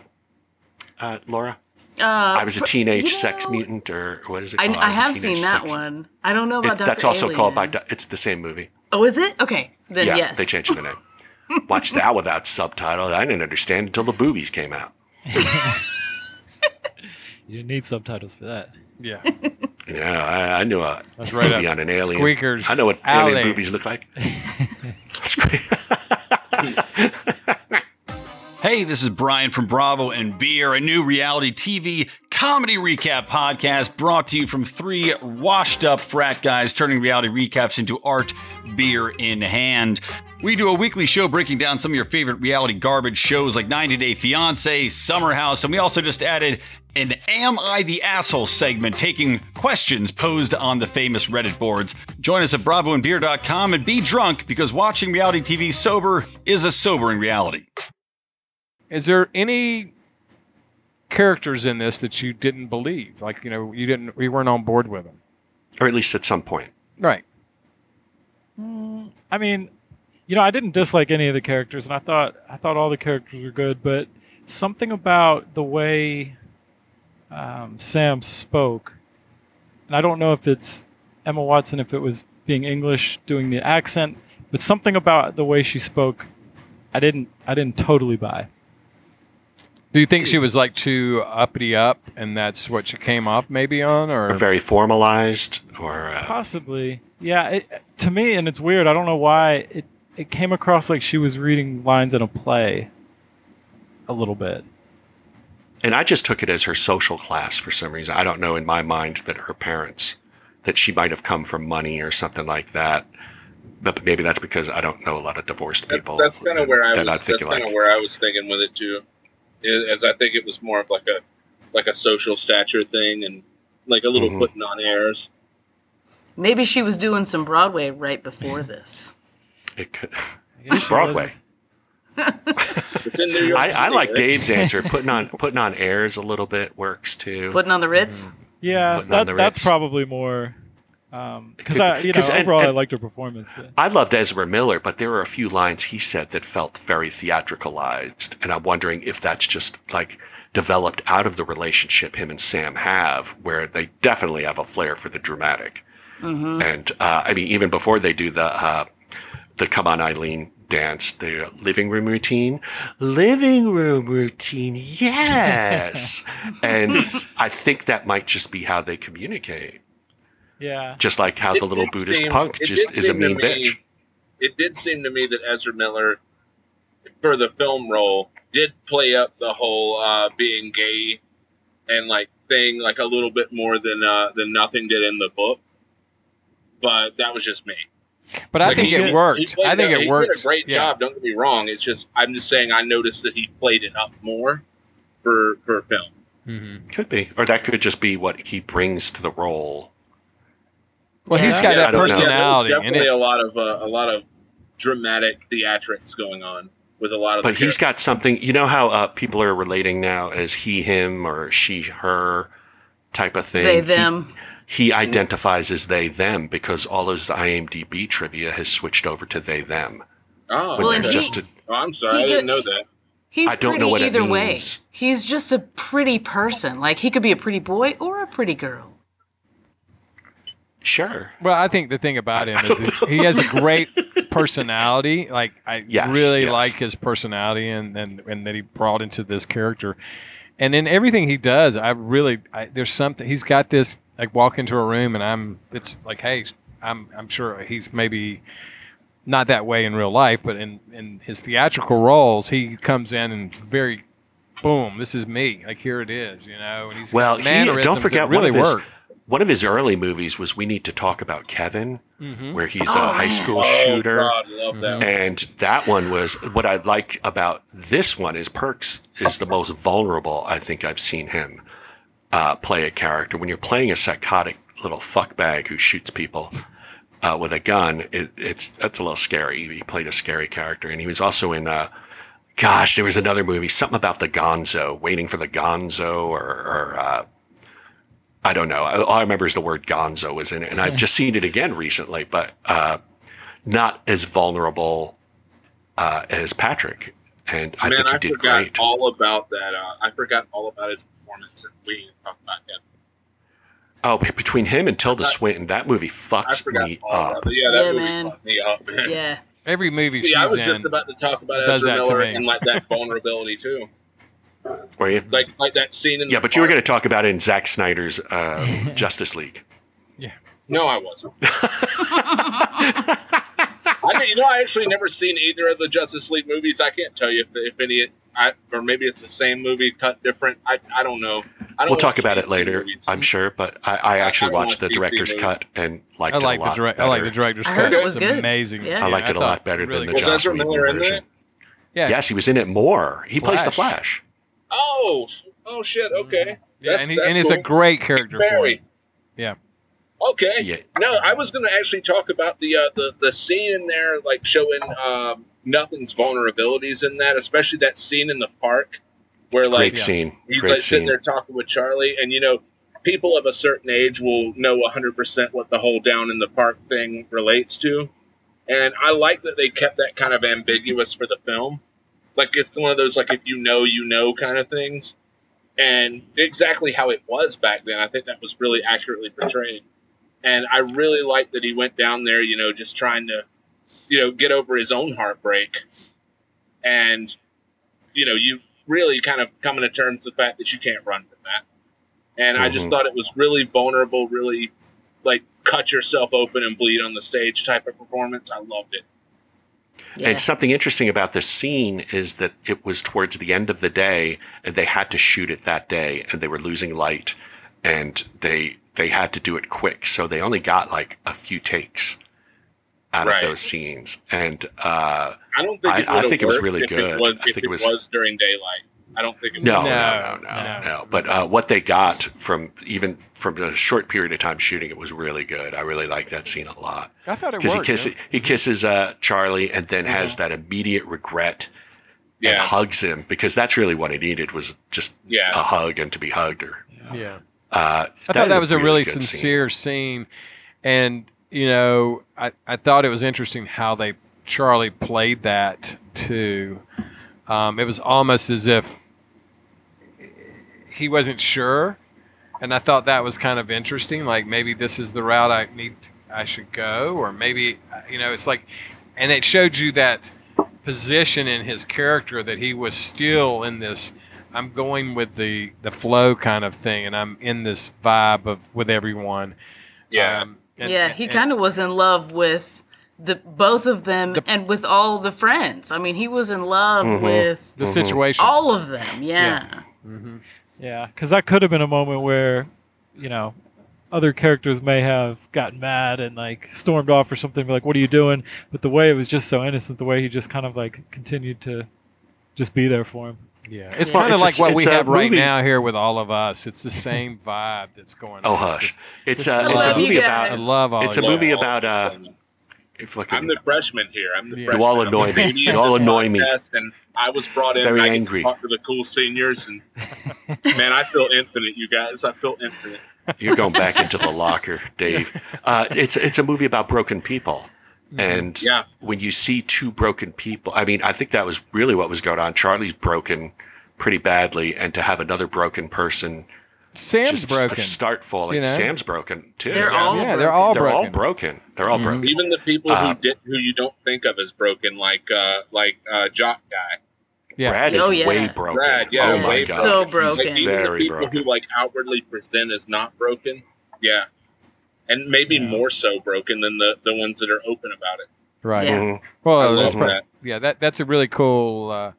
[SPEAKER 6] uh, Laura? I was a teenage
[SPEAKER 4] you
[SPEAKER 6] sex
[SPEAKER 4] know,
[SPEAKER 6] mutant, or what is it?
[SPEAKER 4] I,
[SPEAKER 6] called?
[SPEAKER 4] I
[SPEAKER 6] was Oh, a
[SPEAKER 4] have
[SPEAKER 6] teenage
[SPEAKER 4] seen that
[SPEAKER 6] sex-
[SPEAKER 4] one. I don't know about
[SPEAKER 6] It,
[SPEAKER 4] Dr.
[SPEAKER 6] that's also called by.
[SPEAKER 4] Alien.
[SPEAKER 6] Do- It's the same movie.
[SPEAKER 4] Oh, is it? Okay. Then
[SPEAKER 6] yeah,
[SPEAKER 4] yes.
[SPEAKER 6] they changed the name. Watch that without subtitles. I didn't understand until the boobies came out.
[SPEAKER 7] You didn't need subtitles for that.
[SPEAKER 1] Yeah,
[SPEAKER 6] Yeah, I, I knew a
[SPEAKER 1] That's right
[SPEAKER 6] movie
[SPEAKER 1] up
[SPEAKER 6] on an alien.
[SPEAKER 1] Squeaker's
[SPEAKER 6] I know what
[SPEAKER 1] alley.
[SPEAKER 6] alien movies look like. <laughs> Sque-
[SPEAKER 11] Hey, this is Brian from Bravo and Beer, a new reality TV comedy recap podcast brought to you from three washed up frat guys turning reality recaps into art, beer in hand. We do a weekly show breaking down some of your favorite reality garbage shows like 90 Day Fiancé, Summer House, and we also just added an Am I the Asshole segment taking questions posed on the famous Reddit boards. Join us at bravoandbeer.com and be drunk because watching reality TV sober is a sobering reality.
[SPEAKER 1] is there any characters in this that you didn't believe? Like you know, you didn't, we weren't on board with them,
[SPEAKER 6] or at least at some point.
[SPEAKER 1] right?
[SPEAKER 7] I mean, you know, I didn't dislike any of the characters, and I thought I thought all the characters were good, but something about the way um, Sam spoke, and I don't know if it's Emma Watson, if it was being English doing the accent, but something about the way she spoke, I didn't I didn't totally buy.
[SPEAKER 1] Do you think she was like too uppity up, and that's what she came off maybe on,
[SPEAKER 6] Or
[SPEAKER 1] or
[SPEAKER 6] very formalized, or uh,
[SPEAKER 7] Possibly, yeah. It, to me, and it's weird. I don't know why it it came across like she was reading lines in a play, a little bit.
[SPEAKER 6] and I just took it as her social class for some reason. I don't know in my mind that her parents, that she might have come from money or something like that. But maybe that's because I don't know a lot of divorced people.
[SPEAKER 5] That's kind of where I was.
[SPEAKER 6] that
[SPEAKER 5] That's kind
[SPEAKER 6] thinking
[SPEAKER 5] of
[SPEAKER 6] like,
[SPEAKER 5] where I was thinking with it too, is, is I think it was more of like a like a social stature thing and like a little
[SPEAKER 6] Mhm.
[SPEAKER 5] putting on airs.
[SPEAKER 4] Maybe she was doing some Broadway right
[SPEAKER 6] <laughs>
[SPEAKER 4] before this.
[SPEAKER 6] It could. It's Broadway. I, I like Dave's answer. Putting on putting on airs a little bit works too.
[SPEAKER 4] Putting on the Ritz.
[SPEAKER 1] Mm-hmm.
[SPEAKER 7] Yeah,
[SPEAKER 6] Putting on
[SPEAKER 7] that,
[SPEAKER 6] the
[SPEAKER 7] that's
[SPEAKER 6] Ritz.
[SPEAKER 7] probably more. Because
[SPEAKER 6] Could-
[SPEAKER 7] I, you know,
[SPEAKER 6] 'cause- and-
[SPEAKER 7] overall, I
[SPEAKER 6] and-
[SPEAKER 7] liked her performance. But
[SPEAKER 6] I loved Ezra Miller, but there were a few lines he said that felt very theatricalized, and I'm wondering if that's just like developed out of the relationship him and Sam have, where they definitely have a flair for the dramatic.
[SPEAKER 5] Mm-hmm.
[SPEAKER 6] And uh, I mean, even before they do the uh, the "Come on, Eileen" dance, their living room routine, living room routine,
[SPEAKER 5] <laughs>
[SPEAKER 6] yes. and I think that might just be how they communicate.
[SPEAKER 7] yeah,
[SPEAKER 6] Just like how the
[SPEAKER 5] It
[SPEAKER 6] little
[SPEAKER 5] did
[SPEAKER 6] Buddhist
[SPEAKER 5] seem-
[SPEAKER 6] punk
[SPEAKER 5] it
[SPEAKER 6] just
[SPEAKER 5] did
[SPEAKER 6] is a
[SPEAKER 5] seem to
[SPEAKER 6] mean
[SPEAKER 5] me-
[SPEAKER 6] bitch.
[SPEAKER 5] It did seem to me that Ezra Miller, for the film role, did play up the whole uh, being gay and like thing like a little bit more than uh, than nothing did in the book. But that was just me.
[SPEAKER 1] But I
[SPEAKER 5] Like,
[SPEAKER 1] think
[SPEAKER 5] he
[SPEAKER 1] it
[SPEAKER 5] did- he
[SPEAKER 1] worked.
[SPEAKER 5] played
[SPEAKER 1] I think
[SPEAKER 5] a-
[SPEAKER 1] it
[SPEAKER 5] he
[SPEAKER 1] worked.
[SPEAKER 5] did a great
[SPEAKER 1] Yeah.
[SPEAKER 5] job. Don't get me wrong. It's just I'm just saying I noticed that he played it up more for for film.
[SPEAKER 6] Could be, or that could just be what he brings to the role.
[SPEAKER 1] Well, he's
[SPEAKER 6] Yeah.
[SPEAKER 1] got
[SPEAKER 6] Yeah, I
[SPEAKER 1] that
[SPEAKER 6] don't know.
[SPEAKER 1] personality.
[SPEAKER 5] Yeah, there's
[SPEAKER 1] and
[SPEAKER 5] definitely
[SPEAKER 1] it-
[SPEAKER 5] a lot of uh, a lot of dramatic theatrics going on with a lot of.
[SPEAKER 6] But
[SPEAKER 5] the
[SPEAKER 6] he's got something. You know how uh, people are relating now as he, him, or she, her type of thing.
[SPEAKER 4] They,
[SPEAKER 6] He-
[SPEAKER 4] them.
[SPEAKER 6] He, identifies as they, them because all his IMDb trivia has switched over to they, them.
[SPEAKER 5] Oh,
[SPEAKER 6] When
[SPEAKER 4] Well,
[SPEAKER 6] they
[SPEAKER 4] and
[SPEAKER 6] just
[SPEAKER 4] he-
[SPEAKER 6] did-
[SPEAKER 5] Oh, I'm sorry, I
[SPEAKER 4] He
[SPEAKER 5] didn't know
[SPEAKER 4] gets-
[SPEAKER 5] that.
[SPEAKER 4] He's
[SPEAKER 6] I don't
[SPEAKER 4] pretty
[SPEAKER 6] know what it
[SPEAKER 4] either way.
[SPEAKER 6] means.
[SPEAKER 4] He's just a pretty person. Like he could be a pretty boy or a pretty
[SPEAKER 6] <laughs>
[SPEAKER 4] girl.
[SPEAKER 6] sure.
[SPEAKER 1] Well, I think the thing about him is he's- he has a great <laughs> personality. Like I
[SPEAKER 6] Yes,
[SPEAKER 1] really
[SPEAKER 6] yes.
[SPEAKER 1] like his personality and, and and that he brought into this character. And in everything he does, I really I, there's something he's got this like walk into a room and I'm it's like hey I'm I'm sure he's maybe not that way in real life, but in in his theatrical roles he comes in and very boom this is me like here it is you know and he's got
[SPEAKER 6] Well, he, uh,
[SPEAKER 1] mannerisms
[SPEAKER 6] don't
[SPEAKER 1] that
[SPEAKER 6] forget
[SPEAKER 1] really
[SPEAKER 6] one of his,
[SPEAKER 1] work.
[SPEAKER 6] One of his early movies was We Need to Talk About Kevin,
[SPEAKER 1] Mm-hmm.
[SPEAKER 6] where he's a high school shooter.
[SPEAKER 5] Oh, God, love that. one.
[SPEAKER 6] And that one was what I like about this one is Perks is the most vulnerable I think I've seen him uh, play a character. When you're playing a psychotic little fuckbag who shoots people uh, with a gun, it, it's that's a little scary. He played a scary character, and he was also in. Uh, gosh, there was another movie, something about the Gonzo, waiting for the Gonzo, or, or uh, I don't know. All I remember is the word Gonzo was in it, and I've just seen it again recently, but uh, not as vulnerable uh, as Patrick. And I
[SPEAKER 5] Man,
[SPEAKER 6] think he
[SPEAKER 5] I
[SPEAKER 6] did
[SPEAKER 5] forgot
[SPEAKER 6] great.
[SPEAKER 5] all about that. Uh, I forgot all about his performance. And we didn't talk about him.
[SPEAKER 6] oh, but between him and Tilda Swinton, that movie
[SPEAKER 5] I
[SPEAKER 6] fucks
[SPEAKER 5] forgot
[SPEAKER 6] me
[SPEAKER 5] all
[SPEAKER 6] up.
[SPEAKER 5] about it. Yeah, that
[SPEAKER 4] Yeah,
[SPEAKER 5] movie
[SPEAKER 4] man.
[SPEAKER 5] fucked me up. <laughs> Man.
[SPEAKER 4] Yeah.
[SPEAKER 1] Every movie she's
[SPEAKER 5] See, I was
[SPEAKER 1] in,
[SPEAKER 5] just about to talk about
[SPEAKER 1] does
[SPEAKER 5] Ezra
[SPEAKER 1] that to
[SPEAKER 5] Miller
[SPEAKER 1] me.
[SPEAKER 5] and like
[SPEAKER 1] <laughs>
[SPEAKER 5] that vulnerability too,
[SPEAKER 6] Were you?
[SPEAKER 5] like like that scene in.
[SPEAKER 6] yeah,
[SPEAKER 5] the
[SPEAKER 6] but you were
[SPEAKER 5] park.
[SPEAKER 6] going to talk about it in Zack Snyder's uh, Justice League.
[SPEAKER 5] No, I
[SPEAKER 6] <laughs>
[SPEAKER 5] wasn't. I mean, you know, I actually never seen either of the Justice League movies. I can't tell you if, if any, I, or maybe it's the same movie cut different. I, I don't know. I don't
[SPEAKER 6] We'll talk
[SPEAKER 5] watch
[SPEAKER 6] about
[SPEAKER 5] DC
[SPEAKER 6] it later,
[SPEAKER 5] movies.
[SPEAKER 6] I'm sure. But I, I actually
[SPEAKER 5] don't
[SPEAKER 6] watched
[SPEAKER 5] watch
[SPEAKER 6] the
[SPEAKER 5] DC
[SPEAKER 6] director's
[SPEAKER 5] movies.
[SPEAKER 6] cut and liked
[SPEAKER 1] I
[SPEAKER 6] it
[SPEAKER 1] like
[SPEAKER 6] a
[SPEAKER 1] the
[SPEAKER 6] lot.
[SPEAKER 1] direct. I like
[SPEAKER 6] better.
[SPEAKER 1] the director's
[SPEAKER 4] I
[SPEAKER 1] cut.
[SPEAKER 4] heard it was
[SPEAKER 1] it's
[SPEAKER 4] good.
[SPEAKER 1] amazing.
[SPEAKER 4] Yeah.
[SPEAKER 6] I liked it a
[SPEAKER 1] thought
[SPEAKER 6] lot better
[SPEAKER 1] really
[SPEAKER 6] than the
[SPEAKER 1] good.
[SPEAKER 5] Was
[SPEAKER 6] Joss
[SPEAKER 5] Ezra
[SPEAKER 6] Whedon
[SPEAKER 5] Miller in
[SPEAKER 6] version.
[SPEAKER 5] that?
[SPEAKER 1] Yeah.
[SPEAKER 6] Yes, he was in it more. He plays the
[SPEAKER 1] Flash.
[SPEAKER 6] Flash.
[SPEAKER 5] Oh, s- oh shit. Okay.
[SPEAKER 1] Yeah,
[SPEAKER 5] That's-
[SPEAKER 1] and, he,
[SPEAKER 5] that's
[SPEAKER 1] and it's a
[SPEAKER 5] cool.
[SPEAKER 1] great character for
[SPEAKER 5] Barry.
[SPEAKER 1] him. Yeah.
[SPEAKER 5] Okay.
[SPEAKER 6] Yeah.
[SPEAKER 5] No, I was going to actually talk about the uh, the the scene in there, like showing um, nothing's vulnerabilities in that, especially that scene in the park where like
[SPEAKER 6] Great scene.
[SPEAKER 5] He's
[SPEAKER 6] Great
[SPEAKER 5] like sitting
[SPEAKER 6] scene.
[SPEAKER 5] there talking with Charlie, and you know, people of a certain age will know 100% what the whole down in the park thing relates to. And I like that they kept that kind of ambiguous for the film. Like, it's one of those, like, if you know, you know kind of things. And exactly how it was back then, I think that was really accurately portrayed. And I really like that he went down there, you know, just trying to, you know, get over his own heartbreak. And you know, you really kind of coming to terms with the fact that you can't run from that. And I just
[SPEAKER 6] Mhm.
[SPEAKER 5] thought it was really vulnerable, really like cut yourself open and bleed on the stage type of performance. I loved it.
[SPEAKER 4] Yeah.
[SPEAKER 6] And something interesting about this scene is that it was towards the end of the day, and they had to shoot it that day, and they were losing light, and they they had to do it quick, so they only got like a few takes out
[SPEAKER 5] Right.
[SPEAKER 6] of those scenes, and uh,
[SPEAKER 5] I don't think
[SPEAKER 6] I-
[SPEAKER 5] it,
[SPEAKER 6] I
[SPEAKER 5] would've
[SPEAKER 6] think it was
[SPEAKER 5] worked
[SPEAKER 6] really
[SPEAKER 5] if
[SPEAKER 6] good.
[SPEAKER 5] It was,
[SPEAKER 6] I
[SPEAKER 5] if
[SPEAKER 6] think it
[SPEAKER 5] it
[SPEAKER 6] was-
[SPEAKER 5] was during daylight. I don't think it
[SPEAKER 6] No,
[SPEAKER 5] was.
[SPEAKER 6] no, no, no, no. But uh, what they got from even from the short period of time shooting it was really good. I really like that scene a lot.
[SPEAKER 1] I thought it
[SPEAKER 6] he
[SPEAKER 1] worked,
[SPEAKER 6] kisses
[SPEAKER 1] yeah.
[SPEAKER 6] he kisses uh, Charlie and then has that immediate regret and
[SPEAKER 5] Yeah.
[SPEAKER 6] hugs him because that's really what he needed was just
[SPEAKER 5] Yeah.
[SPEAKER 6] a hug and to be hugged or
[SPEAKER 1] Yeah.
[SPEAKER 6] uh,
[SPEAKER 1] I thought that was a really
[SPEAKER 6] good scene.
[SPEAKER 1] sincere scene. and you know, I, I thought it was interesting how they Charlie played that too. Um, it was almost as if he wasn't sure, and I thought that was kind of interesting. Like maybe this is the route I need, I should go, or maybe you know, it's like, and it showed you that position in his character that he was still in this. I'm going with the the flow kind of thing, and I'm in this vibe of with everyone.
[SPEAKER 5] Yeah.
[SPEAKER 1] Um, and-
[SPEAKER 4] yeah,
[SPEAKER 1] and-
[SPEAKER 4] he
[SPEAKER 1] and-
[SPEAKER 4] kind of was in love with the both of them and with all the friends. I mean, he was in love
[SPEAKER 6] Mm-hmm.
[SPEAKER 1] Mhm.
[SPEAKER 4] with
[SPEAKER 1] The situation.
[SPEAKER 4] all of them. Yeah.
[SPEAKER 7] Yeah, because that could have been a moment where, you know, other characters may have gotten mad and like stormed off or something. Like, what are you doing? But the way it was just so innocent, the way he just kind of like continued to just be there for him.
[SPEAKER 1] Yeah, it's
[SPEAKER 6] Well,
[SPEAKER 1] kind of
[SPEAKER 6] it's a
[SPEAKER 1] like
[SPEAKER 6] s-
[SPEAKER 1] what we
[SPEAKER 6] it's a
[SPEAKER 1] have right
[SPEAKER 6] movie-
[SPEAKER 1] now here with all of us. It's the same vibe that's going.
[SPEAKER 6] Oh
[SPEAKER 1] on.
[SPEAKER 6] hush! It's
[SPEAKER 1] just
[SPEAKER 6] a it's a
[SPEAKER 4] love you
[SPEAKER 6] movie
[SPEAKER 4] guys.
[SPEAKER 6] about
[SPEAKER 1] I love all.
[SPEAKER 6] it's a
[SPEAKER 1] you.
[SPEAKER 6] movie about uh. If I
[SPEAKER 5] I'm
[SPEAKER 6] can,
[SPEAKER 5] the freshman here. I'm the
[SPEAKER 1] You
[SPEAKER 5] freshman.
[SPEAKER 6] all
[SPEAKER 5] I'm the
[SPEAKER 6] annoy me.
[SPEAKER 5] baby
[SPEAKER 6] You
[SPEAKER 5] of
[SPEAKER 6] all
[SPEAKER 5] this
[SPEAKER 6] annoy me.
[SPEAKER 5] podcast, And I was brought in.
[SPEAKER 6] Very
[SPEAKER 5] I get to
[SPEAKER 6] angry.
[SPEAKER 5] Talk to the cool seniors,
[SPEAKER 6] <laughs>
[SPEAKER 5] and man, I feel infinite, you guys. I feel infinite.
[SPEAKER 6] you're going back into the locker, Dave. Uh, it's it's a movie about broken people, and
[SPEAKER 5] Yeah.
[SPEAKER 6] when you see two broken people, I mean, I think that was really what was going on. Charlie's broken pretty badly, and to have another broken person
[SPEAKER 1] Sam's
[SPEAKER 6] just
[SPEAKER 1] broken.
[SPEAKER 6] start falling.
[SPEAKER 1] you know?
[SPEAKER 6] Sam's broken too.
[SPEAKER 4] They're all
[SPEAKER 1] yeah, they're all
[SPEAKER 6] they're
[SPEAKER 1] broken.
[SPEAKER 6] all broken. They're all broken.
[SPEAKER 5] Even the people
[SPEAKER 6] Uh,
[SPEAKER 5] who did, who you don't think of as broken, like uh, like uh, Jock guy,
[SPEAKER 1] Yeah.
[SPEAKER 6] Brad is
[SPEAKER 4] Oh, yeah.
[SPEAKER 6] way broken.
[SPEAKER 5] Brad. Yeah,
[SPEAKER 6] oh my
[SPEAKER 5] way
[SPEAKER 4] he's
[SPEAKER 6] god.
[SPEAKER 4] so
[SPEAKER 5] Like,
[SPEAKER 4] broken.
[SPEAKER 5] even
[SPEAKER 6] Very
[SPEAKER 5] the people
[SPEAKER 6] broken.
[SPEAKER 5] who like outwardly present as not broken, yeah, and maybe more so broken than the the ones that are open about it.
[SPEAKER 1] right.
[SPEAKER 4] Yeah.
[SPEAKER 6] Mhm.
[SPEAKER 5] I
[SPEAKER 1] Well,
[SPEAKER 5] love
[SPEAKER 1] that's prob-
[SPEAKER 5] that.
[SPEAKER 1] yeah, that that's a really cool. Uh,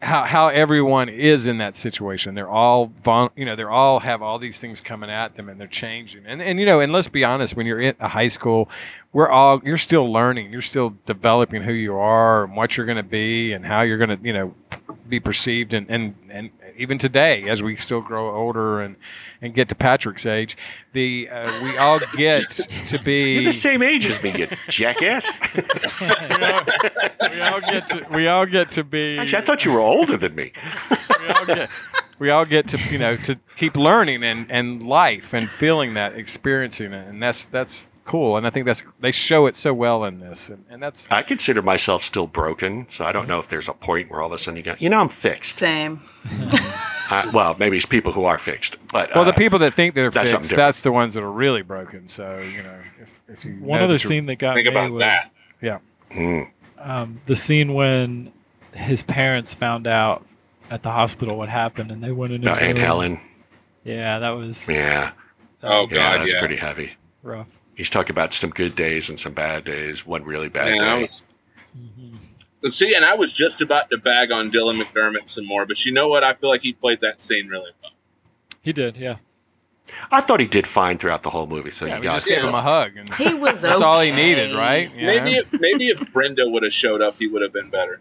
[SPEAKER 1] how how everyone is in that situation. They're all vul- you know they're all have all these things coming at them and they're changing. And and you know and let's be honest, when you're in a high school, we're all you're still learning, you're still developing who you are and what you're going to be and how you're going to you know be perceived and and and even today as we still grow older and and get to Patrick's age, the uh, we all get to be
[SPEAKER 6] You're the same age as me, you jackass.
[SPEAKER 1] we all get to we all get to be
[SPEAKER 6] Actually, I thought you were older than me.
[SPEAKER 1] we all get we all get to you know to keep learning and and life and feeling that experiencing it and that's that's cool and I think that's they show it so well in this and, and that's
[SPEAKER 6] I consider myself still broken, so I don't
[SPEAKER 5] Mm-hmm.
[SPEAKER 6] know if there's a point where all of a sudden you go, you know, I'm fixed.
[SPEAKER 4] Same.
[SPEAKER 6] I, well, maybe it's people who are fixed, but
[SPEAKER 1] well the
[SPEAKER 6] uh,
[SPEAKER 1] people that think they're
[SPEAKER 6] that's something
[SPEAKER 1] fixed
[SPEAKER 6] different.
[SPEAKER 1] that's the ones that are really broken so you know if, if you
[SPEAKER 7] One
[SPEAKER 1] know
[SPEAKER 7] other
[SPEAKER 1] that you're-
[SPEAKER 7] scene that got
[SPEAKER 5] Think
[SPEAKER 7] me
[SPEAKER 5] about
[SPEAKER 7] was
[SPEAKER 5] that.
[SPEAKER 1] yeah
[SPEAKER 6] mm,
[SPEAKER 7] um, the scene when his parents found out at the hospital what happened, and they went into
[SPEAKER 6] no, Aunt Helen,
[SPEAKER 7] Yeah, that was
[SPEAKER 6] yeah,
[SPEAKER 7] that
[SPEAKER 5] Oh,
[SPEAKER 7] was
[SPEAKER 5] God,
[SPEAKER 6] yeah, that's
[SPEAKER 5] yeah.
[SPEAKER 6] pretty heavy.
[SPEAKER 7] rough.
[SPEAKER 6] He's talking about some good days and some bad days. One really bad
[SPEAKER 5] Man, I
[SPEAKER 6] day.
[SPEAKER 5] was- See, and I was just about to bag on Dylan McDermott some more, but you know what? I feel like he played that scene really well.
[SPEAKER 7] He did, yeah.
[SPEAKER 6] I thought he did fine throughout the whole movie. So
[SPEAKER 1] yeah
[SPEAKER 6] you
[SPEAKER 1] we just
[SPEAKER 6] guys,
[SPEAKER 1] give him a hug and
[SPEAKER 6] <laughs>
[SPEAKER 4] He was
[SPEAKER 1] that's all he
[SPEAKER 4] okay.
[SPEAKER 1] needed right You know?
[SPEAKER 5] Maybe if maybe if Brenda would have showed up, he would have been better.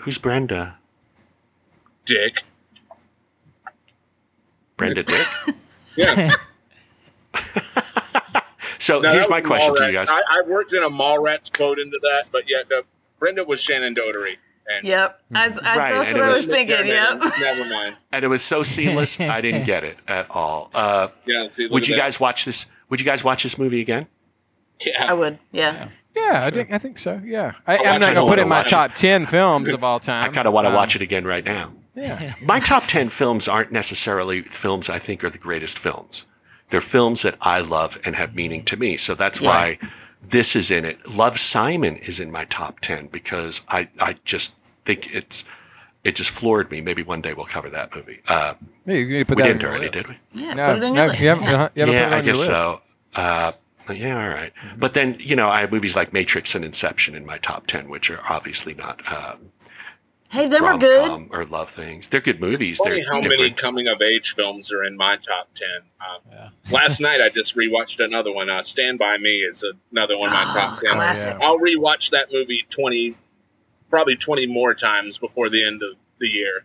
[SPEAKER 6] who's Brenda? <laughs>
[SPEAKER 5] Dick. <laughs>
[SPEAKER 6] Brenda Dick.
[SPEAKER 5] Yeah.
[SPEAKER 6] So
[SPEAKER 5] No,
[SPEAKER 6] here's
[SPEAKER 5] that
[SPEAKER 6] my
[SPEAKER 5] was
[SPEAKER 6] question to
[SPEAKER 5] Mallrats.
[SPEAKER 6] you guys.
[SPEAKER 5] I, I worked in a Mallrats quote into that, but yeah, no, Brenda was Shannon Doherty. And
[SPEAKER 4] Yep. I, I,
[SPEAKER 6] Right,
[SPEAKER 4] that's what
[SPEAKER 6] and it
[SPEAKER 4] I
[SPEAKER 6] was-
[SPEAKER 4] was
[SPEAKER 6] <laughs>
[SPEAKER 4] thinking. Yep.
[SPEAKER 5] Never mind.
[SPEAKER 6] and it was so seamless,
[SPEAKER 1] <laughs>
[SPEAKER 6] I didn't get it at all. Uh,
[SPEAKER 5] Yeah. See, look
[SPEAKER 6] would
[SPEAKER 5] at
[SPEAKER 6] you
[SPEAKER 5] that.
[SPEAKER 6] guys watch this? Would you guys watch this movie again?
[SPEAKER 5] Yeah.
[SPEAKER 4] I would. Yeah.
[SPEAKER 1] yeah I think I think so yeah I,
[SPEAKER 5] I
[SPEAKER 1] I'm not
[SPEAKER 5] kinda
[SPEAKER 1] gonna put it in
[SPEAKER 6] wanna
[SPEAKER 1] my
[SPEAKER 6] watch it.
[SPEAKER 1] top ten films of all time
[SPEAKER 6] I kind of want to
[SPEAKER 1] Um,
[SPEAKER 6] watch it again right now.
[SPEAKER 1] yeah
[SPEAKER 6] my top 10 films aren't necessarily films I think are the greatest films. They're films that I love and have meaning to me. So that's why this is in it. Love Simon is in my top 10 because I, I just think it's, it just floored me. Maybe one day we'll cover that movie. Uh,
[SPEAKER 1] Yeah, you need to put
[SPEAKER 6] we
[SPEAKER 1] that on
[SPEAKER 6] didn't
[SPEAKER 1] your
[SPEAKER 6] already,
[SPEAKER 1] list.
[SPEAKER 6] did we?
[SPEAKER 4] Yeah.
[SPEAKER 1] No,
[SPEAKER 4] Put it in
[SPEAKER 1] no,
[SPEAKER 4] your list.
[SPEAKER 1] you haven't,
[SPEAKER 4] yeah.
[SPEAKER 1] you haven't put it
[SPEAKER 6] yeah,
[SPEAKER 1] on
[SPEAKER 6] I
[SPEAKER 1] your
[SPEAKER 6] guess
[SPEAKER 1] list.
[SPEAKER 6] so. Uh, yeah, all right. But then, you know, I have movies like Matrix and Inception in my top 10, which are obviously not uh,
[SPEAKER 4] Hey, them are good.
[SPEAKER 6] rom-com or love things. They're good movies.
[SPEAKER 5] Funny
[SPEAKER 6] They're
[SPEAKER 5] how many
[SPEAKER 6] different.
[SPEAKER 5] coming of age films are in my top ten. Um, last night I just rewatched another one. Uh, Stand by Me is another one of my top ten.
[SPEAKER 4] Classic.
[SPEAKER 1] yeah.
[SPEAKER 5] I'll rewatch that movie twenty probably 20 more times before the end of the year.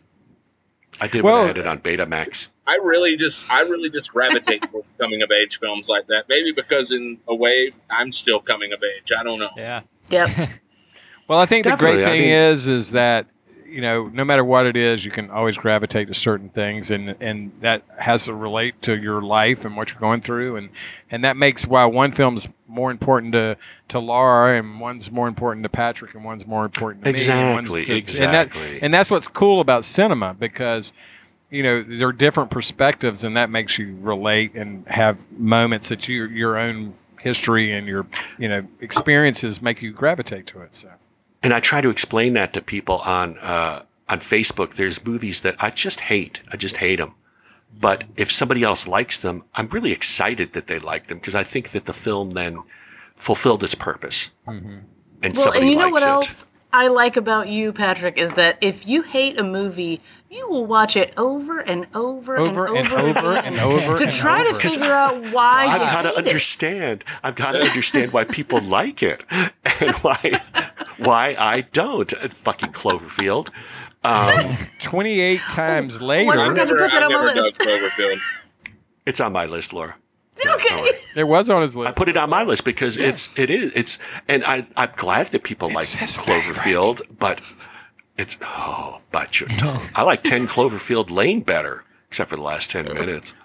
[SPEAKER 6] I did
[SPEAKER 5] Well-
[SPEAKER 6] when I had it on Betamax.
[SPEAKER 5] I really just I really just
[SPEAKER 6] <laughs>
[SPEAKER 5] gravitate towards coming of age films like that. Maybe because in a way I'm still coming of age. I don't know.
[SPEAKER 7] Yeah.
[SPEAKER 6] <laughs>
[SPEAKER 4] Yep.
[SPEAKER 1] Well, I think the
[SPEAKER 6] Definitely,
[SPEAKER 1] great
[SPEAKER 6] I
[SPEAKER 1] thing
[SPEAKER 6] mean-
[SPEAKER 1] is is that you know no matter what it is, you can always gravitate to certain things, and and that has to relate to your life and what you're going through, and and that makes why one film's more important to to Laura, and one's more important to Patrick, and one's more important to me.
[SPEAKER 6] Exactly,
[SPEAKER 1] and one's- and that-
[SPEAKER 6] exactly.
[SPEAKER 1] and that's what's cool about cinema because you know there are different perspectives, and that makes you relate and have moments that you your own history and your you know experiences make you gravitate to it. So.
[SPEAKER 6] and I try to explain that to people on uh, on Facebook. There's movies that I just hate. I just hate them. But if somebody else likes them, I'm really excited that they like them because I think that the film then fulfilled its purpose. And
[SPEAKER 4] Mm-hmm. Well,
[SPEAKER 6] somebody
[SPEAKER 4] and you know
[SPEAKER 6] likes
[SPEAKER 4] what
[SPEAKER 6] it.
[SPEAKER 4] else I like about you, Patrick, is that if you hate a movie, you will watch it over and over,
[SPEAKER 1] Over
[SPEAKER 4] and
[SPEAKER 1] and
[SPEAKER 4] over
[SPEAKER 1] over
[SPEAKER 4] again
[SPEAKER 1] and over
[SPEAKER 4] to
[SPEAKER 1] and
[SPEAKER 4] try
[SPEAKER 1] over.
[SPEAKER 4] to figure out why
[SPEAKER 6] I've
[SPEAKER 4] you
[SPEAKER 6] got
[SPEAKER 4] hate
[SPEAKER 6] to
[SPEAKER 4] it.
[SPEAKER 6] understand.
[SPEAKER 4] <laughs>
[SPEAKER 6] I've got to understand why people like it <laughs> and why why I don't. Uh, Fucking Cloverfield. Um,
[SPEAKER 1] 28 times
[SPEAKER 4] Well, Oh, I
[SPEAKER 1] later,
[SPEAKER 5] I've
[SPEAKER 4] forgot to
[SPEAKER 5] never,
[SPEAKER 4] put that
[SPEAKER 5] I've
[SPEAKER 4] on my
[SPEAKER 5] never dug
[SPEAKER 4] list.
[SPEAKER 6] <laughs>
[SPEAKER 5] Cloverfield.
[SPEAKER 6] it's on my list, Laura.
[SPEAKER 4] Okay.
[SPEAKER 1] it was on his
[SPEAKER 6] I
[SPEAKER 1] list.
[SPEAKER 6] put it on my list because it's it is it's and I I'm glad that people like
[SPEAKER 1] his
[SPEAKER 6] Cloverfield, but it's oh bite your tongue. I like Ten Cloverfield Lane better, except for the last ten minutes.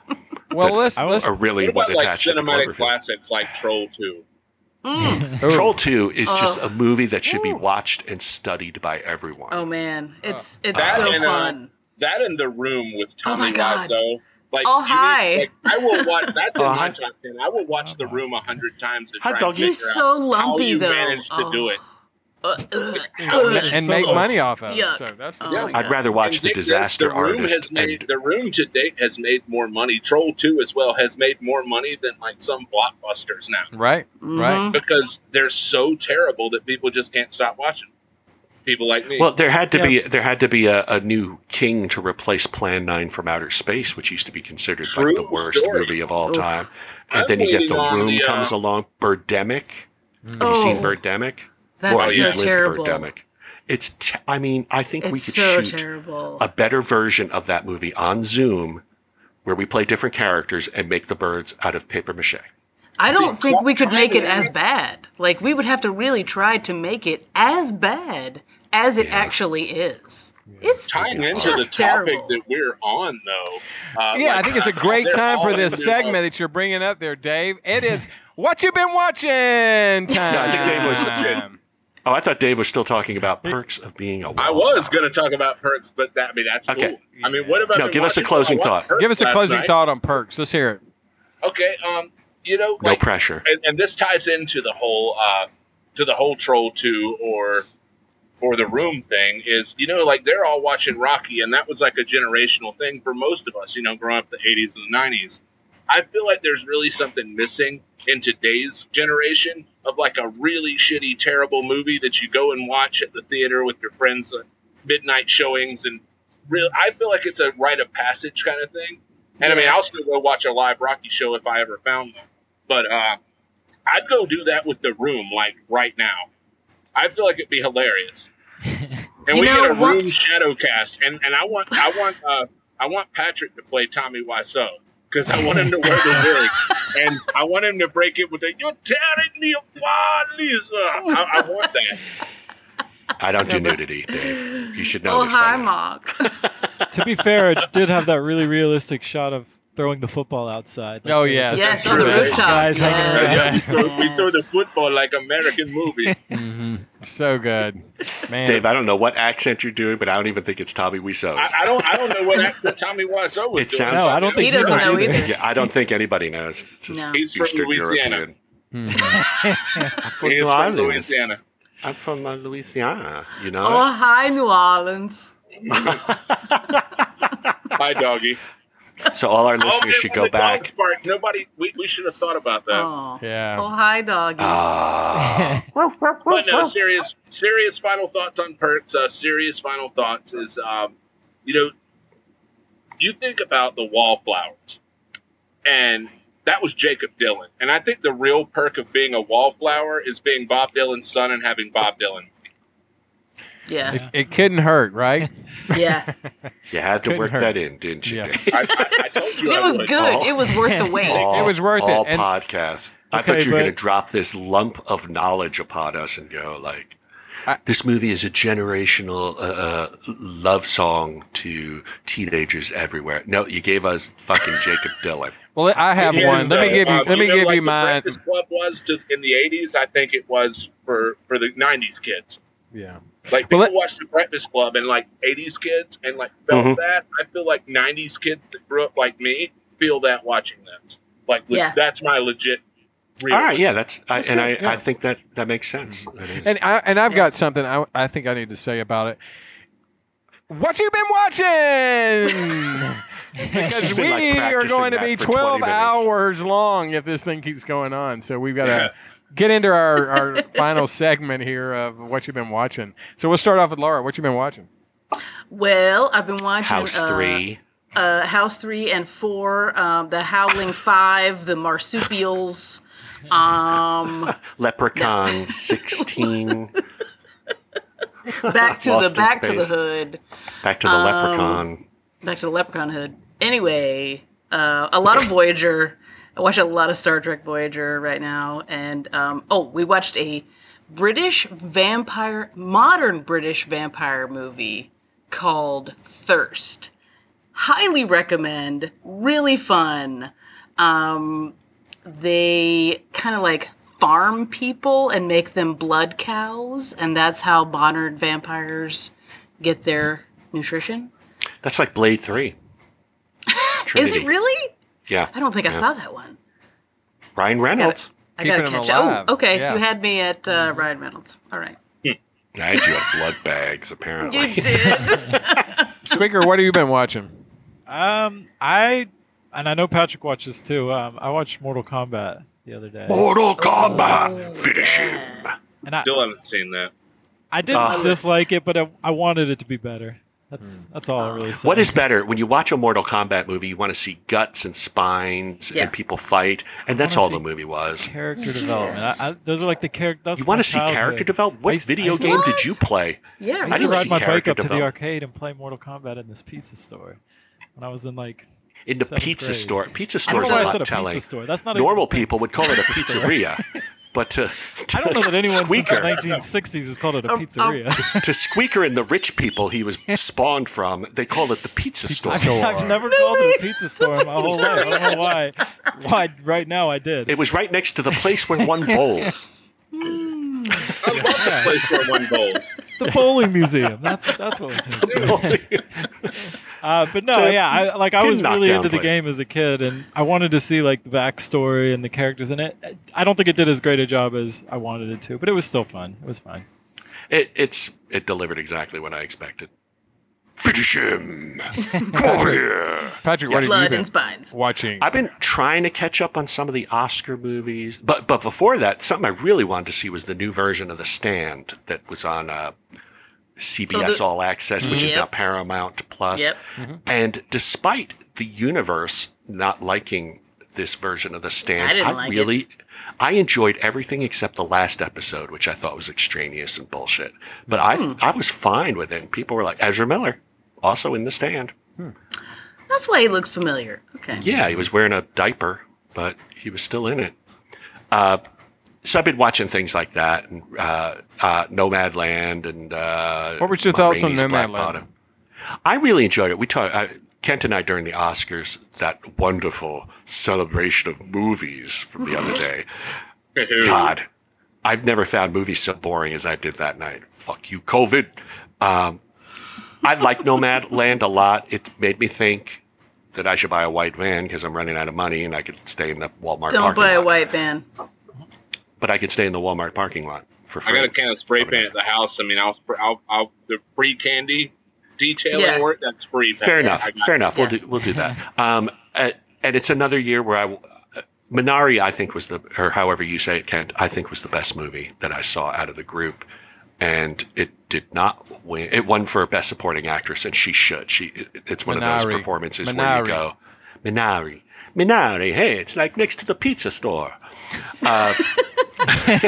[SPEAKER 1] Well, let's, let's
[SPEAKER 6] Are really
[SPEAKER 5] What
[SPEAKER 6] what,
[SPEAKER 5] about like
[SPEAKER 6] attached to
[SPEAKER 5] cinematic
[SPEAKER 6] Cloverfield.
[SPEAKER 5] classics like Troll Two?
[SPEAKER 1] oh,
[SPEAKER 6] Troll Two is just a movie that should be watched and studied by everyone.
[SPEAKER 4] Oh man, it's it's
[SPEAKER 5] That
[SPEAKER 4] so
[SPEAKER 5] and, uh,
[SPEAKER 4] fun.
[SPEAKER 5] That in the room with
[SPEAKER 4] Oh my
[SPEAKER 5] Tommy
[SPEAKER 4] God.
[SPEAKER 5] Wiseau. Like,
[SPEAKER 4] Oh,
[SPEAKER 5] you need-
[SPEAKER 4] hi.
[SPEAKER 5] like, I will
[SPEAKER 4] <laughs>
[SPEAKER 5] watch. That's in
[SPEAKER 6] Oh,
[SPEAKER 5] my
[SPEAKER 6] hi.
[SPEAKER 5] top ten. I will watch the room a hundred times to try
[SPEAKER 6] Hot
[SPEAKER 5] and
[SPEAKER 6] dog.
[SPEAKER 5] figure
[SPEAKER 4] He's
[SPEAKER 5] out
[SPEAKER 4] so
[SPEAKER 5] how
[SPEAKER 4] lumpy
[SPEAKER 5] you
[SPEAKER 4] though.
[SPEAKER 5] managed to
[SPEAKER 4] Oh.
[SPEAKER 5] do it.
[SPEAKER 4] Uh, ugh.
[SPEAKER 1] and make money off of
[SPEAKER 4] Yuck.
[SPEAKER 1] it. So that's the
[SPEAKER 4] Oh,
[SPEAKER 1] thing.
[SPEAKER 4] yeah.
[SPEAKER 6] I'd rather watch
[SPEAKER 5] And
[SPEAKER 6] the
[SPEAKER 5] Nick, this-
[SPEAKER 6] Disaster
[SPEAKER 5] the room
[SPEAKER 6] Artist
[SPEAKER 5] Has made,
[SPEAKER 6] and
[SPEAKER 5] the room to date has made more money. Troll Two as well has made more money than like some blockbusters now
[SPEAKER 1] Right,
[SPEAKER 4] Mm-hmm.
[SPEAKER 1] right.
[SPEAKER 5] because they're so terrible that people just can't stop watching. People like me.
[SPEAKER 6] Well, there had to be there had to be a, a new king to replace Plan Nine from Outer Space, which used to be considered
[SPEAKER 5] True
[SPEAKER 6] like the worst
[SPEAKER 5] story.
[SPEAKER 6] movie of all
[SPEAKER 4] Oof.
[SPEAKER 6] time. And
[SPEAKER 5] I'm
[SPEAKER 6] then you get
[SPEAKER 5] waiting
[SPEAKER 6] the
[SPEAKER 5] on
[SPEAKER 6] room
[SPEAKER 5] the, uh,
[SPEAKER 6] comes along. Birdemic. Have
[SPEAKER 4] Oh.
[SPEAKER 6] you seen Birdemic?
[SPEAKER 4] That's
[SPEAKER 6] Laura,
[SPEAKER 4] so
[SPEAKER 6] you've lived
[SPEAKER 4] terrible.
[SPEAKER 6] Birdemic. It's. T- I mean, I think we
[SPEAKER 4] It's
[SPEAKER 6] could
[SPEAKER 4] so
[SPEAKER 6] shoot
[SPEAKER 4] terrible.
[SPEAKER 6] a better version of that movie on Zoom, where we play different characters and make the birds out of paper mache.
[SPEAKER 4] I don't
[SPEAKER 5] See,
[SPEAKER 4] think we could
[SPEAKER 5] I
[SPEAKER 4] make it
[SPEAKER 5] mean-
[SPEAKER 4] as bad. Like we would have to really try to make it as bad as it actually is. It's
[SPEAKER 5] tying into
[SPEAKER 4] just
[SPEAKER 5] the topic
[SPEAKER 4] terrible.
[SPEAKER 5] that we're on though. Uh,
[SPEAKER 1] Yeah, I
[SPEAKER 5] like,
[SPEAKER 1] think it's a great
[SPEAKER 5] they're
[SPEAKER 1] time for
[SPEAKER 5] all
[SPEAKER 1] this
[SPEAKER 5] into-
[SPEAKER 1] segment that you're bringing up there, Dave. It is what you've been
[SPEAKER 6] <laughs>
[SPEAKER 1] watching time.
[SPEAKER 6] I think Dave was-
[SPEAKER 4] Ah.
[SPEAKER 6] Oh, I thought Dave was still talking about perks of being a.
[SPEAKER 5] I was going to talk about perks, but that I mean that's
[SPEAKER 6] Okay.
[SPEAKER 5] cool. I mean, what about
[SPEAKER 6] No, give us a closing thought.
[SPEAKER 1] Give us a closing thought on perks. Let's hear it.
[SPEAKER 5] Okay, um, you know,
[SPEAKER 6] No
[SPEAKER 5] like,
[SPEAKER 6] pressure.
[SPEAKER 5] and, and this ties into the whole uh, to the whole troll two or or the room thing is you know like they're all watching Rocky and that was like a generational thing for most of us you know growing up in the eighties and the nineties. I feel like there's really something missing in today's generation of like a really shitty, terrible movie that you go and watch at the theater with your friends, uh, midnight showings, and real. I feel like it's a rite of passage kind of thing. And I mean, I'll still go watch a live Rocky show if I ever found one. But uh, I'd go do that with the room, like right now. I feel like it'd be
[SPEAKER 4] <laughs>
[SPEAKER 5] hilarious. And
[SPEAKER 4] You
[SPEAKER 5] we
[SPEAKER 4] know
[SPEAKER 5] get a
[SPEAKER 4] what?
[SPEAKER 5] room shadow cast, and, and I want I want uh, I want Patrick to play Tommy Wiseau because I want him to wear the
[SPEAKER 4] <laughs>
[SPEAKER 5] wig, and I want him to break it with a "You're tearing me apart, Lisa." I, I want that.
[SPEAKER 6] I don't do nudity, Dave. You should know
[SPEAKER 4] oh
[SPEAKER 6] this by
[SPEAKER 4] hi,
[SPEAKER 6] now.
[SPEAKER 4] Mark.
[SPEAKER 7] to be fair, it did have that really realistic shot of throwing the football outside.
[SPEAKER 1] Oh, yeah.
[SPEAKER 7] just
[SPEAKER 4] <laughs> yes,
[SPEAKER 5] true,
[SPEAKER 4] on the
[SPEAKER 5] right?
[SPEAKER 4] rooftop.
[SPEAKER 7] Guys hanging
[SPEAKER 4] yes.
[SPEAKER 7] around.
[SPEAKER 5] Yeah, we, throw, we throw the
[SPEAKER 4] Yes.
[SPEAKER 5] football like American movie.
[SPEAKER 1] So good. Man.
[SPEAKER 6] Dave, I don't know what accent you're doing, but I don't even think it's Tommy Wiseau.
[SPEAKER 5] I, I don't I don't know what accent Tommy Wiseau was
[SPEAKER 6] It
[SPEAKER 5] doing.
[SPEAKER 6] sounds-
[SPEAKER 7] No, I don't think
[SPEAKER 4] He doesn't
[SPEAKER 7] knows
[SPEAKER 4] know either.
[SPEAKER 6] yeah, I don't think anybody knows. It's just
[SPEAKER 4] No.
[SPEAKER 5] He's from
[SPEAKER 6] Eastern
[SPEAKER 5] Louisiana.
[SPEAKER 6] European.
[SPEAKER 1] Hmm.
[SPEAKER 6] <laughs> I'm from
[SPEAKER 5] He is
[SPEAKER 6] New
[SPEAKER 5] from
[SPEAKER 6] Orleans.
[SPEAKER 5] Louisiana.
[SPEAKER 6] I'm from uh, Louisiana. You know,
[SPEAKER 4] <laughs> Oh hi, New Orleans.
[SPEAKER 5] Hi, doggy.
[SPEAKER 6] so all our
[SPEAKER 5] Oh,
[SPEAKER 6] listeners
[SPEAKER 5] man,
[SPEAKER 6] should
[SPEAKER 5] when
[SPEAKER 6] go
[SPEAKER 5] the
[SPEAKER 6] back.
[SPEAKER 5] dogs bark, Nobody. We, we should have thought about that.
[SPEAKER 4] Oh.
[SPEAKER 1] Yeah.
[SPEAKER 4] Oh hi, doggy.
[SPEAKER 5] Ah. but no, serious, serious final thoughts on perks. Uh, serious final thoughts is, um, you know, you think about the wallflowers, and that was Jacob Dylan. And I think the real perk of being a wallflower is being Bob Dylan's son and having Bob Dylan.
[SPEAKER 4] Yeah.
[SPEAKER 1] It, it couldn't hurt, right?
[SPEAKER 4] Yeah.
[SPEAKER 6] You had to
[SPEAKER 1] Couldn't
[SPEAKER 6] work
[SPEAKER 1] hurt.
[SPEAKER 6] that in, didn't you? Dave?
[SPEAKER 4] <laughs> it was good. it was worth
[SPEAKER 5] <laughs>
[SPEAKER 4] the wait.
[SPEAKER 6] All-
[SPEAKER 1] it was worth it.
[SPEAKER 6] all
[SPEAKER 1] And-
[SPEAKER 6] podcast. I
[SPEAKER 1] Okay,
[SPEAKER 6] thought you were
[SPEAKER 1] but-
[SPEAKER 6] going to drop this lump of knowledge upon us and go like, "This movie is a generational uh, uh, love song to teenagers everywhere." No, you gave us fucking <laughs> Jacob Dylan.
[SPEAKER 1] Well, I have
[SPEAKER 5] It is,
[SPEAKER 1] one. Let me
[SPEAKER 5] though.
[SPEAKER 1] give you.
[SPEAKER 5] Uh,
[SPEAKER 1] Let me
[SPEAKER 5] know,
[SPEAKER 1] give
[SPEAKER 5] like
[SPEAKER 1] you
[SPEAKER 5] the
[SPEAKER 1] mine.
[SPEAKER 5] Breakfast Club was to, in the '80s. I think it was for for the '90s kids.
[SPEAKER 1] Yeah.
[SPEAKER 5] Like people
[SPEAKER 1] Well,
[SPEAKER 5] watched the Breakfast Club and like '80s kids and like felt
[SPEAKER 6] Mhm.
[SPEAKER 5] that. I feel like '90s kids that grew up like me feel that watching that. Like le-
[SPEAKER 4] Yeah.
[SPEAKER 5] that's my legit. Real.
[SPEAKER 6] All right, yeah, that's, I, and
[SPEAKER 1] good,
[SPEAKER 6] I,
[SPEAKER 1] yeah.
[SPEAKER 6] I think that that makes sense. That is.
[SPEAKER 1] And I and I've got something I, I think I need to say about it. What you been
[SPEAKER 6] <laughs>
[SPEAKER 1] watching? because
[SPEAKER 6] Been,
[SPEAKER 1] we
[SPEAKER 6] like,
[SPEAKER 1] are
[SPEAKER 6] practicing
[SPEAKER 1] going to
[SPEAKER 6] that
[SPEAKER 1] be
[SPEAKER 6] for 20
[SPEAKER 1] twelve
[SPEAKER 6] minutes.
[SPEAKER 1] hours long if this thing keeps going on. So we've got to get into our, our <laughs> final segment here of what you've been watching. So we'll start off with Laura. What you been watching?
[SPEAKER 4] Well, I've been watching
[SPEAKER 6] House
[SPEAKER 4] uh,
[SPEAKER 6] three.
[SPEAKER 4] uh, House three and four, um, the
[SPEAKER 6] <sighs>
[SPEAKER 4] Howling Five, the Marsupials. Um,
[SPEAKER 6] Leprechaun 16.
[SPEAKER 4] back to the
[SPEAKER 6] Lost in
[SPEAKER 4] back to the
[SPEAKER 6] Space.
[SPEAKER 4] hood,
[SPEAKER 6] Back to the leprechaun.
[SPEAKER 4] back to the Leprechaun hood. Anyway, uh, a lot of Voyager. I watch a lot of Star Trek Voyager right now, and um, oh, we watched a British vampire, modern British vampire movie called Thirst. Highly recommend. Really fun. Um, they kind of like farm people and make them blood cows, and that's how modern vampires get their nutrition.
[SPEAKER 6] That's like Blade 3.
[SPEAKER 4] Is
[SPEAKER 6] Trinity.
[SPEAKER 4] it really?
[SPEAKER 6] Yeah.
[SPEAKER 4] I don't think I
[SPEAKER 6] Yeah.
[SPEAKER 4] saw that one.
[SPEAKER 6] Ryan Reynolds.
[SPEAKER 4] I
[SPEAKER 1] Keeping
[SPEAKER 4] gotta
[SPEAKER 1] them
[SPEAKER 4] catch up.
[SPEAKER 1] alive.
[SPEAKER 4] Oh, okay.
[SPEAKER 1] Yeah.
[SPEAKER 4] You had me at uh, Ryan Reynolds. All
[SPEAKER 6] <laughs>
[SPEAKER 4] right.
[SPEAKER 6] I had you at blood bags, apparently.
[SPEAKER 4] You did.
[SPEAKER 1] Squeaker, what have you been watching?
[SPEAKER 7] Um, I and I know Patrick watches too. Um, I watched Mortal Kombat the other day,
[SPEAKER 6] Mortal Kombat. Finish him.
[SPEAKER 7] and I,
[SPEAKER 5] Still haven't seen that.
[SPEAKER 7] I didn't
[SPEAKER 6] Ah. Hmm.
[SPEAKER 7] dislike it, but I, I wanted it to be better. That's that's all I really said.
[SPEAKER 6] What is better? When you watch a Mortal Kombat movie, you want to see guts and spines
[SPEAKER 4] Yeah.
[SPEAKER 6] and people fight, and that's
[SPEAKER 7] wanna
[SPEAKER 6] all
[SPEAKER 7] see-
[SPEAKER 6] the movie was.
[SPEAKER 7] character development? I, I, those are like the character.
[SPEAKER 6] You want to see character development? What video game did you play?
[SPEAKER 4] Yeah.
[SPEAKER 6] I
[SPEAKER 7] I used to
[SPEAKER 6] didn't
[SPEAKER 7] ride
[SPEAKER 6] see
[SPEAKER 7] my bike
[SPEAKER 6] character
[SPEAKER 7] up to the
[SPEAKER 6] develop.
[SPEAKER 7] arcade and play Mortal Kombat in this pizza store when I was in like.
[SPEAKER 6] In the
[SPEAKER 7] Seventh
[SPEAKER 6] pizza
[SPEAKER 7] grade.
[SPEAKER 6] store. Pizza
[SPEAKER 7] I
[SPEAKER 6] store
[SPEAKER 7] don't know
[SPEAKER 6] is
[SPEAKER 7] why I
[SPEAKER 6] a
[SPEAKER 7] said a
[SPEAKER 6] lot
[SPEAKER 7] pizza
[SPEAKER 6] telling.
[SPEAKER 7] store. That's not a-
[SPEAKER 6] Normal people would
[SPEAKER 7] <laughs>
[SPEAKER 6] call it a pizzeria, but to,
[SPEAKER 7] I don't know that anyone since the
[SPEAKER 6] Squeaker.
[SPEAKER 7] 1960s has called it a pizzeria.
[SPEAKER 6] to Squeaker and the rich people he was spawned from, they call it the pizza store.
[SPEAKER 7] <laughs> I've never called it a pizza store in my whole life. I don't know why. Why right now I did.
[SPEAKER 6] It was right next to the place where
[SPEAKER 7] <laughs>
[SPEAKER 6] one bowls.
[SPEAKER 5] Place for one goals.
[SPEAKER 7] the bowling museum. That's that's what was next.
[SPEAKER 6] <laughs>
[SPEAKER 7] Uh, but no,
[SPEAKER 6] The
[SPEAKER 7] yeah, I, like I
[SPEAKER 6] pin
[SPEAKER 7] was really
[SPEAKER 6] knockdown
[SPEAKER 7] into the
[SPEAKER 6] place.
[SPEAKER 7] game as a kid, and I wanted to see like the backstory and the characters in it. I don't think it did as great a job as I wanted it to, but it was still fun. It was fun.
[SPEAKER 6] It, it's it delivered exactly what I expected. Finish him. Come over here.
[SPEAKER 1] Patrick, what have you
[SPEAKER 4] Blood
[SPEAKER 1] been
[SPEAKER 4] and spines.
[SPEAKER 1] watching?
[SPEAKER 6] I've been trying to catch up on some of the Oscar movies, but but before that, something I really wanted to see was the new version of The Stand that was on uh, CBS
[SPEAKER 4] So the- Mhm.
[SPEAKER 6] All Access, which is now
[SPEAKER 4] Yep.
[SPEAKER 6] Paramount Plus.
[SPEAKER 4] Yep.
[SPEAKER 6] And despite the universe not liking this version of The Stand,
[SPEAKER 4] I didn't like it.
[SPEAKER 6] really I enjoyed everything except the last episode, which I thought was extraneous and bullshit. But I
[SPEAKER 4] Hmm.
[SPEAKER 6] I was fine with it. And people were like, Ezra Miller, also in The Stand.
[SPEAKER 4] That's why he looks familiar. Okay.
[SPEAKER 6] Yeah, he was wearing a diaper, but he was still in it. Uh, so I've been watching things like that, and uh, uh, Nomad Land, and uh,
[SPEAKER 1] What was your
[SPEAKER 6] Ma
[SPEAKER 1] thoughts on
[SPEAKER 6] Rainey's Black
[SPEAKER 1] Nomadland?
[SPEAKER 6] Bottom. I really enjoyed it. We talked I, Kent and I during the Oscars that wonderful celebration of movies from the other day.
[SPEAKER 5] <laughs>
[SPEAKER 6] God, I've never found movies so boring as I did that night. Fuck you, COVID. Um, I like Nomad Land a lot. It made me think that I should buy a white van because I'm running out of money and I could stay in the Walmart
[SPEAKER 4] Don't
[SPEAKER 6] parking
[SPEAKER 4] buy a
[SPEAKER 6] lot.
[SPEAKER 4] white van.
[SPEAKER 6] But I could stay in the Walmart parking lot for
[SPEAKER 5] I
[SPEAKER 6] free.
[SPEAKER 5] got a can of spray paint at the house. I mean, I'll, spray- I'll, I'll the free candy detailing
[SPEAKER 4] Yeah.
[SPEAKER 5] work. That's free.
[SPEAKER 6] fair enough.
[SPEAKER 5] I got
[SPEAKER 6] Fair
[SPEAKER 5] it.
[SPEAKER 6] enough. We'll do we'll do that. Um, uh, and it's another year where I w- uh, Minari, I think was the or however you say it, Kent. I think was the best movie that I saw out of the group, and it did not win. It won for best supporting actress, and she should. She it- it's one of
[SPEAKER 1] Minari.
[SPEAKER 6] those performances where
[SPEAKER 1] Minari.
[SPEAKER 6] you go, Minari, Minari. Hey, it's like next to the pizza store. <laughs> I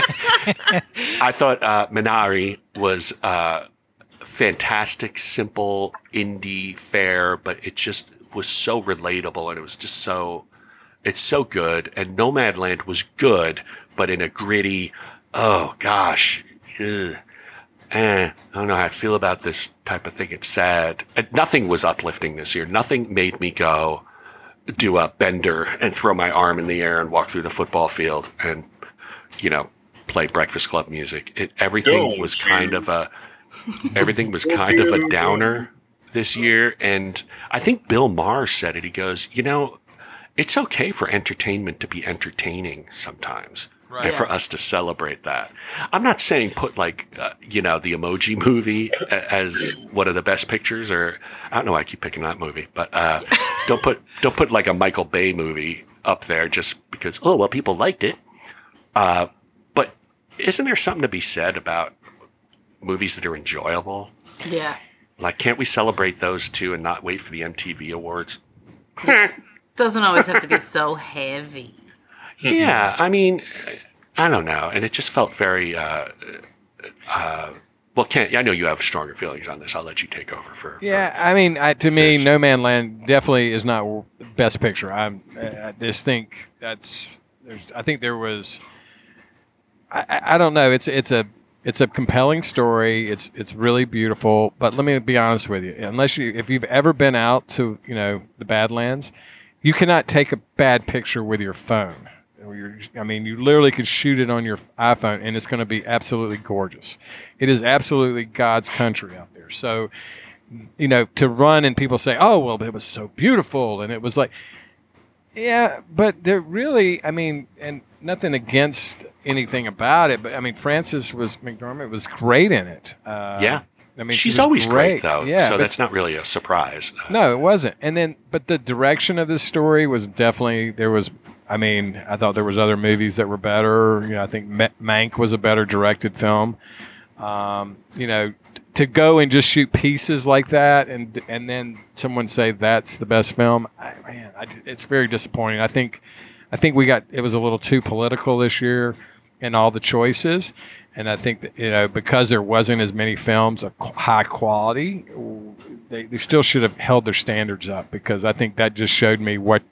[SPEAKER 6] thought uh, Minari was uh, fantastic, simple indie fare, but it just was so relatable and it was just so it's so good. And Nomadland was good, but in a gritty, oh gosh, ugh, eh, I don't know how I feel about this type of thing. It's sad. And nothing was uplifting this year. Nothing made me go do a bender and throw my arm in the air and walk through the football field and you know play Breakfast Club music. It everything
[SPEAKER 5] Don't
[SPEAKER 6] was
[SPEAKER 5] you.
[SPEAKER 6] kind of a everything was kind of a downer this year. And I think Bill Maher said it. He goes, you know, it's okay for entertainment to be entertaining sometimes.
[SPEAKER 11] Right.
[SPEAKER 6] And for
[SPEAKER 11] Yeah.
[SPEAKER 6] us to celebrate that, I'm not saying put like uh, you know the Emoji Movie a- as one of the best pictures, or I don't know why I keep picking that movie, but
[SPEAKER 11] <laughs>
[SPEAKER 6] uh, don't put don't put like a Michael Bay movie up there just because oh well people liked it. Uh, but isn't there something to be said about movies that are enjoyable?
[SPEAKER 4] Yeah.
[SPEAKER 6] Like, can't we celebrate those too and not wait for the MTV Awards?
[SPEAKER 4] Doesn't always have to be
[SPEAKER 6] <laughs>
[SPEAKER 4] so heavy.
[SPEAKER 1] Mm-hmm.
[SPEAKER 6] Yeah, I mean, I don't know, and it just felt very. Uh, uh, well, Kent, I know you have stronger feelings on this. I'll let you take over for.
[SPEAKER 1] Yeah, I mean, I, to me, No Man Land definitely is not w- best picture. I'm, I I just think that's. There's, I think there was. I- I, I don't know. It's it's a it's a compelling story. It's it's really beautiful. But let me be honest with you. Unless you if you've ever been out to you know the Badlands, you cannot take a bad picture with your phone. Or your, I mean, you literally could shoot it on your iPhone, and it's going to be absolutely gorgeous. It is absolutely God's country out there. So, you know, to run and people say, "Oh, well, it was so beautiful," and it was like, yeah, but they're really, I mean, and nothing against anything about it, but I mean, Frances was McDormand was great in it. Uh,
[SPEAKER 6] yeah,
[SPEAKER 1] I mean, she
[SPEAKER 6] she's
[SPEAKER 1] was
[SPEAKER 6] always great, though.
[SPEAKER 1] Yeah,
[SPEAKER 6] so
[SPEAKER 1] but-
[SPEAKER 6] that's not really a surprise. Uh,
[SPEAKER 1] no, it wasn't. And then, but the direction of this story was definitely there was. I mean, I thought there was other movies that were better. You know, I think Ma- Mank was a better directed film. Um, you know, t- to go and just shoot pieces like that, and and then someone say that's the best film. I, man, I, it's very disappointing. I think, I think we got it was a little too political this year, in all the choices. And I think that, you know because there wasn't as many films of qu- high quality, they, they still should have held their standards up because I think that just showed me what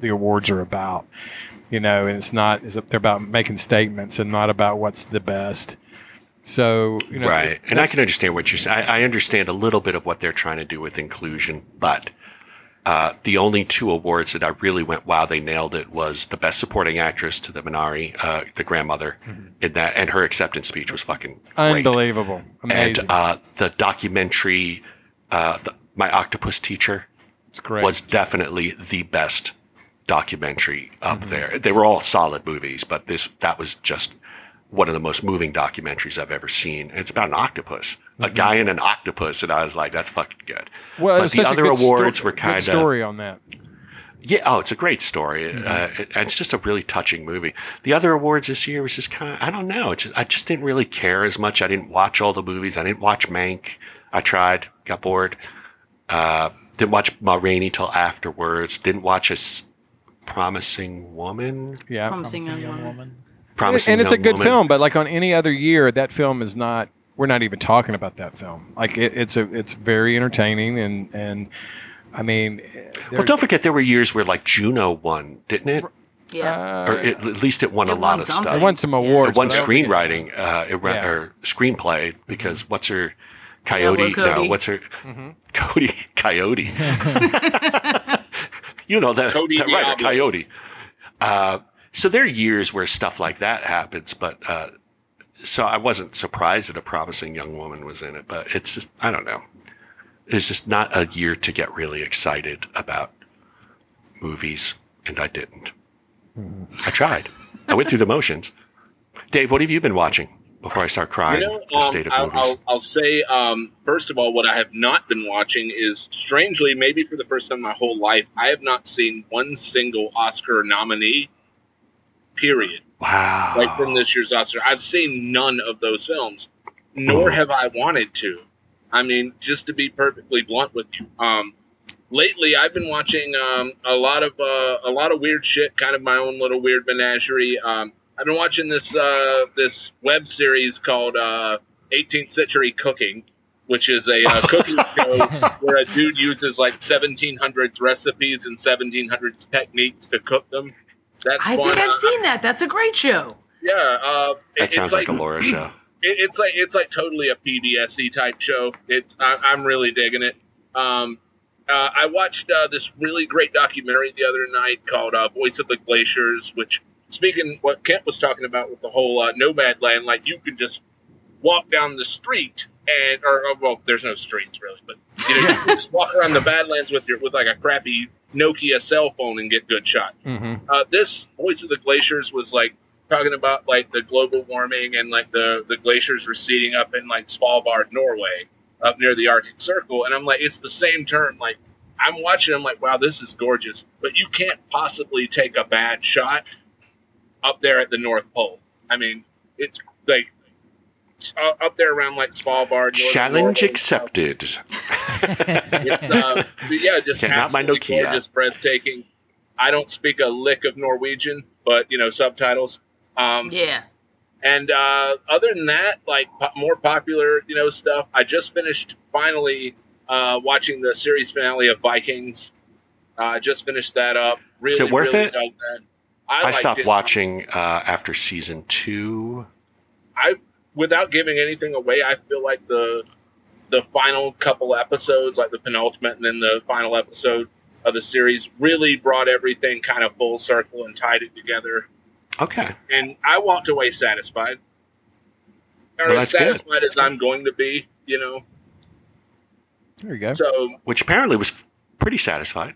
[SPEAKER 1] the awards are about. You know, and it's not it's, they're about making statements and not about what's the best. So you know,
[SPEAKER 6] right.
[SPEAKER 1] it-
[SPEAKER 6] And I
[SPEAKER 1] that's-
[SPEAKER 6] can understand what you're saying. I understand a little bit of what they're trying to do with inclusion, but uh, the only two awards that I really went, wow, they nailed it was the best supporting actress to the Minari, uh, the grandmother, in that, and her acceptance speech was fucking
[SPEAKER 1] Mm-hmm. unbelievable, amazing.
[SPEAKER 6] and uh, the documentary, uh, the, my octopus teacher,
[SPEAKER 1] great.
[SPEAKER 6] was definitely the best documentary up
[SPEAKER 1] Mm-hmm.
[SPEAKER 6] there. They were all solid movies, but this that was just one of the most moving documentaries I've ever seen. And it's about an octopus, a guy in an octopus, and I was like, that's fucking good.
[SPEAKER 1] Mm-hmm. well, it
[SPEAKER 6] but
[SPEAKER 1] was
[SPEAKER 6] the
[SPEAKER 1] such a
[SPEAKER 6] other
[SPEAKER 1] good sto-
[SPEAKER 6] awards were
[SPEAKER 1] good
[SPEAKER 6] kind of
[SPEAKER 1] story on that.
[SPEAKER 6] yeah. Oh, it's a great story.
[SPEAKER 1] Mm-hmm.
[SPEAKER 6] Uh, it- and it's just a really touching movie. The other awards this year was just kind of, I don't know. It's just, I just didn't really care as much. I didn't watch all the movies. I didn't watch Mank. I tried, got bored. Uh, didn't watch Ma Rainey till afterwards. Didn't watch a s- Promising Woman.
[SPEAKER 1] Yeah,
[SPEAKER 4] Promising young woman.
[SPEAKER 6] Promising
[SPEAKER 1] and it's a
[SPEAKER 6] Young
[SPEAKER 1] good
[SPEAKER 6] Woman.
[SPEAKER 1] film, but like on any other year, that film is not. We're not even talking about that film. Like it, it's a, it's very entertaining, and and I mean,
[SPEAKER 6] Well, don't forget there were years where like Juno won, didn't it?
[SPEAKER 1] Uh,
[SPEAKER 4] Yeah.
[SPEAKER 6] or it, at least it won a lot
[SPEAKER 4] won
[SPEAKER 6] of
[SPEAKER 4] something.
[SPEAKER 6] stuff.
[SPEAKER 4] It won
[SPEAKER 1] some awards,
[SPEAKER 6] It won
[SPEAKER 1] but I don't think
[SPEAKER 6] screenwriting, uh, it won-
[SPEAKER 1] Yeah.
[SPEAKER 6] or screenplay because what's her Coyote? no,
[SPEAKER 4] Cody.
[SPEAKER 6] what's her
[SPEAKER 1] Mm-hmm.
[SPEAKER 6] Cody? <laughs>
[SPEAKER 1] <laughs>
[SPEAKER 6] Coyote. you know that,
[SPEAKER 5] Cody
[SPEAKER 6] that writer,
[SPEAKER 5] Diablo.
[SPEAKER 6] Coyote. Uh, so there are years where stuff like that happens, but uh, so I wasn't surprised that a promising young woman was in it. But it's just I don't know. It's just not a year to get really excited about movies, and I didn't. I tried. I went through the motions. Dave, what have you been watching before I start crying?
[SPEAKER 5] You know,
[SPEAKER 6] the
[SPEAKER 5] um,
[SPEAKER 6] state of
[SPEAKER 5] I'll,
[SPEAKER 6] movies.
[SPEAKER 5] I'll, I'll say, um, first of all, what I have not been watching is, strangely, maybe for the first time in my whole life, I have not seen one single Oscar nominee, period.
[SPEAKER 6] wow.
[SPEAKER 5] Like from this year's Oscar. I've seen none of those films, nor have I wanted to. I mean, just to be perfectly blunt with you. Um, lately I've been watching um, a lot of uh, a lot of weird shit, kind of my own little weird menagerie. Um, I've been watching this uh, this web series called uh, 18th Century Cooking, which is a uh, cooking show where a dude uses like 1700s recipes and 1700s techniques to cook them. That's
[SPEAKER 4] I
[SPEAKER 5] one.
[SPEAKER 4] think I've
[SPEAKER 5] Uh,
[SPEAKER 4] seen that. That's a great show.
[SPEAKER 5] yeah, uh, it-
[SPEAKER 6] That
[SPEAKER 5] it's
[SPEAKER 6] sounds like a
[SPEAKER 5] <clears throat>
[SPEAKER 6] Laura show.
[SPEAKER 5] it, it's like it's like totally a PBSC type show. It's I, I'm really digging it. Um, uh, I watched uh, this really great documentary the other night called uh, "Voice of the Glaciers," which speaking what Kent was talking about with the whole uh, nomad land, like you can just walk down the street and or uh, well, there's no streets really, but you know you can just walk around the Badlands with your with like a crappy Nokia cell phone and get good shot
[SPEAKER 1] Mm-hmm.
[SPEAKER 5] uh, this voice of the glaciers was like talking about like the global warming and like the the glaciers receding up in like Svalbard, Norway, up near the Arctic Circle, and I'm like, it's the same term. Like I'm watching, I'm like, wow, this is gorgeous, but you can't possibly take a bad shot up there at the North Pole. I mean, it's like uh, up there around like Svalbard. Northern
[SPEAKER 6] Challenge
[SPEAKER 5] Norway.
[SPEAKER 6] accepted.
[SPEAKER 5] It's,
[SPEAKER 6] <laughs>
[SPEAKER 5] uh, but yeah, just
[SPEAKER 6] Cannot buy
[SPEAKER 5] absolutely
[SPEAKER 6] Nokia.
[SPEAKER 5] gorgeous, breathtaking. I don't speak a lick of Norwegian, but you know subtitles. Um,
[SPEAKER 4] Yeah.
[SPEAKER 5] And uh, other than that, like po- more popular, you know, stuff. I just finished finally uh, watching the series finale of Vikings. Uh, I just finished that up. Really,
[SPEAKER 6] Is it worth
[SPEAKER 5] really
[SPEAKER 6] it?
[SPEAKER 5] dug that.
[SPEAKER 6] I,
[SPEAKER 5] liked
[SPEAKER 6] stopped
[SPEAKER 5] it.
[SPEAKER 6] watching uh, after season two.
[SPEAKER 5] I without giving anything away, I feel like the the final couple episodes, like the penultimate and then the final episode of the series, really brought everything kind of full circle and tied it together.
[SPEAKER 6] Okay.
[SPEAKER 5] And I walked away satisfied, or
[SPEAKER 6] Well,
[SPEAKER 5] as
[SPEAKER 6] that's good.
[SPEAKER 5] satisfied as I'm going to be, you know.
[SPEAKER 1] There you go.
[SPEAKER 5] So
[SPEAKER 6] Which apparently was pretty satisfied.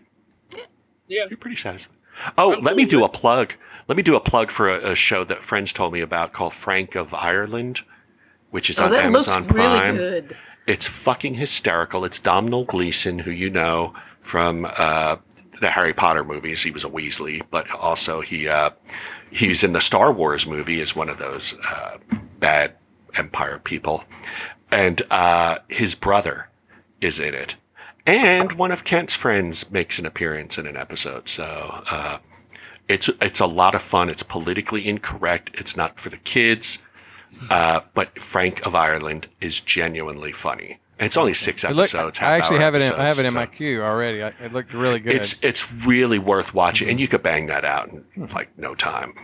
[SPEAKER 5] yeah,
[SPEAKER 6] You're pretty satisfied. Oh, let me do a plug. Let me do a plug for a, a show that friends told me about called Frank of Ireland, which is
[SPEAKER 4] Oh,
[SPEAKER 6] on
[SPEAKER 4] that looks
[SPEAKER 6] Amazon
[SPEAKER 4] really
[SPEAKER 6] Prime.
[SPEAKER 4] good.
[SPEAKER 6] It's fucking hysterical. It's Domhnall Gleeson, who you know from uh, the Harry Potter movies. He was a Weasley, but also he uh, he's in the Star Wars movie as one of those uh, bad Empire people, and uh, his brother is in it, and one of Kent's friends makes an appearance in an episode. So. Uh, it's it's a lot of fun. It's politically incorrect. It's not for the kids. Uh, but Frank of Ireland is genuinely funny. And it's only six
[SPEAKER 1] It looked-
[SPEAKER 6] episodes. half
[SPEAKER 1] I actually
[SPEAKER 6] hour
[SPEAKER 1] have it. In, I
[SPEAKER 6] episodes,
[SPEAKER 1] have it in
[SPEAKER 6] so
[SPEAKER 1] my queue already. I, it looked really good.
[SPEAKER 6] It's it's really worth watching,
[SPEAKER 1] Mm-hmm.
[SPEAKER 6] and you could bang that out in like no time.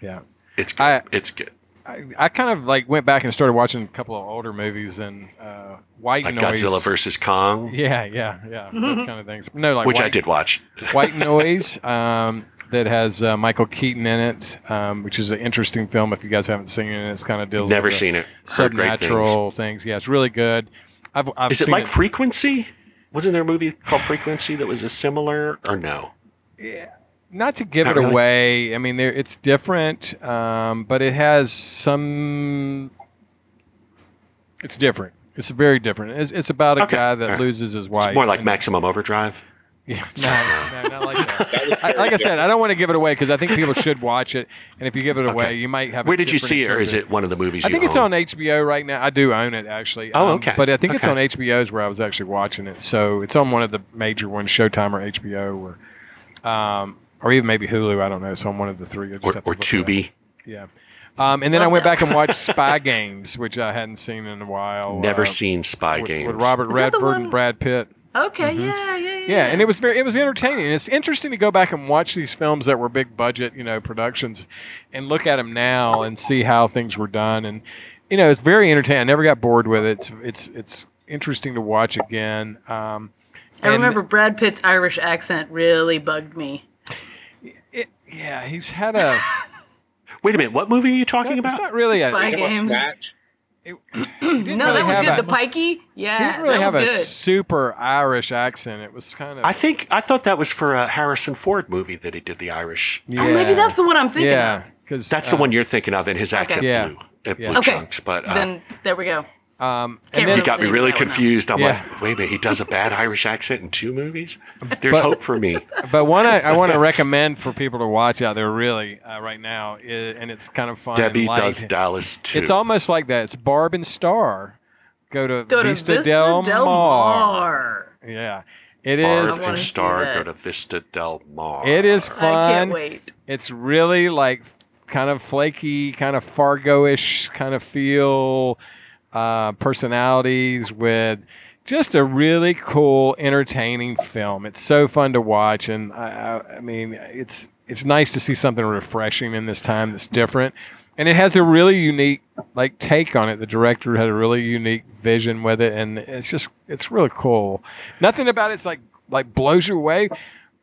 [SPEAKER 1] yeah.
[SPEAKER 6] It's good.
[SPEAKER 1] I-
[SPEAKER 6] it's good.
[SPEAKER 1] I, I kind of like went back and started watching a couple of older movies and uh, White
[SPEAKER 6] Like
[SPEAKER 1] Noise.
[SPEAKER 6] Godzilla versus Kong,
[SPEAKER 1] Yeah, yeah, yeah. Those kind of things. No, like
[SPEAKER 6] which I
[SPEAKER 1] White,
[SPEAKER 6] did watch.
[SPEAKER 1] White Noise um, that has uh, Michael Keaton in it, um, which is an interesting film if you guys haven't seen it. It's kind of deals
[SPEAKER 6] Never
[SPEAKER 1] with the
[SPEAKER 6] seen it. Heard great things.
[SPEAKER 1] subnatural things. Yeah, it's really good. I've, I've
[SPEAKER 6] Is it
[SPEAKER 1] seen
[SPEAKER 6] like Frequency? Wasn't there a movie called Frequency that was a similar or no?
[SPEAKER 1] not to give
[SPEAKER 6] Not
[SPEAKER 1] it
[SPEAKER 6] really.
[SPEAKER 1] away. I mean, there, it's different, um, but it has some. It's different. It's very different. It's, it's about a
[SPEAKER 6] Okay,
[SPEAKER 1] guy that
[SPEAKER 6] all right.
[SPEAKER 1] loses his wife.
[SPEAKER 6] It's more like
[SPEAKER 1] and-
[SPEAKER 6] Maximum Overdrive.
[SPEAKER 1] <laughs> Yeah, no, no, not like that.
[SPEAKER 5] that was
[SPEAKER 1] I, like
[SPEAKER 5] very
[SPEAKER 1] I said,
[SPEAKER 5] different.
[SPEAKER 1] I don't want to give it away because I think people should watch it. And if you give it away, you might have. a
[SPEAKER 6] Where did you
[SPEAKER 1] different
[SPEAKER 6] see it, or is
[SPEAKER 1] interpret-
[SPEAKER 6] it one of the movies?
[SPEAKER 1] I
[SPEAKER 6] you
[SPEAKER 1] think it's
[SPEAKER 6] own?
[SPEAKER 1] on HBO right now. I do own it actually. Um,
[SPEAKER 6] Oh, okay.
[SPEAKER 1] but I think it's
[SPEAKER 6] Okay.
[SPEAKER 1] on HBO's where I was actually watching it. So it's on one of the major ones, Showtime or HBO or, um, or even maybe Hulu. I don't know. It's on one of the three. I just
[SPEAKER 6] or,
[SPEAKER 1] have to
[SPEAKER 6] or
[SPEAKER 1] look it up.
[SPEAKER 6] Tubi.
[SPEAKER 1] Yeah. Um, and then I
[SPEAKER 4] Love
[SPEAKER 1] went
[SPEAKER 4] that.
[SPEAKER 1] back and watched
[SPEAKER 6] <laughs>
[SPEAKER 1] Spy Games, which I hadn't seen in a while.
[SPEAKER 6] Never
[SPEAKER 1] uh,
[SPEAKER 6] seen Spy
[SPEAKER 1] with,
[SPEAKER 6] Games.
[SPEAKER 1] with Robert
[SPEAKER 4] Is that the
[SPEAKER 1] Redford
[SPEAKER 4] one-
[SPEAKER 1] and Brad Pitt.
[SPEAKER 4] Okay. Yeah, yeah. Yeah.
[SPEAKER 1] Mm-hmm. Yeah, and it was very it was entertaining. It's interesting to go back and watch these films that were big budget, you know, productions, and look at them now and see how things were done. And you know, it's very entertaining. I never got bored with it. It's it's it's interesting to watch again. Um,
[SPEAKER 4] I
[SPEAKER 1] and-
[SPEAKER 4] remember Brad Pitt's Irish accent really bugged me.
[SPEAKER 1] It, yeah, he's had a.
[SPEAKER 6] Wait a minute, what movie are you talking
[SPEAKER 1] it's
[SPEAKER 6] about?
[SPEAKER 1] not really a.
[SPEAKER 4] Spy
[SPEAKER 1] he
[SPEAKER 5] Did you watch
[SPEAKER 4] games.
[SPEAKER 5] Snatch?
[SPEAKER 1] didn't
[SPEAKER 4] No,
[SPEAKER 1] really
[SPEAKER 4] that was
[SPEAKER 1] have
[SPEAKER 4] good.
[SPEAKER 1] a-
[SPEAKER 4] the Pikey.
[SPEAKER 1] He
[SPEAKER 4] Yeah,
[SPEAKER 1] didn't really
[SPEAKER 4] that
[SPEAKER 1] have
[SPEAKER 4] was
[SPEAKER 1] a
[SPEAKER 4] good.
[SPEAKER 1] super Irish accent. It was kind of.
[SPEAKER 6] I think I thought that was for a Harrison Ford movie that he did the Irish.
[SPEAKER 1] yeah,
[SPEAKER 4] Oh, maybe that's the one I'm thinking
[SPEAKER 1] yeah, uh, because
[SPEAKER 6] That's the one you're thinking of in his accent
[SPEAKER 1] Yeah.
[SPEAKER 6] blue, uh, blue
[SPEAKER 1] Yeah.
[SPEAKER 4] Okay.
[SPEAKER 6] chunks. But
[SPEAKER 4] of.
[SPEAKER 6] uh,
[SPEAKER 4] Then there we go.
[SPEAKER 1] Um,
[SPEAKER 4] Can't
[SPEAKER 1] and then,
[SPEAKER 6] you got me
[SPEAKER 4] Really
[SPEAKER 6] really
[SPEAKER 4] that one, huh?
[SPEAKER 6] confused. I'm
[SPEAKER 1] Yeah.
[SPEAKER 6] like, wait a minute, he does a bad Irish accent in
[SPEAKER 1] <laughs>
[SPEAKER 6] two movies. There's
[SPEAKER 1] But-
[SPEAKER 6] hope for me.
[SPEAKER 1] But one I, I want to <laughs> recommend for people to watch out there really uh, right now, <laughs> i and it's kind of fun. and
[SPEAKER 6] Debbie
[SPEAKER 1] light.
[SPEAKER 6] does Dallas too.
[SPEAKER 1] It's almost like that. It's Barb and Star. Go to
[SPEAKER 4] Go to
[SPEAKER 1] Vista, Del, Mar.
[SPEAKER 4] Mar.
[SPEAKER 1] Yeah, it is.
[SPEAKER 6] Barb
[SPEAKER 4] I wanna
[SPEAKER 6] and
[SPEAKER 4] see
[SPEAKER 6] Star
[SPEAKER 4] that.
[SPEAKER 6] go to Vista Del Mar.
[SPEAKER 1] It is
[SPEAKER 4] I
[SPEAKER 1] fun.
[SPEAKER 4] can't wait.
[SPEAKER 1] It's really like kind of flaky, kind of Fargo-ish kind of feel. uh, personalities with just a really cool, entertaining film. It's so fun to watch, and I, I, I mean, it's it's nice to see something refreshing in this time that's different, and it has a really unique like take on it. The director had a really unique vision with it, and it's just it's really cool. Nothing about it's like like blows you away,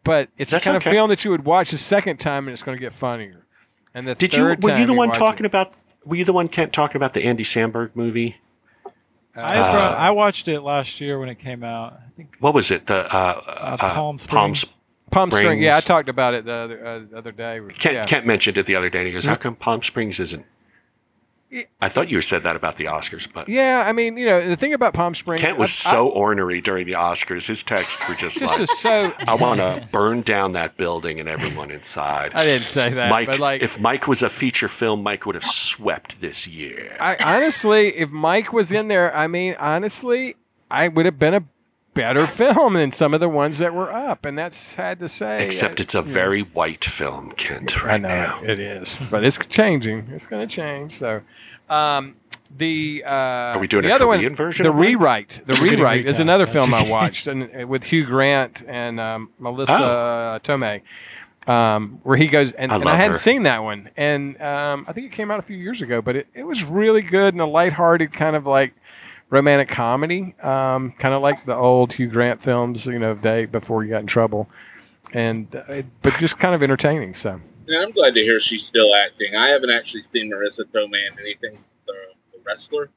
[SPEAKER 1] but it's
[SPEAKER 6] That's
[SPEAKER 1] the kind
[SPEAKER 6] okay.
[SPEAKER 1] of film that you would watch the second time, and it's going to get funnier. And the
[SPEAKER 6] Did you?
[SPEAKER 1] third
[SPEAKER 6] Were you
[SPEAKER 1] time
[SPEAKER 6] the one
[SPEAKER 1] watch it-
[SPEAKER 6] talking about? Were you the one Kent talking about the Andy Samberg movie?
[SPEAKER 7] I,
[SPEAKER 6] Uh,
[SPEAKER 7] brought, I watched it last year when it came out. I think
[SPEAKER 6] What was it? The uh, uh,
[SPEAKER 7] Palm
[SPEAKER 6] Palm,
[SPEAKER 7] Springs.
[SPEAKER 1] Palm Spring. Yeah, I
[SPEAKER 6] Springs.
[SPEAKER 1] talked about it the other, uh, the other day.
[SPEAKER 6] Kent,
[SPEAKER 1] yeah. Mm-hmm.
[SPEAKER 6] Kent mentioned it the other day. And he goes, "How come Palm Springs isn't?" I thought you said that about the Oscars, but
[SPEAKER 1] Yeah, I mean, you know, the thing about Palm Springs.
[SPEAKER 6] Kent was so ornery during the Oscars. His texts were just,
[SPEAKER 1] Just
[SPEAKER 6] like,
[SPEAKER 1] is so- <laughs>
[SPEAKER 6] "I want to burn down that building and everyone inside."
[SPEAKER 1] I didn't say that,
[SPEAKER 6] Mike.
[SPEAKER 1] but, like-
[SPEAKER 6] if Mike was a feature film, Mike would have swept this year.
[SPEAKER 1] I honestly, if Mike was in there, I mean, honestly, I would have been a better <laughs> film than some of the ones that were up, and that's sad to say. Uh,
[SPEAKER 6] Except it's a very white film, Kent. <laughs> Right
[SPEAKER 1] know,
[SPEAKER 6] now,
[SPEAKER 1] it is. But it's changing. It's going to change. So, um, the uh, are
[SPEAKER 6] we doing
[SPEAKER 1] the
[SPEAKER 6] a
[SPEAKER 1] other one,
[SPEAKER 6] Korean version
[SPEAKER 1] The
[SPEAKER 6] of that?
[SPEAKER 1] rewrite. The
[SPEAKER 6] We're getting
[SPEAKER 1] rewrite is
[SPEAKER 6] recast,
[SPEAKER 1] another
[SPEAKER 6] huh? <laughs>
[SPEAKER 1] film I watched, and uh, with Hugh Grant and um, Melissa Tomei, um, where he goes and
[SPEAKER 6] Oh. I
[SPEAKER 1] I, and I
[SPEAKER 6] love
[SPEAKER 1] hadn't
[SPEAKER 6] her.
[SPEAKER 1] seen that one, and um, I think it came out a few years ago, but it, it was really good and a lighthearted kind of like romantic comedy, um, kind of like the old Hugh Grant films, you know, of day before he got in trouble. And uh, it, but just kind of entertaining. So
[SPEAKER 5] And I'm glad to hear she's still acting. I haven't actually seen Marissa Tomei in anything. The, the wrestler.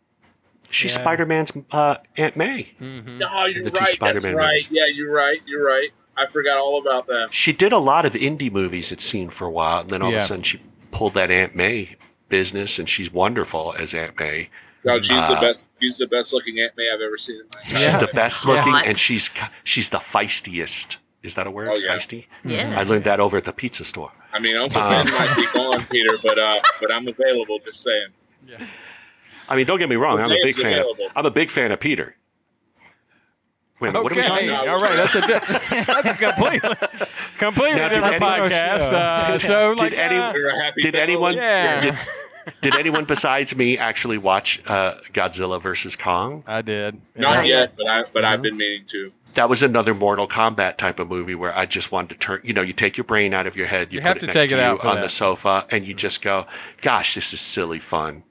[SPEAKER 6] she's Spider Man's uh, Aunt May.
[SPEAKER 1] Mm-hmm.
[SPEAKER 5] No, you're
[SPEAKER 6] Mm-hmm. The two
[SPEAKER 5] right. That's
[SPEAKER 6] Spider-Man
[SPEAKER 5] right.
[SPEAKER 6] movies.
[SPEAKER 5] Yeah, you're right. You're right. I forgot all about that.
[SPEAKER 6] She did a lot of indie movies. It seemed for a while, and then all of
[SPEAKER 5] Yeah.
[SPEAKER 6] a sudden she pulled that Aunt May business, and she's wonderful as Aunt May.
[SPEAKER 5] No, she's the
[SPEAKER 6] Uh,
[SPEAKER 5] best. She's the best looking Aunt May I've ever seen in my life.
[SPEAKER 6] She's the best looking,
[SPEAKER 5] Hot.
[SPEAKER 6] and she's she's the feistiest. Is that a word?
[SPEAKER 5] Oh, yeah.
[SPEAKER 6] Feisty.
[SPEAKER 5] Yeah.
[SPEAKER 6] I learned that over at the pizza store.
[SPEAKER 5] I mean, Uncle
[SPEAKER 6] Uh,
[SPEAKER 5] Ben might be gone, Peter, but uh, but I'm available. Just saying.
[SPEAKER 6] I mean, don't get me wrong. I'm a
[SPEAKER 5] Name's
[SPEAKER 6] big fan. Of,
[SPEAKER 5] available.
[SPEAKER 6] I'm a big fan of Peter. Wait a minute. What are we talking about?
[SPEAKER 1] all right, that's a
[SPEAKER 6] <laughs>
[SPEAKER 1] di- that's a completely completely
[SPEAKER 6] Now, did
[SPEAKER 1] different
[SPEAKER 6] anyone-
[SPEAKER 1] podcast. Uh,
[SPEAKER 6] Did-
[SPEAKER 1] so
[SPEAKER 6] did
[SPEAKER 1] like,
[SPEAKER 6] any-
[SPEAKER 1] uh,
[SPEAKER 6] Did anyone?
[SPEAKER 1] Yeah.
[SPEAKER 6] Did, did anyone besides me actually watch uh, Godzilla versus Kong?
[SPEAKER 1] I did.
[SPEAKER 5] Not yet, Uh-huh. but I but I've been meaning to.
[SPEAKER 6] That was another Mortal Kombat type of movie where I just wanted to turn. You know, you take your brain out of your head, you,
[SPEAKER 1] You
[SPEAKER 6] put
[SPEAKER 1] have
[SPEAKER 6] it
[SPEAKER 1] to
[SPEAKER 6] next
[SPEAKER 1] take
[SPEAKER 6] to
[SPEAKER 1] it
[SPEAKER 6] you
[SPEAKER 1] out for
[SPEAKER 6] on the
[SPEAKER 1] that.
[SPEAKER 6] sofa, and you just go, "Gosh, this is silly fun."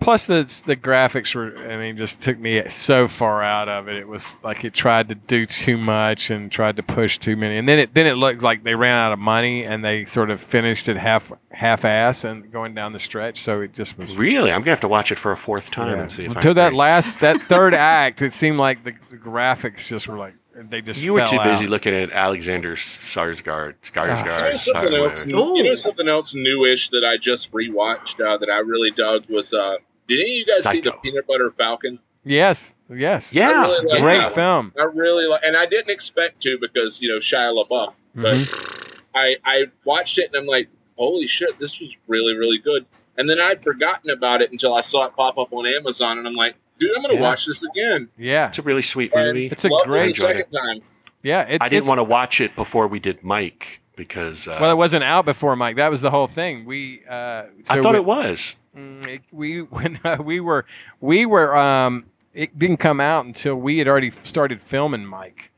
[SPEAKER 1] Plus the the graphics were. I mean, just took me so far out of it. It was like it tried to do too much and tried to push too many, and then it then it looked like they ran out of money and they sort of finished it half half ass and going down the stretch. So it just was
[SPEAKER 6] Really, I'm gonna have to watch it for a fourth time
[SPEAKER 1] Yeah.
[SPEAKER 6] and see if I
[SPEAKER 1] until that
[SPEAKER 6] agree.
[SPEAKER 1] last that
[SPEAKER 6] <laughs>
[SPEAKER 1] third act. It seemed like the, the graphics just were like they just
[SPEAKER 6] You were
[SPEAKER 1] fell
[SPEAKER 6] too
[SPEAKER 1] out.
[SPEAKER 6] busy looking at Alexander Sarsgaard.
[SPEAKER 5] You
[SPEAKER 6] Skarsgård.
[SPEAKER 5] know, <laughs> something else,
[SPEAKER 6] Sar-
[SPEAKER 5] you know something else newish that I just rewatched uh, that I really dug was uh, did any of you guys see the Peanut Butter Falcon?
[SPEAKER 1] Yes, yes,
[SPEAKER 5] I really
[SPEAKER 1] great
[SPEAKER 5] liked that one.
[SPEAKER 1] film.
[SPEAKER 5] I really like, and I didn't expect to because you know Shia LaBeouf, but
[SPEAKER 1] Mm-hmm.
[SPEAKER 5] I I watched it and I'm like, holy shit, this was really really good. And then I'd forgotten about it until I saw it pop up on Amazon, and I'm like, dude, I'm gonna
[SPEAKER 6] Yeah.
[SPEAKER 5] watch this again.
[SPEAKER 1] Yeah,
[SPEAKER 6] It's a really sweet
[SPEAKER 5] And
[SPEAKER 6] movie.
[SPEAKER 5] loved it
[SPEAKER 6] I
[SPEAKER 5] the
[SPEAKER 6] enjoyed
[SPEAKER 5] second
[SPEAKER 6] it.
[SPEAKER 5] time.
[SPEAKER 1] Yeah, it,
[SPEAKER 6] I didn't
[SPEAKER 1] it's-
[SPEAKER 6] want to watch it before we did Mike because uh,
[SPEAKER 1] Well, it wasn't out before Mike. That was the whole thing. We uh,
[SPEAKER 6] I
[SPEAKER 1] so
[SPEAKER 6] thought
[SPEAKER 1] we-
[SPEAKER 6] it was.
[SPEAKER 1] Mm, it- We <laughs> when uh, we were we were um, it didn't come out until we had already started filming Mike.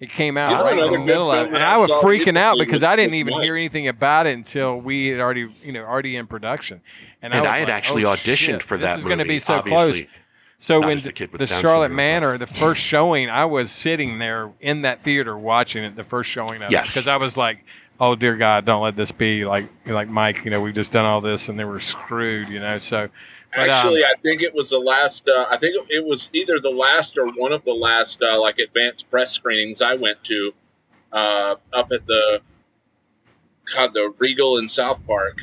[SPEAKER 1] It came out
[SPEAKER 6] Yeah,
[SPEAKER 1] right in
[SPEAKER 6] another
[SPEAKER 1] the
[SPEAKER 6] good
[SPEAKER 1] middle of
[SPEAKER 6] film
[SPEAKER 1] it,
[SPEAKER 6] that
[SPEAKER 1] and
[SPEAKER 6] I
[SPEAKER 1] I was
[SPEAKER 6] saw
[SPEAKER 1] freaking out
[SPEAKER 6] recently
[SPEAKER 1] because
[SPEAKER 6] was-
[SPEAKER 1] I didn't
[SPEAKER 6] was
[SPEAKER 1] even
[SPEAKER 6] Mike.
[SPEAKER 1] hear anything about it until we had already you know already in production. And,
[SPEAKER 6] And
[SPEAKER 1] was
[SPEAKER 6] I had
[SPEAKER 1] like,
[SPEAKER 6] actually
[SPEAKER 1] "Oh,
[SPEAKER 6] auditioned
[SPEAKER 1] shit,
[SPEAKER 6] for
[SPEAKER 1] this
[SPEAKER 6] that
[SPEAKER 1] is gonna
[SPEAKER 6] movie,
[SPEAKER 1] be so
[SPEAKER 6] obviously.
[SPEAKER 1] close. So
[SPEAKER 6] Not
[SPEAKER 1] when
[SPEAKER 6] as
[SPEAKER 1] the,
[SPEAKER 6] the kid with
[SPEAKER 1] the
[SPEAKER 6] Down
[SPEAKER 1] Charlotte
[SPEAKER 6] syndrome,
[SPEAKER 1] Manor, the first showing, I was sitting there in that theater watching it. The first showing of
[SPEAKER 6] Yes.
[SPEAKER 1] because I was like, "Oh dear God, don't let this be like like Mike. You know, we've just done all this and they were screwed. You know." So, but
[SPEAKER 5] Actually,
[SPEAKER 1] um,
[SPEAKER 5] I think it was the last. Uh, I think it was either the last or one of the last uh, like advanced press screenings I went to uh, up at the God the Regal in South Park.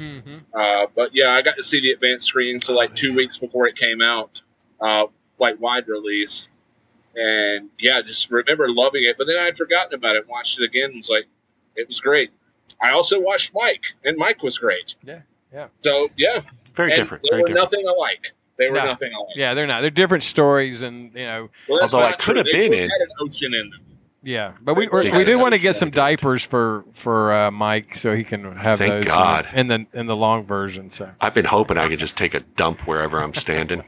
[SPEAKER 5] Uh, but yeah, I got to see the advanced screening so like two weeks before it came out, uh, like wide release. And yeah, just remember loving it. But then I had forgotten about it. Watched it again. and Was like, it was great. I also watched Mike, and Mike was great.
[SPEAKER 1] Yeah, yeah.
[SPEAKER 5] So yeah,
[SPEAKER 6] Very
[SPEAKER 5] And
[SPEAKER 6] different,
[SPEAKER 5] They
[SPEAKER 6] very
[SPEAKER 5] were
[SPEAKER 6] different.
[SPEAKER 5] nothing alike. They were
[SPEAKER 1] No.
[SPEAKER 5] nothing alike.
[SPEAKER 1] yeah, they're not. They're different stories, and you know,
[SPEAKER 5] Well, that's
[SPEAKER 6] Although I
[SPEAKER 5] not
[SPEAKER 6] could
[SPEAKER 5] true.
[SPEAKER 6] have
[SPEAKER 5] They
[SPEAKER 6] been
[SPEAKER 5] both
[SPEAKER 6] in.
[SPEAKER 5] had an ocean in them.
[SPEAKER 1] yeah. But we
[SPEAKER 5] They
[SPEAKER 1] we're,
[SPEAKER 5] did.
[SPEAKER 1] we do want to get some diapers for for uh, Mike so he can have
[SPEAKER 6] Thank
[SPEAKER 1] those in the-
[SPEAKER 6] God.
[SPEAKER 1] in the in the long version. So
[SPEAKER 6] I've been hoping I could just take a dump wherever I'm standing.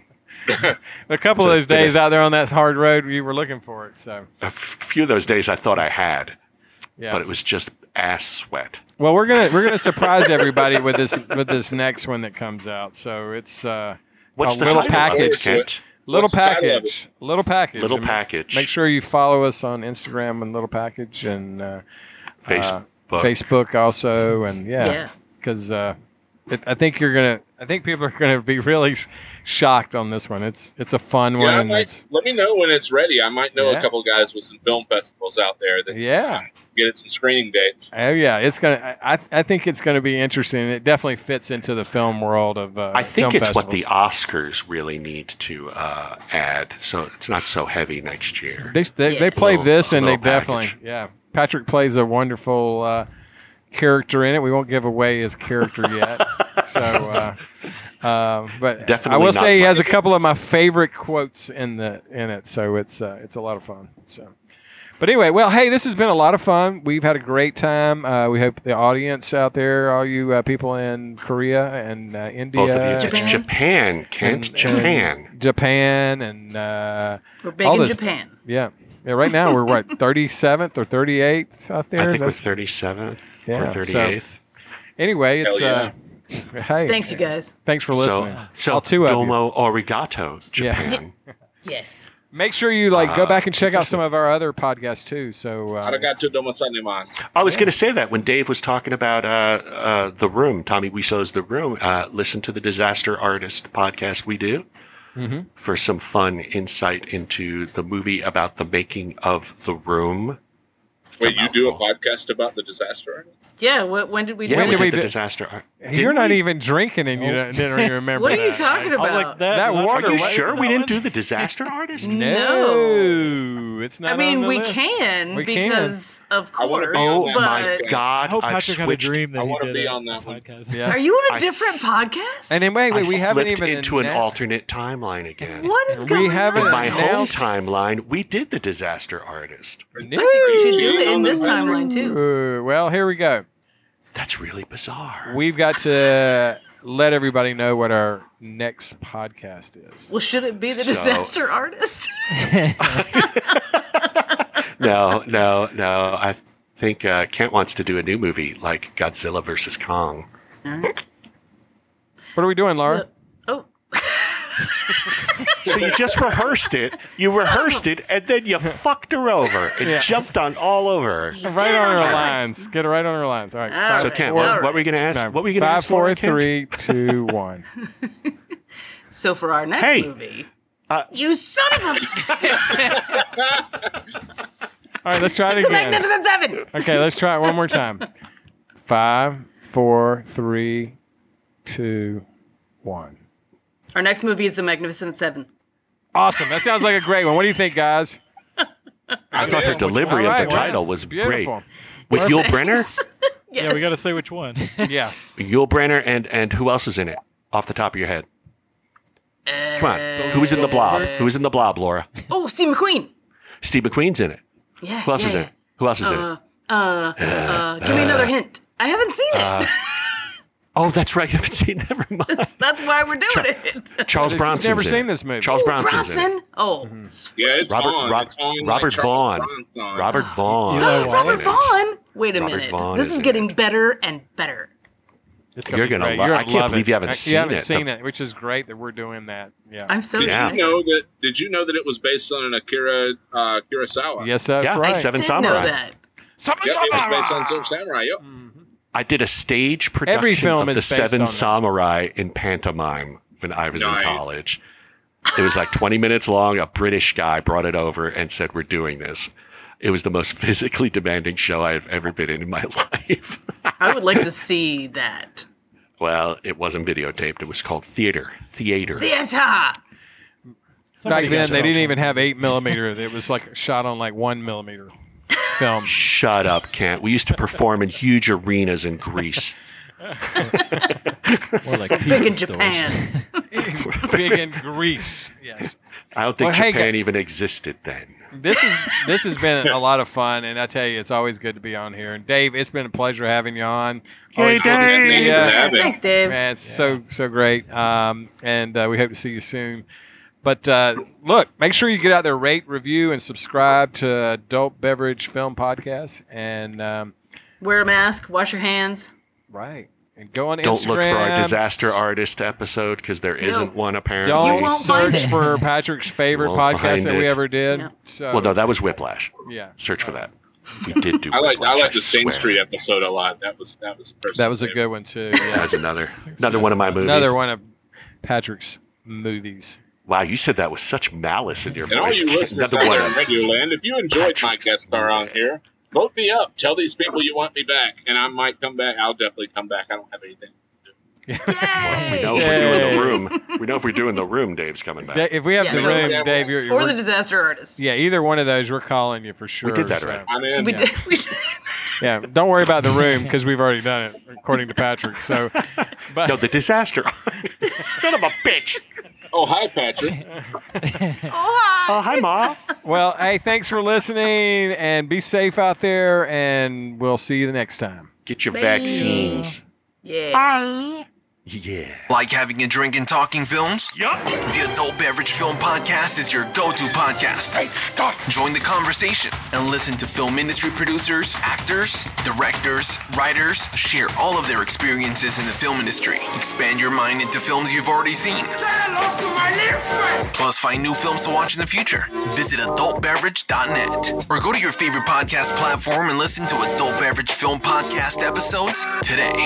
[SPEAKER 1] A couple of
[SPEAKER 6] So,
[SPEAKER 1] those
[SPEAKER 6] did I-
[SPEAKER 1] days out there on that hard road, you were looking for it. So,
[SPEAKER 6] A f- few of those days I thought I had,
[SPEAKER 1] yeah.
[SPEAKER 6] but it was just ass sweat.
[SPEAKER 1] Well, we're gonna we're gonna surprise everybody with this with this next one that comes out. So it's uh,
[SPEAKER 6] What's
[SPEAKER 1] a
[SPEAKER 6] the
[SPEAKER 1] little
[SPEAKER 6] title of it,
[SPEAKER 1] package,
[SPEAKER 6] Kent?
[SPEAKER 1] little
[SPEAKER 5] What's the title of
[SPEAKER 1] package, little package,
[SPEAKER 6] Little
[SPEAKER 1] And
[SPEAKER 6] Package.
[SPEAKER 1] Make sure you follow us on Instagram and little package and uh,
[SPEAKER 6] Facebook.
[SPEAKER 1] uh, Facebook also, and yeah,
[SPEAKER 4] Yeah.
[SPEAKER 1] because uh, it, I think you're gonna I think people are gonna be really s- shocked on this one. It's it's a fun one.
[SPEAKER 5] Yeah, I
[SPEAKER 1] and
[SPEAKER 5] might,
[SPEAKER 1] it's,
[SPEAKER 5] let me know when it's ready. I might know
[SPEAKER 1] Yeah.
[SPEAKER 5] a couple guys with some film festivals out there that
[SPEAKER 1] yeah.
[SPEAKER 5] get it some screening dates.
[SPEAKER 1] Oh yeah, it's gonna. I, I think it's gonna be interesting. It definitely fits into the film world of. Uh,
[SPEAKER 6] I think
[SPEAKER 1] film
[SPEAKER 6] it's what the
[SPEAKER 1] festivals.
[SPEAKER 6] Oscars really need to uh, add, so it's not so heavy next year.
[SPEAKER 1] they they,
[SPEAKER 4] Yeah.
[SPEAKER 1] they play
[SPEAKER 6] Little-
[SPEAKER 1] this and they
[SPEAKER 6] little package.
[SPEAKER 1] definitely yeah. Patrick plays a wonderful uh, character in it. We won't give away his character
[SPEAKER 6] <laughs>
[SPEAKER 1] yet. so, uh, uh, but
[SPEAKER 6] Definitely
[SPEAKER 1] I will
[SPEAKER 6] not
[SPEAKER 1] say he has a
[SPEAKER 6] mine.
[SPEAKER 1] couple of my favorite quotes in the in it. So it's uh, it's a lot of fun. So. But anyway, well, hey, this has been a lot of fun. We've had a great time. Uh, we hope the audience out there, all you uh, people in Korea and uh, India,
[SPEAKER 6] Both of you,
[SPEAKER 1] and-
[SPEAKER 6] It's
[SPEAKER 4] Japan.
[SPEAKER 6] Japan,
[SPEAKER 1] and-
[SPEAKER 6] Kent,
[SPEAKER 1] and
[SPEAKER 6] Japan.
[SPEAKER 1] Japan, and uh,
[SPEAKER 4] We're big
[SPEAKER 1] All
[SPEAKER 4] in
[SPEAKER 1] this-
[SPEAKER 4] Japan.
[SPEAKER 1] yeah, yeah. Right now we're
[SPEAKER 4] <laughs>
[SPEAKER 1] what thirty seventh or thirty eighth out there.
[SPEAKER 6] I think we're
[SPEAKER 1] That's-
[SPEAKER 6] thirty seventh
[SPEAKER 1] Yeah,
[SPEAKER 6] or
[SPEAKER 1] so-
[SPEAKER 6] thirty eighth.
[SPEAKER 1] anyway, it's
[SPEAKER 5] Hell
[SPEAKER 1] uh, <laughs> hey,
[SPEAKER 4] Thanks, you guys.
[SPEAKER 1] Thanks for listening.
[SPEAKER 6] So, so
[SPEAKER 1] All two of you.
[SPEAKER 6] domo arigato,
[SPEAKER 1] Yeah.
[SPEAKER 6] Japan.
[SPEAKER 4] Yes.
[SPEAKER 1] Make sure you like go
[SPEAKER 6] Uh,
[SPEAKER 1] back and check out some of our other podcasts too. So uh,
[SPEAKER 5] Arigato domosanimasu.
[SPEAKER 6] I was going to say that when Dave was talking about uh, uh, the room, Tommy Wiseau's the room. Uh, listen to the Disaster Artist podcast we do
[SPEAKER 1] Mm-hmm.
[SPEAKER 6] for some fun insight into the movie about the making of the room. It's
[SPEAKER 5] Wait, you do a
[SPEAKER 6] mouthful.
[SPEAKER 5] podcast about the disaster?
[SPEAKER 4] Yeah. What, when did we
[SPEAKER 6] Yeah,
[SPEAKER 1] When
[SPEAKER 4] do
[SPEAKER 6] we
[SPEAKER 1] did
[SPEAKER 6] did
[SPEAKER 1] we
[SPEAKER 6] the
[SPEAKER 1] do-
[SPEAKER 6] disaster. Art.
[SPEAKER 1] you're
[SPEAKER 6] Didn't
[SPEAKER 1] not
[SPEAKER 6] we?
[SPEAKER 1] even didn't even drinking, and you don't- didn't even remember.
[SPEAKER 4] What are you
[SPEAKER 1] that.
[SPEAKER 4] talking
[SPEAKER 7] I
[SPEAKER 4] about?
[SPEAKER 7] like that.
[SPEAKER 1] That
[SPEAKER 7] not-
[SPEAKER 1] water-
[SPEAKER 6] Are you
[SPEAKER 1] Wait,
[SPEAKER 6] sure we
[SPEAKER 7] that
[SPEAKER 6] didn't do
[SPEAKER 7] one?
[SPEAKER 6] the
[SPEAKER 1] <laughs>
[SPEAKER 6] disaster artist?
[SPEAKER 1] No, it's not.
[SPEAKER 4] I mean,
[SPEAKER 1] on the
[SPEAKER 4] we
[SPEAKER 1] list.
[SPEAKER 4] can
[SPEAKER 1] We can.
[SPEAKER 4] because of
[SPEAKER 5] I wanna
[SPEAKER 4] course.
[SPEAKER 5] be on
[SPEAKER 6] Oh
[SPEAKER 5] that
[SPEAKER 6] my
[SPEAKER 4] but
[SPEAKER 7] I
[SPEAKER 6] God!
[SPEAKER 7] hope
[SPEAKER 6] I've
[SPEAKER 7] Patrick had a
[SPEAKER 6] switched.
[SPEAKER 7] dream that
[SPEAKER 5] I
[SPEAKER 7] he
[SPEAKER 5] wanna
[SPEAKER 7] did
[SPEAKER 5] be
[SPEAKER 7] a
[SPEAKER 5] on that one.
[SPEAKER 7] podcast.
[SPEAKER 1] Yeah.
[SPEAKER 4] are you on a
[SPEAKER 6] I
[SPEAKER 4] different
[SPEAKER 6] s-
[SPEAKER 4] podcast?
[SPEAKER 1] And then wait,
[SPEAKER 6] I
[SPEAKER 1] wait, we haven't
[SPEAKER 6] slipped
[SPEAKER 1] even
[SPEAKER 6] into an
[SPEAKER 1] annou-
[SPEAKER 6] alternate timeline again.
[SPEAKER 4] what is
[SPEAKER 1] We
[SPEAKER 4] going
[SPEAKER 1] haven't-
[SPEAKER 4] on?
[SPEAKER 6] In my home
[SPEAKER 1] announced-
[SPEAKER 6] timeline, we did the disaster artist.
[SPEAKER 1] No.
[SPEAKER 4] I think we should do it in this timeline too.
[SPEAKER 1] Uh, well, here we go.
[SPEAKER 6] That's really bizarre.
[SPEAKER 1] We've got to <laughs> let everybody know what our next podcast is.
[SPEAKER 4] Well, should it be the
[SPEAKER 6] So-
[SPEAKER 4] disaster artist? <laughs>
[SPEAKER 6] no, no, no. I think uh, Kent wants to do a new movie like Godzilla versus Kong.
[SPEAKER 1] What are we doing, Laura?
[SPEAKER 4] So- oh,
[SPEAKER 6] So
[SPEAKER 1] <laughs>
[SPEAKER 6] you just rehearsed it, you rehearsed it, and then you fucked her over and
[SPEAKER 1] Yeah.
[SPEAKER 6] jumped on all over. her.
[SPEAKER 1] right
[SPEAKER 4] Get
[SPEAKER 1] on
[SPEAKER 4] on
[SPEAKER 1] our
[SPEAKER 4] purpose.
[SPEAKER 1] lines. Get it right on our lines. All right.
[SPEAKER 4] All
[SPEAKER 6] So
[SPEAKER 4] right,
[SPEAKER 6] Kent,
[SPEAKER 4] all
[SPEAKER 6] what,
[SPEAKER 4] right.
[SPEAKER 6] what were you going to ask?
[SPEAKER 1] No,
[SPEAKER 6] what were you going to
[SPEAKER 1] five,
[SPEAKER 6] ask?
[SPEAKER 1] four,
[SPEAKER 6] Laura, Kent?
[SPEAKER 1] three, two, <laughs> one.
[SPEAKER 4] so for our next
[SPEAKER 6] Hey.
[SPEAKER 4] movie,
[SPEAKER 6] Uh,
[SPEAKER 4] you son of a
[SPEAKER 1] All right, let's try it again.
[SPEAKER 4] Magnificent Seven!
[SPEAKER 1] Okay, let's try it one more time. Five, four, three, two, one.
[SPEAKER 4] Our next movie is the Magnificent Seven.
[SPEAKER 1] Awesome. That sounds like a great one. What do you think, guys?
[SPEAKER 6] I thought her delivery
[SPEAKER 1] All
[SPEAKER 6] of
[SPEAKER 1] right,
[SPEAKER 6] the
[SPEAKER 1] well,
[SPEAKER 6] title was
[SPEAKER 1] beautiful.
[SPEAKER 6] great. With Yul
[SPEAKER 1] <laughs>
[SPEAKER 6] Brenner,
[SPEAKER 4] Yes.
[SPEAKER 7] Yeah, we got to say which one.
[SPEAKER 1] Yeah.
[SPEAKER 6] <laughs> Yul Brenner, and and who else is in it? Off the top of your head, come on. Who was in the Blob? Who was in the Blob? Laura,
[SPEAKER 4] Oh, Steve McQueen.
[SPEAKER 6] Steve McQueen's in it.
[SPEAKER 4] Yeah.
[SPEAKER 6] Who else
[SPEAKER 4] yeah,
[SPEAKER 6] is in
[SPEAKER 4] yeah.
[SPEAKER 6] it? Who else is in
[SPEAKER 1] Uh-huh.
[SPEAKER 6] it?
[SPEAKER 4] Uh, give me
[SPEAKER 6] <sighs>
[SPEAKER 4] another hint. I haven't seen it.
[SPEAKER 6] Uh, Oh, that's right. <laughs> You haven't seen. Never mind.
[SPEAKER 4] <laughs> That's why we're doing it.
[SPEAKER 6] Charles
[SPEAKER 1] She's
[SPEAKER 6] Bronson's
[SPEAKER 1] never
[SPEAKER 6] in
[SPEAKER 1] seen
[SPEAKER 6] it.
[SPEAKER 1] this movie.
[SPEAKER 6] Charles
[SPEAKER 4] Ooh,
[SPEAKER 6] Bronson's in it.
[SPEAKER 4] Bronson. Oh, s-
[SPEAKER 5] Yeah, it's
[SPEAKER 6] Robert,
[SPEAKER 5] on.
[SPEAKER 6] Rob-
[SPEAKER 5] it's on
[SPEAKER 6] Robert Vaughn. Robert Vaughn. is
[SPEAKER 7] know why.
[SPEAKER 6] in
[SPEAKER 4] Robert
[SPEAKER 6] it.
[SPEAKER 4] Vaughn. Wait a
[SPEAKER 6] Oh, Robert
[SPEAKER 4] minute.
[SPEAKER 6] Vaughn
[SPEAKER 4] this
[SPEAKER 6] is
[SPEAKER 4] is
[SPEAKER 6] in
[SPEAKER 4] getting better and better.
[SPEAKER 1] It's
[SPEAKER 6] You're
[SPEAKER 1] be
[SPEAKER 6] gonna
[SPEAKER 1] great.
[SPEAKER 6] lo-
[SPEAKER 1] You're
[SPEAKER 6] I can't
[SPEAKER 1] love
[SPEAKER 6] believe you haven't
[SPEAKER 1] Uh,
[SPEAKER 6] seen
[SPEAKER 1] You haven't
[SPEAKER 6] it. The-
[SPEAKER 1] seen it, which is great that we're doing that. Yeah.
[SPEAKER 4] I'm so
[SPEAKER 6] Yeah.
[SPEAKER 5] Did you
[SPEAKER 4] excited.
[SPEAKER 5] know that? Did you know that it was based on an Akira uh, Kurosawa?
[SPEAKER 1] Yes, that's
[SPEAKER 6] Yeah,
[SPEAKER 1] right.
[SPEAKER 6] seven
[SPEAKER 4] Did
[SPEAKER 6] samurai.
[SPEAKER 4] know that.
[SPEAKER 1] Seven
[SPEAKER 5] Yep, it was
[SPEAKER 1] Samurai!
[SPEAKER 5] based on Silver Samurai. Yep.
[SPEAKER 6] I did a stage production
[SPEAKER 1] Every film
[SPEAKER 6] of
[SPEAKER 1] is
[SPEAKER 6] the
[SPEAKER 1] based
[SPEAKER 6] Seven
[SPEAKER 1] on that.
[SPEAKER 6] Samurai in pantomime when I was
[SPEAKER 5] Nice.
[SPEAKER 6] in college. It was like 20 minutes long. A British guy brought it over and said, "We're doing this." It was the most <laughs> physically demanding show I have ever been in in my <laughs> life.
[SPEAKER 4] I would like to see that.
[SPEAKER 6] well, it wasn't videotaped. It was called theater. Theater.
[SPEAKER 4] Theater.
[SPEAKER 1] Back
[SPEAKER 7] Somebody got
[SPEAKER 1] then, they didn't
[SPEAKER 7] something.
[SPEAKER 1] even have eight millimeter. It was like shot on like one millimeter film.
[SPEAKER 6] Shut up, Kent. We used to perform in huge arenas in Greece.
[SPEAKER 7] More like
[SPEAKER 4] Big
[SPEAKER 7] pizza
[SPEAKER 4] in
[SPEAKER 7] stores.
[SPEAKER 4] Japan.
[SPEAKER 1] <laughs> <laughs> Big in Greece. Yes.
[SPEAKER 6] I don't think
[SPEAKER 1] Well, hey,
[SPEAKER 6] Japan
[SPEAKER 1] gu-
[SPEAKER 6] even existed then.
[SPEAKER 1] This is this has been a lot of fun, and I tell you, it's always good to be on here. And Dave, it's been a pleasure having you on. Always good to see
[SPEAKER 5] Dave.
[SPEAKER 1] you.
[SPEAKER 5] Yeah.
[SPEAKER 4] Thanks, Dave.
[SPEAKER 1] Man, it's so so great. Um, and uh, we hope to see you soon. But uh, look, make sure you get out there, rate, review, and subscribe to Adult Beverage Film Podcast, and um,
[SPEAKER 4] Wear a mask, wash your <laughs> hands.
[SPEAKER 1] Right. and go on
[SPEAKER 6] Don't
[SPEAKER 1] Instagram.
[SPEAKER 6] look for our disaster artist episode because there isn't one apparently.
[SPEAKER 1] Don't search for Patrick's favorite
[SPEAKER 6] Won't
[SPEAKER 1] podcast
[SPEAKER 6] find
[SPEAKER 1] that we
[SPEAKER 6] it.
[SPEAKER 1] ever did. So
[SPEAKER 6] well, no, that was Whiplash.
[SPEAKER 1] Yeah.
[SPEAKER 6] Search for that. We did do.
[SPEAKER 5] I like I
[SPEAKER 6] Whiplash,
[SPEAKER 5] like the Sing
[SPEAKER 6] swear.
[SPEAKER 5] Street episode a lot. That was that was a person.
[SPEAKER 1] that was a good one
[SPEAKER 6] <laughs>
[SPEAKER 1] too. Yeah. <laughs>
[SPEAKER 6] That's another another one of my movies.
[SPEAKER 1] Another one of Patrick's movies.
[SPEAKER 6] Wow, you said that with such malice in your
[SPEAKER 5] And all
[SPEAKER 6] voice.
[SPEAKER 5] you listeners out
[SPEAKER 6] another one.
[SPEAKER 5] there in
[SPEAKER 6] of-
[SPEAKER 5] Radio Land, if you enjoyed my guest star on here, vote me up. Tell these people you want me back, and I might come back. I'll definitely come back. I don't have anything.
[SPEAKER 6] <laughs> we know if we're doing the room. We know if we're doing the room. Dave's coming back.
[SPEAKER 1] Da- If we have
[SPEAKER 4] Yeah,
[SPEAKER 1] the
[SPEAKER 4] totally.
[SPEAKER 1] room,
[SPEAKER 4] Yeah,
[SPEAKER 1] Dave, you're,
[SPEAKER 4] Or
[SPEAKER 1] we're-
[SPEAKER 4] the disaster artist.
[SPEAKER 1] Yeah, either one of those, we're calling you for sure.
[SPEAKER 6] did that
[SPEAKER 1] so-
[SPEAKER 6] already.
[SPEAKER 5] I'm in.
[SPEAKER 4] We
[SPEAKER 1] Yeah.
[SPEAKER 4] did, <laughs> we did.
[SPEAKER 1] Yeah, don't worry about the room because we've already done it, according to Patrick.
[SPEAKER 6] <laughs>
[SPEAKER 1] So, but
[SPEAKER 6] No, the disaster. <laughs> Son of a bitch.
[SPEAKER 5] Oh, hi, Patrick.
[SPEAKER 6] Oh, hi, Ma.
[SPEAKER 1] well, hey, thanks for listening, and be safe out there, and we'll see you the next time.
[SPEAKER 6] Get your vaccines.
[SPEAKER 4] Yeah.
[SPEAKER 6] Yeah.
[SPEAKER 2] Like having a drink and talking films?
[SPEAKER 6] Yup.
[SPEAKER 2] The Adult Beverage Film Podcast is your go to podcast. Join the conversation and listen to film industry producers, actors, directors, writers share all of their experiences in the film industry. Expand your mind into films you've already seen. Plus, find new films to watch in the future. Visit adultbeverage.net or go to your favorite podcast platform and listen to Adult Beverage Film Podcast episodes today.